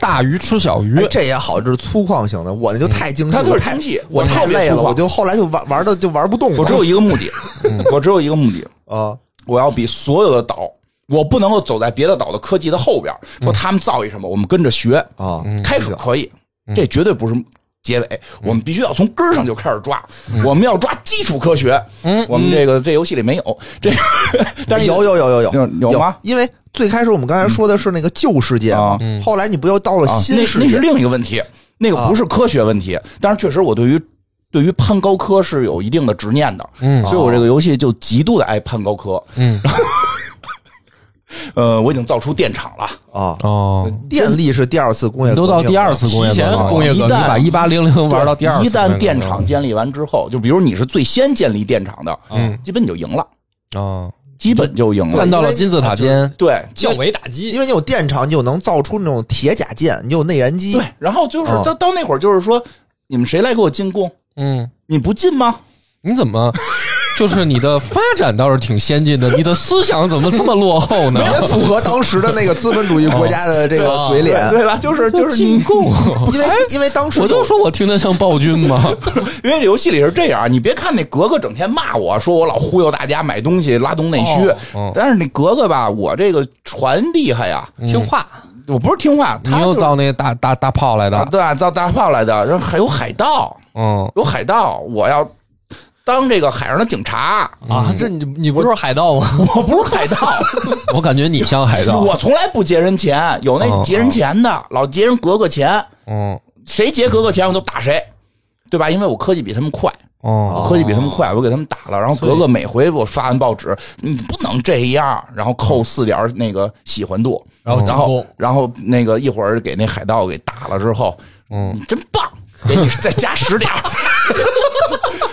A: 大鱼吃小鱼
D: 哎。这也好，这是粗犷型的，我那就太精
B: 嗯
D: 细，
B: 他就是
D: 我太
B: 精细
D: 我
B: 我
D: 太
B: 特别
D: 累了，
B: 粗犷
D: 我就后来就玩玩的就玩不动了。
B: 我只有一个目的，我只有一个目的，
D: 啊，
B: 我要比所有的岛，我不能够走在别的岛的科技的后边儿，说他们造一什么，我们跟着学
D: 啊嗯
B: 开始可以，这绝对不是。结尾，我们必须要从根儿上就开始抓，我们要抓基础科学。嗯，我们这个这游戏里没有这，但是
D: 有有有有有
B: 有有吗
D: 因为最开始我们刚才说的是那个旧世界嘛
B: 啊，
D: 后来你不又到了
B: 啊
D: 新世
B: 那那
D: 界
B: 是？另一个问题，那个不是科学问题。但是确实，我对于对于攀高科是有一定的执念的，嗯，所以我这个游戏就极度的爱攀高科， 嗯，呃，我已经造出电厂了，
D: 啊，
A: 哦，
B: 嗯
D: 电力是第二次工业
A: 你都
D: 革命了，
A: 到第二次工业革命了，
C: 提前工业革命
A: 你把一八零零玩到第二次
B: 一
A: 工业革命了，
B: 旦电厂建立完之后，就比如你是最先建立电厂的，
C: 嗯，
B: 基本你就赢了，
A: 啊，
B: 基本就赢了
A: 站，到了金字塔尖，
B: 对，
C: 降维打击
D: 因。为你有电厂，你就能造出那种铁甲舰，你有内燃机
B: 对，，然后就是
D: 哦
B: 到到那会儿，就是说你们谁来给我进贡？
A: 嗯，
B: 你不进吗？
A: 你怎 么？就是你的发展倒是挺先进的，你的思想怎么这么落后呢？
D: 也符合当时的那个资本主义国家的这个嘴脸。
B: 对吧？就是就是你
A: 进贡，啊
D: 因为因为当时
A: 我就说我听得像暴君吗？
B: 因为这游戏里是这样，你别看那格格整天骂我说我老忽悠大家买东西拉动内需，
A: 哦
B: 但是那格格吧，我这个船厉害呀，
C: 听话，
B: 我不是听话，
A: 你
B: 他
A: 又
B: 就
A: 造那大大大炮来
B: 啊
A: 的，
B: 对啊，造大炮来的，然后还有海盗，
A: 嗯
B: 有海盗，我要当这个海上的警察，
C: 啊，这你你不就是海盗吗？
B: 我不是海盗，
A: 我感觉你像海盗。
B: 我从来不劫人钱，有那劫人钱的，老劫人格格钱，
A: 嗯
B: 谁劫格格钱我就打谁，对吧？因为我科技比他们快，
A: 哦，
B: 我科技比他们快，我给他们打了。然后格格每回我发完报纸，你不能这样，然后扣四点那个喜欢度，
C: 嗯
B: 嗯
C: 然后
B: 然
C: 进
B: 后
C: 攻
B: 然后那个一会儿给那海盗给打了之后，嗯，你真棒，给 你再加十点儿。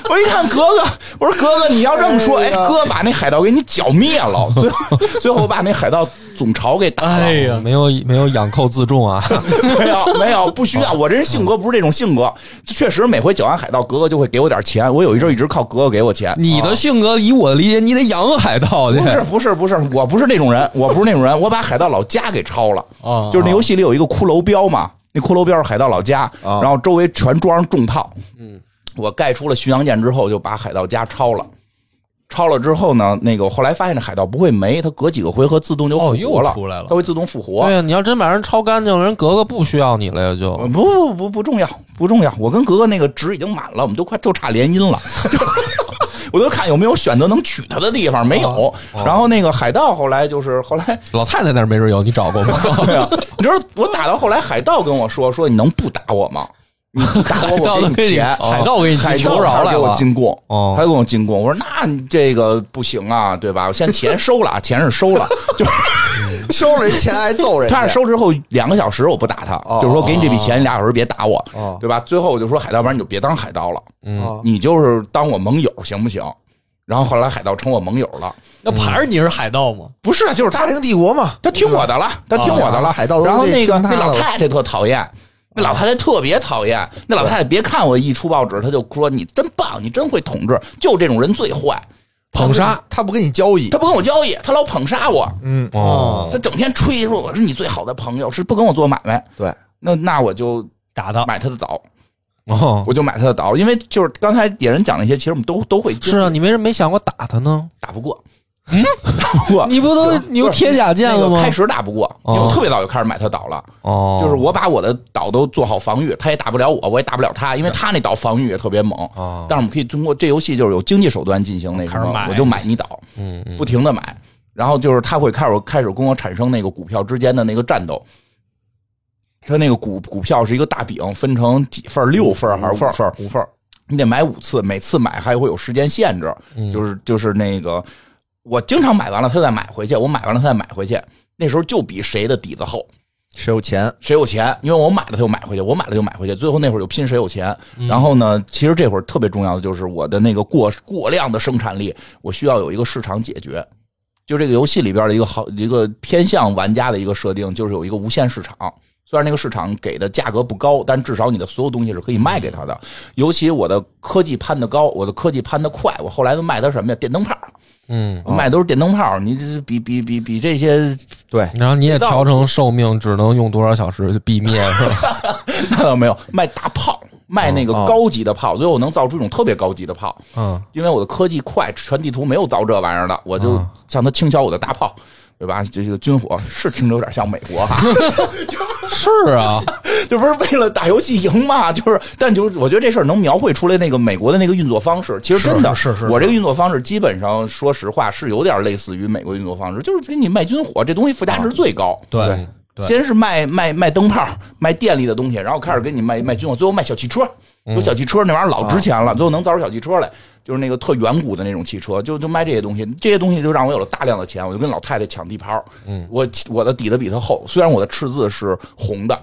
B: 我一看格格，我说格格，你要这么说，
D: 哎
B: 哎，
D: 呀
B: 哥把那海盗给你剿灭了，最后最后我把那海盗总潮给打了。
C: 哎呀，
A: 没有没有养寇自重啊，
B: 没有没有，不需要。我这人性格不是这种性格，确实每回剿完海盗，格格就会给我点钱。我有一阵儿一直靠格格给我钱。
A: 你
C: 啊
A: 的性格以我的理解，你得养海盗去。
B: 不是不是不是，我不是那种人，我不是那种人，我把海盗老家给抄了。
C: 啊
B: 就是那游戏里有一个骷髅标嘛，那骷髅标是海盗老家，
D: 啊
B: 然后周围全装上重炮。嗯，我盖出了巡洋舰之后，就把海盗家抄了。抄了之后呢，那个我后来发现这海盗不会没，它隔几个回合自动就复
C: 哦
B: 活了，
C: 又出来了
B: 它会自动复活。
A: 哎对呀，你要真把人抄干净了，人格格不需要你了呀，就
B: 不不不不重要，不重要。我跟格格那个值已经满了，我们都快就差联姻了。 就我都看有没有选择能娶她的地方，没
C: 哦
B: 有。然后那个海盗后来就是后来，
A: 老太太那儿没准有，你找过吗？
B: 对啊， 你知道我打到后来，海盗跟我说说你能不打我吗？你不打我，我给你钱。
C: 海盗给你
B: 海
C: 提
B: 盗
C: 求饶
B: 他
C: 来
B: 给我
C: 了，
B: 进贡，
A: 哦
B: 他给我进贡。我说那你这个不行啊，对吧？我现在钱收了啊，钱是收 了，就是
D: 收了人钱还揍人家，
B: 他是收之后两个小时我不打他，
D: 哦
B: 就是说给你这笔钱，你俩小时别打我，
D: 哦
B: 对吧？最后我就说海盗，不然你就别当海盗了，
D: 啊
B: 你就是当我盟友行不行？然后后来海盗成我盟友了，
C: 那还是你是海盗吗？
B: 不是，啊就是他
D: 大凌帝国嘛，
B: 他听我的了，他听我的了。
D: 啊海盗都
B: 然后
D: 得
B: 那个
D: 听他
B: 那老
D: 的了
B: 太太特讨厌，那老太太特别讨厌。那老太太别看我一出报纸，她就说你真棒，你真会统治，就这种人最坏。
A: 捧杀，
D: 他不跟你交易
B: 她，不跟我交易，她老捧杀我，
D: 嗯，
A: 哦
B: 她整天吹说我是你最好的朋友，是不跟我做买卖。
D: 对，
B: 那那我就
C: 打他
B: 买她的岛，
A: 哦，
B: 我就买她的岛，因为就是刚才野人讲那些，其实我们都都会经
A: 是啊，你为什么没想过打他呢？
B: 打不过，嗯，打不过。
A: 你不都你有铁甲剑了
B: 那
A: 吗
B: 个开？始打不过，因为
D: 哦
B: 我特别早就开始买她岛了。
A: 哦，
B: 就是我把我的岛都做好防御，他也打不了我，我也打不了他，因为他那岛防御也特别猛。
A: 啊，
B: 但是我们可以通过这游戏就是有经济手段进行那什
C: 开始
B: 么，
C: 买
B: 我就买你岛，
A: 嗯嗯
B: 不停的买，然后就是他会开始开始跟我产生那个股票之间的那个战斗。他那个股股票是一个大饼，分成几份儿，六份儿还是
D: 份
B: 五份儿？
D: 五份儿
B: 你得买五次，每次买还会有时间限制，就是就是那个我经常买完了他再买回去，我买完了他再买回去，那时候就比谁的底子厚。
D: 谁有钱？
B: 谁有钱，因为我买了他就买回去，我买了就买回去，最后那会儿就拼谁有钱。然后呢，其实这会儿特别重要的就是我的那个过过量的生产力，我需要有一个市场解决。就这个游戏里边的一个好一个偏向玩家的一个设定，就是有一个无限市场。虽然那个市场给的价格不高，但至少你的所有东西是可以卖给他的。尤其我的科技攀得高，我的科技攀得快，我后来都卖他什么呀？电灯泡，
A: 嗯，
B: 我卖的都是电灯泡。你这是比比比比这些
D: 对，
A: 然后你也调成寿命只能用多少小时就毙灭是 吧？
B: 那倒没有，卖大炮，卖那
C: 哦
B: 个高级的炮，所以我能造出一种特别高级的炮，
A: 嗯，
B: 因为我的科技快，全地图没有造这玩意儿的，我就
C: 嗯
A: 啊
B: 向他倾销我的大炮。对吧？这这个军火是听着有点像美国 哈，
A: 是啊，
B: 这不是为了打游戏赢嘛？就是，但就是我觉得这事儿能描绘出来那个美国的那个运作方式。其实真的，
C: 是是是
B: 我这个运作方式基本上说实话是有点类似于美国运作方式，就是给你卖军火，这东西附加
C: 啊
B: 值最高。
D: 对
C: 对对
B: 先是卖卖卖灯泡，卖电力的东西，然后开始给你卖卖军火，最后卖小汽车。有小汽车那玩意儿老值钱了，最后能造出小汽车来，就是那个特远古的那种汽车，就就卖这些东西。这些东西就让我有了大量的钱，我就跟老太太抢地盘儿。嗯，我我的底子比她厚，虽然我的赤字是红的，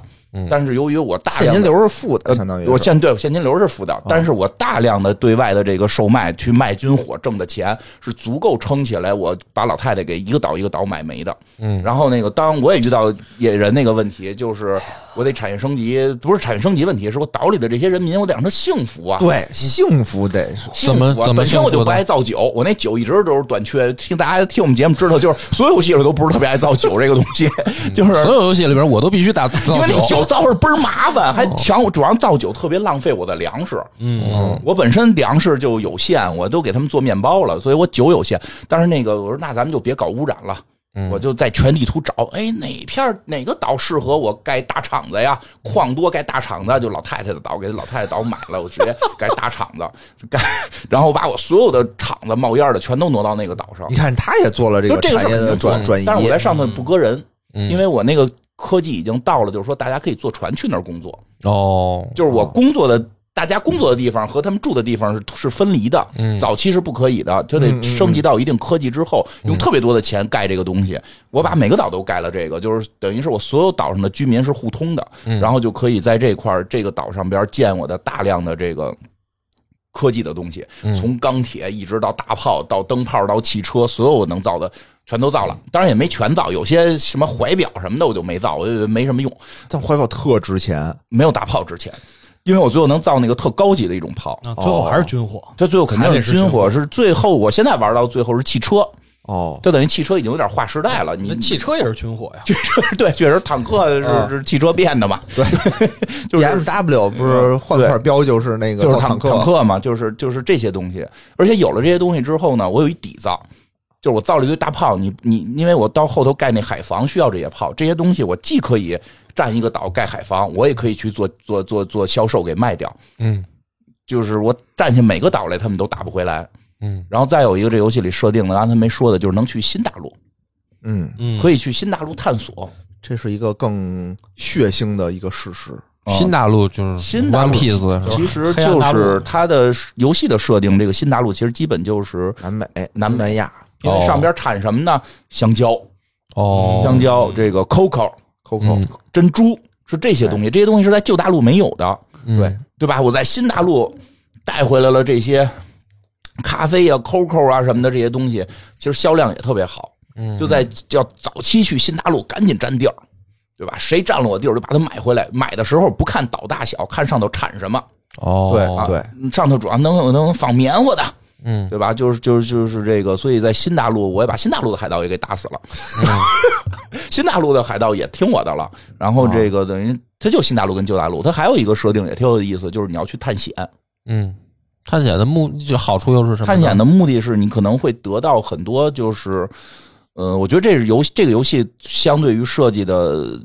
B: 但是由于我大
D: 现
B: 量
D: 金
B: 的。
D: 流是负的，相呃当于是
B: 呃
D: 嗯
B: 我现对我现金流是负的，但是我大量的对外的这个售卖去卖军火挣的钱是足够撑起来我把老太太给一个岛一个岛买没的。嗯，然后那个当我也遇到野人那个问题，就是我得产业升级，不是产业升级问题，是我岛里的这些人民，我得让他幸福啊。
D: 对幸福得是
B: 幸
A: 怎么
B: 福啊
A: 怎么
B: 本身我
A: 幸
B: 就
A: 福
B: 不
A: 呢
B: 爱造酒，我那酒一直都是短缺。听大家听我们节目知道，就是所有游戏里都不是特别爱造酒这个东西， 就是
A: 所有游戏里边我都必须打造
B: 因为那
A: 酒哦
B: 酒造是倍儿麻烦，还抢我，主要造酒特别浪费我的粮食。
A: 哦
B: 嗯，我本身粮食就有限，我都给他们做面包了，所以我酒有限。但是那个我说那咱们就别搞污染了，
A: 嗯
B: 我就在全地图找，哎，哪片儿哪个岛适合我盖大厂子呀？矿多盖大厂子，就老太太的岛，给老太太岛买了，我直接 盖大厂子，就盖，然后把我所有的厂子冒烟的全都挪到那个岛上
D: 你。看，他也做了这
B: 就
D: 个
B: 这个事儿
D: 产业
B: 已
D: 的
B: 经做
D: 转转
B: 了
D: 移，
B: 但是我在上头不搁人，
A: 嗯
B: 因为我那个科技已经到了，就是说大家可以坐船去那儿工作，
A: 哦，
B: 就是我工作的。大家工作的地方和他们住的地方是是分离的，
A: 嗯
B: 早期是不可以的，就
D: 嗯
B: 得
D: 嗯
B: 升级到一定科技之后，用特别多的钱盖这个东西。我把每个岛都盖了这个，就是等于是我所有岛上的居民是互通的，
A: 嗯
B: 然后就可以在这块儿这个岛上边建我的大量的这个科技的东西，
A: 嗯
B: 从钢铁一直到大炮，到灯泡，到汽车，所有能造的全都造了。当然也没全造，有些什么怀表什么的我就没造，我就没什么用，
D: 但怀抱特值钱，
B: 没有大炮值钱，因为我最后能造那个特高级的一种炮。
C: 啊，最后还是军火。
A: 哦
B: 它最后肯定
C: 还得
B: 是
C: 是
B: 军
C: 军
B: 火，是最后我现在玩到最后是汽车，
D: 哦，
B: 就等于汽车已经有点划时代了。你
C: 那 汽车也啊是军火呀，
B: 确实对，确实坦克是是汽车变的嘛，
D: 对
B: 就是嗯
D: B M W 不是换块标就是那个
B: 就是
D: 造
B: 坦
D: 坦克，
B: 坦克嘛，就是就是这些东西。而且有了这些东西之后呢，我有一底子，就是我造了一堆大炮。你你，因为我到后头盖那海防需要这些炮，这些东西我既可以占一个岛盖海防，我也可以去做做做做销售给卖掉。
A: 嗯
B: 就是我占下每个岛来，他们都打不回来。
A: 嗯
B: 然后再有一个这游戏里设定的，刚才没说的，就是能去新大陆，
D: 嗯，
C: 嗯，
B: 可以去新大陆探索。
D: 这是一个更血腥的一个事实。
A: 哦新大陆就是
B: 新大
A: One
B: 陆
A: Piece，
B: 其实
C: 黑暗
B: 就
C: 大
B: 是
C: 陆
B: 它的游戏的设定，这个新大陆其实基本就是
D: 南美、
B: 南
D: 南
B: 美
D: 亚、
B: 因为
A: 哦
B: 上边产什么呢？香蕉，
A: 哦，
B: 香蕉，这个 coco，
D: Coco，、
B: 珍珠是这些
A: 哎
B: 东西，这些东西是在旧大陆没有的，
A: 嗯
D: 对，
B: 对吧？我在新大陆带回来了这些咖啡呀、coco 啊什么的这些东西，其实销量也特别好。
A: 嗯
B: 就在要早期去新大陆赶紧占地儿，对吧？谁占了我地儿，我就把它买回来。买的时候不看岛大小，看上头产什么，
A: 哦，
D: 对、
B: 啊
D: 对，
B: 上头主要能能放棉花的，
A: 嗯，
B: 对吧？就是就是就是这个，所以在新大陆，我也把新大陆的海盗也给打死了， 新大陆的海盗也听我的了。然后这个等于它就新大陆跟旧大陆，它还有一个设定也挺有意思，就是你要去探险。
A: 嗯，探险的目就好处又是什么呢？
B: 探险的目的是你可能会得到很多，就是呃，我觉得这是游戏这个游戏相对于设计的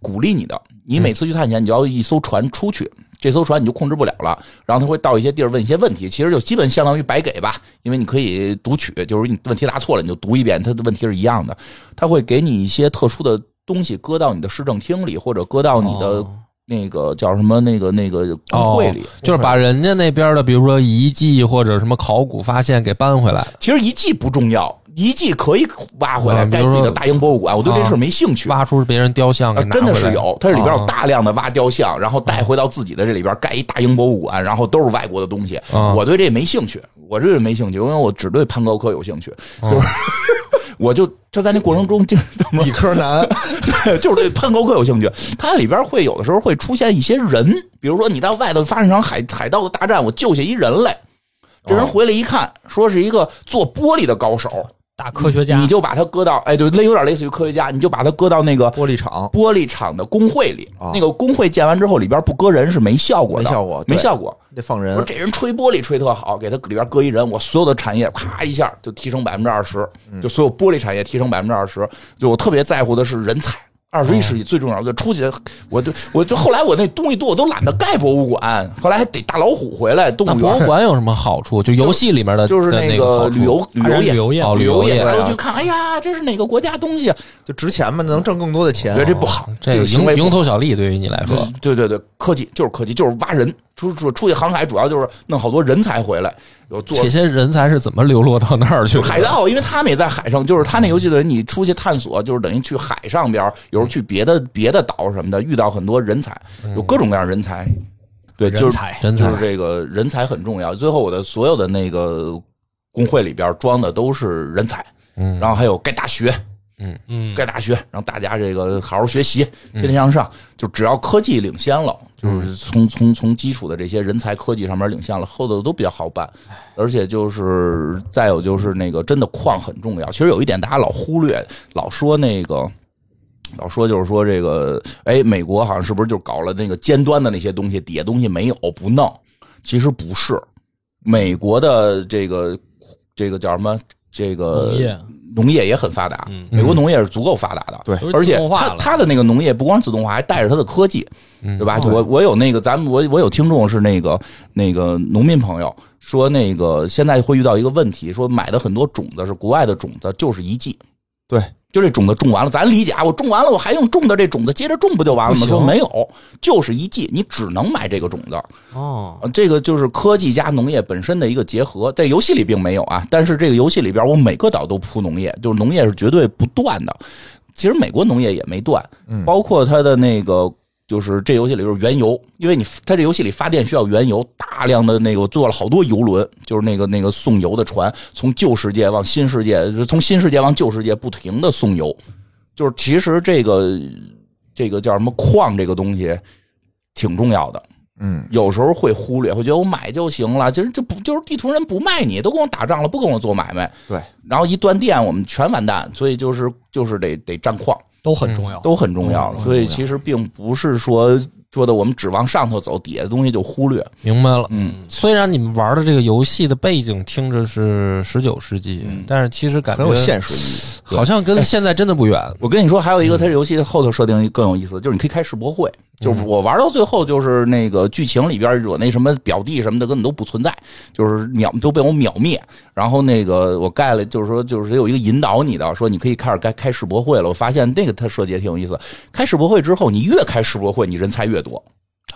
B: 鼓励你的。你每次去探险，你就要一艘船出去。这艘船你就控制不了了，然后他会到一些地儿问一些问题，其实就基本相当于白给吧，因为你可以读取，就是你问题答错了你就读一遍，它的问题是一样的。他会给你一些特殊的东西搁到你的市政厅里，或者搁到你的
C: 哦
B: 那个叫什么那个那个工会里。
A: 就是把人家那边的，比如说遗迹或者什么考古发现给搬回来。
B: 其实遗迹不重要，遗迹可以挖回来
A: 啊比
B: 盖
A: 如
B: 自
A: 说
B: 己的大英博物馆。我对这
A: 啊
B: 事儿没兴趣。
A: 挖出别人雕像
B: 啊
A: 给拿
B: 真的
A: 回来
B: 是有，它是里边有
A: 啊
B: 大量的挖雕像，然后带回到自己的这里边盖一大英博物馆，然后都是外国的东西。
A: 啊
B: 我对这没兴趣，我这没兴趣，因为我只对攀高科有兴趣，
A: 啊
B: 就是。 我就就在那过程中，就是怎 么
D: 理科 男，
B: 就是对攀高科有兴趣。它里边会有的时候会出现一些人，比如说你到外头发生一场海海盗的大战，我救下一人来，这
A: 啊
B: 人回来一看，说是一个做玻璃的高手，
C: 大科学家
B: 你就把他搁到，哎，对，类有点类似于科学家，你就把他搁到那个
D: 玻璃厂
B: 玻璃厂的工会里。
D: 啊
B: 那个工会建完之后，里边不搁人是没效果的，
D: 没效果
B: 没
D: 对
B: 效果。
D: 得放
B: 说
D: 人，
B: 这人吹玻璃吹特好，给他里边搁一人，我所有的产业咔一下就提升百分之二十，
D: 嗯
B: 就所有玻璃产业提升百分之二十。就我特别在乎的是人才。二十一世纪最重要的，就出去，我就我就后来我那东西多，我都懒得盖博物馆，后来还得大老虎回来动
A: 那
B: 物
A: 啊博物
B: 园，
A: 馆有什么好处？就游戏里面的
B: 就是
A: 的那
B: 个
A: 好处
B: 旅游旅游业
C: 旅游业
A: 哦
B: 旅游业，
A: 旅游业
B: 然后就看，哎呀，这是哪个国家东西？
D: 就值钱嘛，能挣更多的钱
B: 我觉得。这不好，
A: 哦这
B: 个
A: 个
B: 行为
A: 蝇
B: 不
A: 蝇
B: 好。
A: 头小利对于你来说，
B: 对对对，科技就是科技，就是挖人出出出去航海，主要就是弄好多人才回来，有做
A: 这些人才是怎么流落到那儿去的？
B: 海盗，因为他们也在海上，就是他那游戏的人，你出去探索，就是等于去海上边儿，有时候去别的别的岛什么的，遇到很多人才，有各种各样人才，对，就
C: 人
B: 是
C: 才，
A: 嗯人才
B: 就是这个人才很重要。最后我的所有的那个工会里边装的都是人才，
A: 嗯
B: 然后还有盖大学，
C: 嗯，
B: 盖大学，让大家这个好好学习，
A: 嗯
B: 天天向上。就只要科技领先了，就是从从从基础的这些人才科技上面领先了，后头都比较好办。而且就是再有就是那个真的矿很重要。其实有一点大家老忽略，老说那个。老说就是说这个，哎，美国好像是不是就搞了那个尖端的那些东西，底下东西没有不弄？其实不是，美国的这个这个叫什么这个
C: 农业
B: 农业也很发达，
C: 嗯
B: 美国农业是足够发达的，
D: 对
C: 都是
B: 而且
C: 自动化
B: 它
C: 了
B: 它的那个农业不光自动化，还带着它的科技，
A: 嗯
B: 对吧？我我有那个咱们我我有听众是那个那个农民朋友说，那个现在会遇到一个问题，说买的很多种子是国外的种子，就是一季，
D: 对，
B: 就这种子种完了，咱理解啊，我种完了我还用种的这种子接着种不就完了
C: 不
B: 吗？
C: 行
B: 说没有，就是一季，你只能买这个种子。
C: 哦，
B: 呃这个就是科技加农业本身的一个结合，在游戏里并没有啊，但是这个游戏里边我每个岛都铺农业，就是农业是绝对不断的。其实美国农业也没断，
D: 嗯
B: 包括它的那个就是这游戏里就是原油，因为你它这游戏里发电需要原油，大量的那个做了好多游轮，就是那个那个送油的船，从旧世界往新世界，从新世界往旧世界不停的送油，就是其实这个这个叫什么矿这个东西挺重要的。
D: 嗯，
B: 有时候会忽略，会觉得我买就行了，就是这不就是地图人不卖你，都跟我打仗了，不跟我做买卖，
D: 对，
B: 然后一断电我们全完蛋，所以就是就是得得占矿，
C: 都很重要。
B: 都哦很重要，
D: 嗯
B: 所以其实并不是说说的我们只往上头走，底下的东西就忽略，
A: 明白了。
B: 嗯，
A: 虽然你们玩的这个游戏的背景听着是十九世纪，
B: 嗯
A: 但是其实感
D: 很有
A: 觉
D: 现实意义。
A: 好像跟现在真的不远。
B: 我跟你说，还有一个，它这游戏后头设定更有意思，就是你可以开世博会。就是我玩到最后，就是那个剧情里边我那什么表弟什么的根本都不存在，就是秒都被我秒灭。然后那个我盖了，就是说就是有一个引导你的，说你可以开始该开世博会了。我发现那个它设计也挺有意思。开世博会之后，你越开世博会，你人才越多。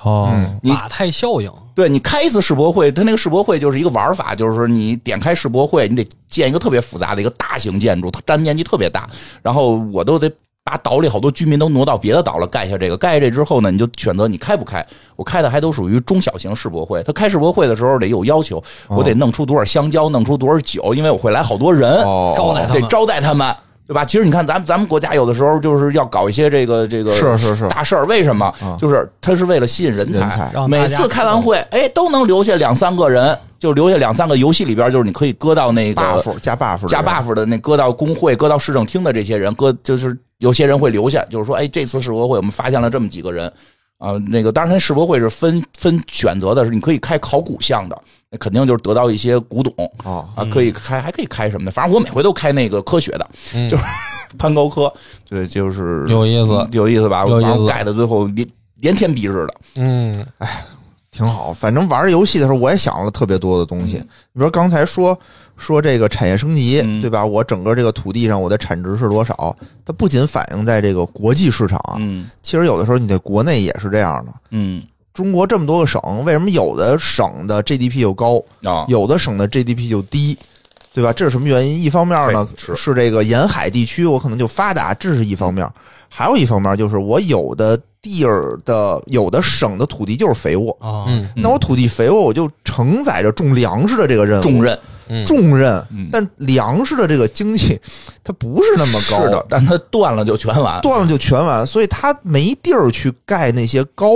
A: 哦，
D: 嗯
B: 你
C: 马太效应，
B: 对你开一次世博会，它那个世博会就是一个玩法，就是说你点开世博会，你得建一个特别复杂的一个大型建筑，它占面积特别大，然后我都得。把岛里好多居民都挪到别的岛了，盖下这个，盖下这之后呢，你就选择你开不开。我开的还都属于中小型世博会，它开世博会的时候得有要求，我得弄出多少香蕉，弄出多少酒，因为我会来好多人。
D: 哦，
C: 招待他
B: 得
C: 们
B: 招待他们，对吧？其实你看，咱们咱们国家有的时候就是要搞一些这个这个
D: 是是是
B: 大事儿，为什么？
D: 啊
B: 就是他是为了吸引人才，
D: 人才
C: 让大家
B: 每次开完会，哎，都能留下两三个人，就留下两三个游戏里边，就是你可以搁到那个
D: buff 加 buff 的
B: 加
D: 人
B: buff 的那搁到工会、搁到市政厅的这些人，搁就是有些人会留下，就是说，哎，这次世博会我们发现了这么几个人啊、那个当然，世博会是分分选择的，是你可以开考古项的，那肯定就是得到一些古董
D: 哦，
B: 啊，可以开还可以开什么的，反正我每回都开那个科学的，
A: 嗯
B: 就是 攀高科，对，就是
A: 有意思
B: 嗯有意思吧？
A: 有意思
B: 反正盖的最后连连天蔽日的，
A: 嗯，
D: 挺好。反正玩游戏的时候，我也想了特别多的东西。你说刚才说说这个产业升级，
B: 嗯
D: 对吧？我整个这个土地上我的产值是多少？它不仅反映在这个国际市场啊，
B: 嗯
D: 其实有的时候你在国内也是这样的。
B: 嗯
D: 中国这么多个省，为什么有的省的 GDP 就高，
B: 啊，
D: 有的省的 GDP 就低，对吧？这是什么原因？一方面呢
B: 对是
D: 是这个沿海地区我可能就发达，这是一方面；还有一方面就是我有的地儿的有的省的土地就是肥沃，
C: 啊，
A: 嗯
D: 那我土地肥沃，我就承载着种粮食的这个任务，
B: 重任
A: 嗯，
D: 重任
B: 呃嗯。
D: 但粮食的这个经济，它不是那么高，
B: 是的，但它断了就全完，
D: 断了就全完，所以它没地儿去盖那些高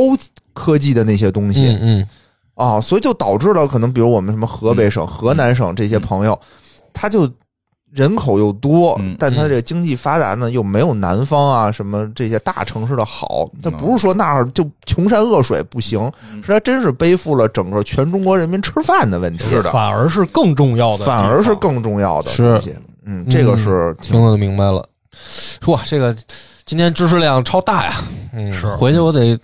D: 科技的那些东西。
A: 嗯嗯，
D: 啊，所以就导致了可能比如我们什么河
B: 嗯
D: 北省、河南省这些朋友，他就人口又多，
B: 嗯
D: 但他这个经济发达呢又没有南方啊什么这些大城市的好。他
B: 嗯
D: 不是说那儿就穷山恶水不行，是他真是背负了整个全中国人民吃饭的问题，
B: 是的
C: 反而是更重要的，
D: 反而是更重要的
A: 是
D: 东西。嗯，这个是挺
A: 听得明白了。哇，这个今天知识量超大呀！嗯，
C: 是
A: 回去我得，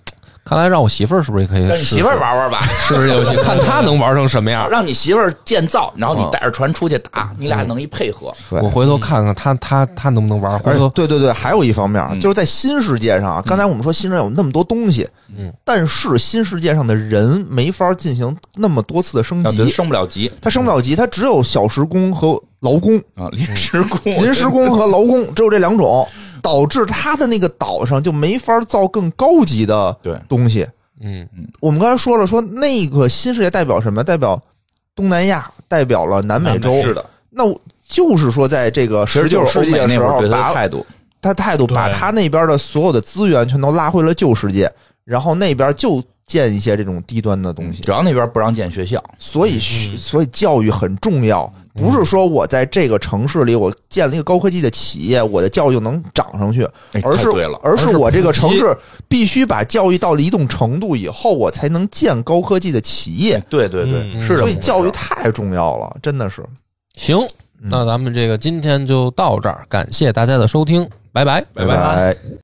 A: 看来让我媳妇儿是不是也可以
B: 让
A: 试
B: 你
A: 试
B: 媳妇儿玩玩吧。
A: 试试这 游戏，看她能玩成什么样。
B: 让你媳妇儿建造，然后
D: 嗯
B: 你带着船出去打，你俩能一配合。
D: 对嗯
A: 我回头看看她她她能不能玩，回
D: 而且
A: 头
D: 对对对，还有一方面、啊
B: 嗯
D: 就是在新世界上啊，刚才我们说新世界有那么多东西，
A: 嗯，
D: 但是新世界上的人没法进行那么多次的升
B: 要
D: 级，
B: 升不了级
D: 他升不了级，他只有小时工和劳工、
B: 啊，临时工，
D: 临时工和劳工，只有这两种，导致他的那个岛上就没法造更高级的
B: 对
D: 东西。
A: 嗯
D: 我们刚才说了，说那个新世界代表什么？代表东南亚，代表了南美洲。
B: 嗯是的，
D: 那我就是说，在这个
B: 其实
D: 十
B: 就
D: 九
B: 是
D: 世
B: 欧
D: 纪
B: 美
D: 的
B: 那
D: 时
B: 会儿
D: 候，
B: 对他
D: 把
B: 的态度，
D: 他态度
C: 对
D: 把他那边的所有的资源全都拉回了旧世界，然后那边就建一些这种低端的东西。
B: 主要那边不让建学校，
D: 所以学，
C: 嗯
D: 所以教育很重要，不是说我在这个城市里我建了一个高科技的企业，我的教育就能涨上去，
B: 哎
D: 而
B: 太
D: 是
B: 对了，
D: 而是
C: 而是
D: 我这个
C: 普及
D: 城市必须把教育到了一定程度以后，我才能建高科技的企业。
B: 对对对，
C: 嗯
B: 是的，
D: 所以教育太重要了，真的是。
A: 行，那咱们这个今天就到这儿，感谢大家的收听，拜拜。
D: 拜。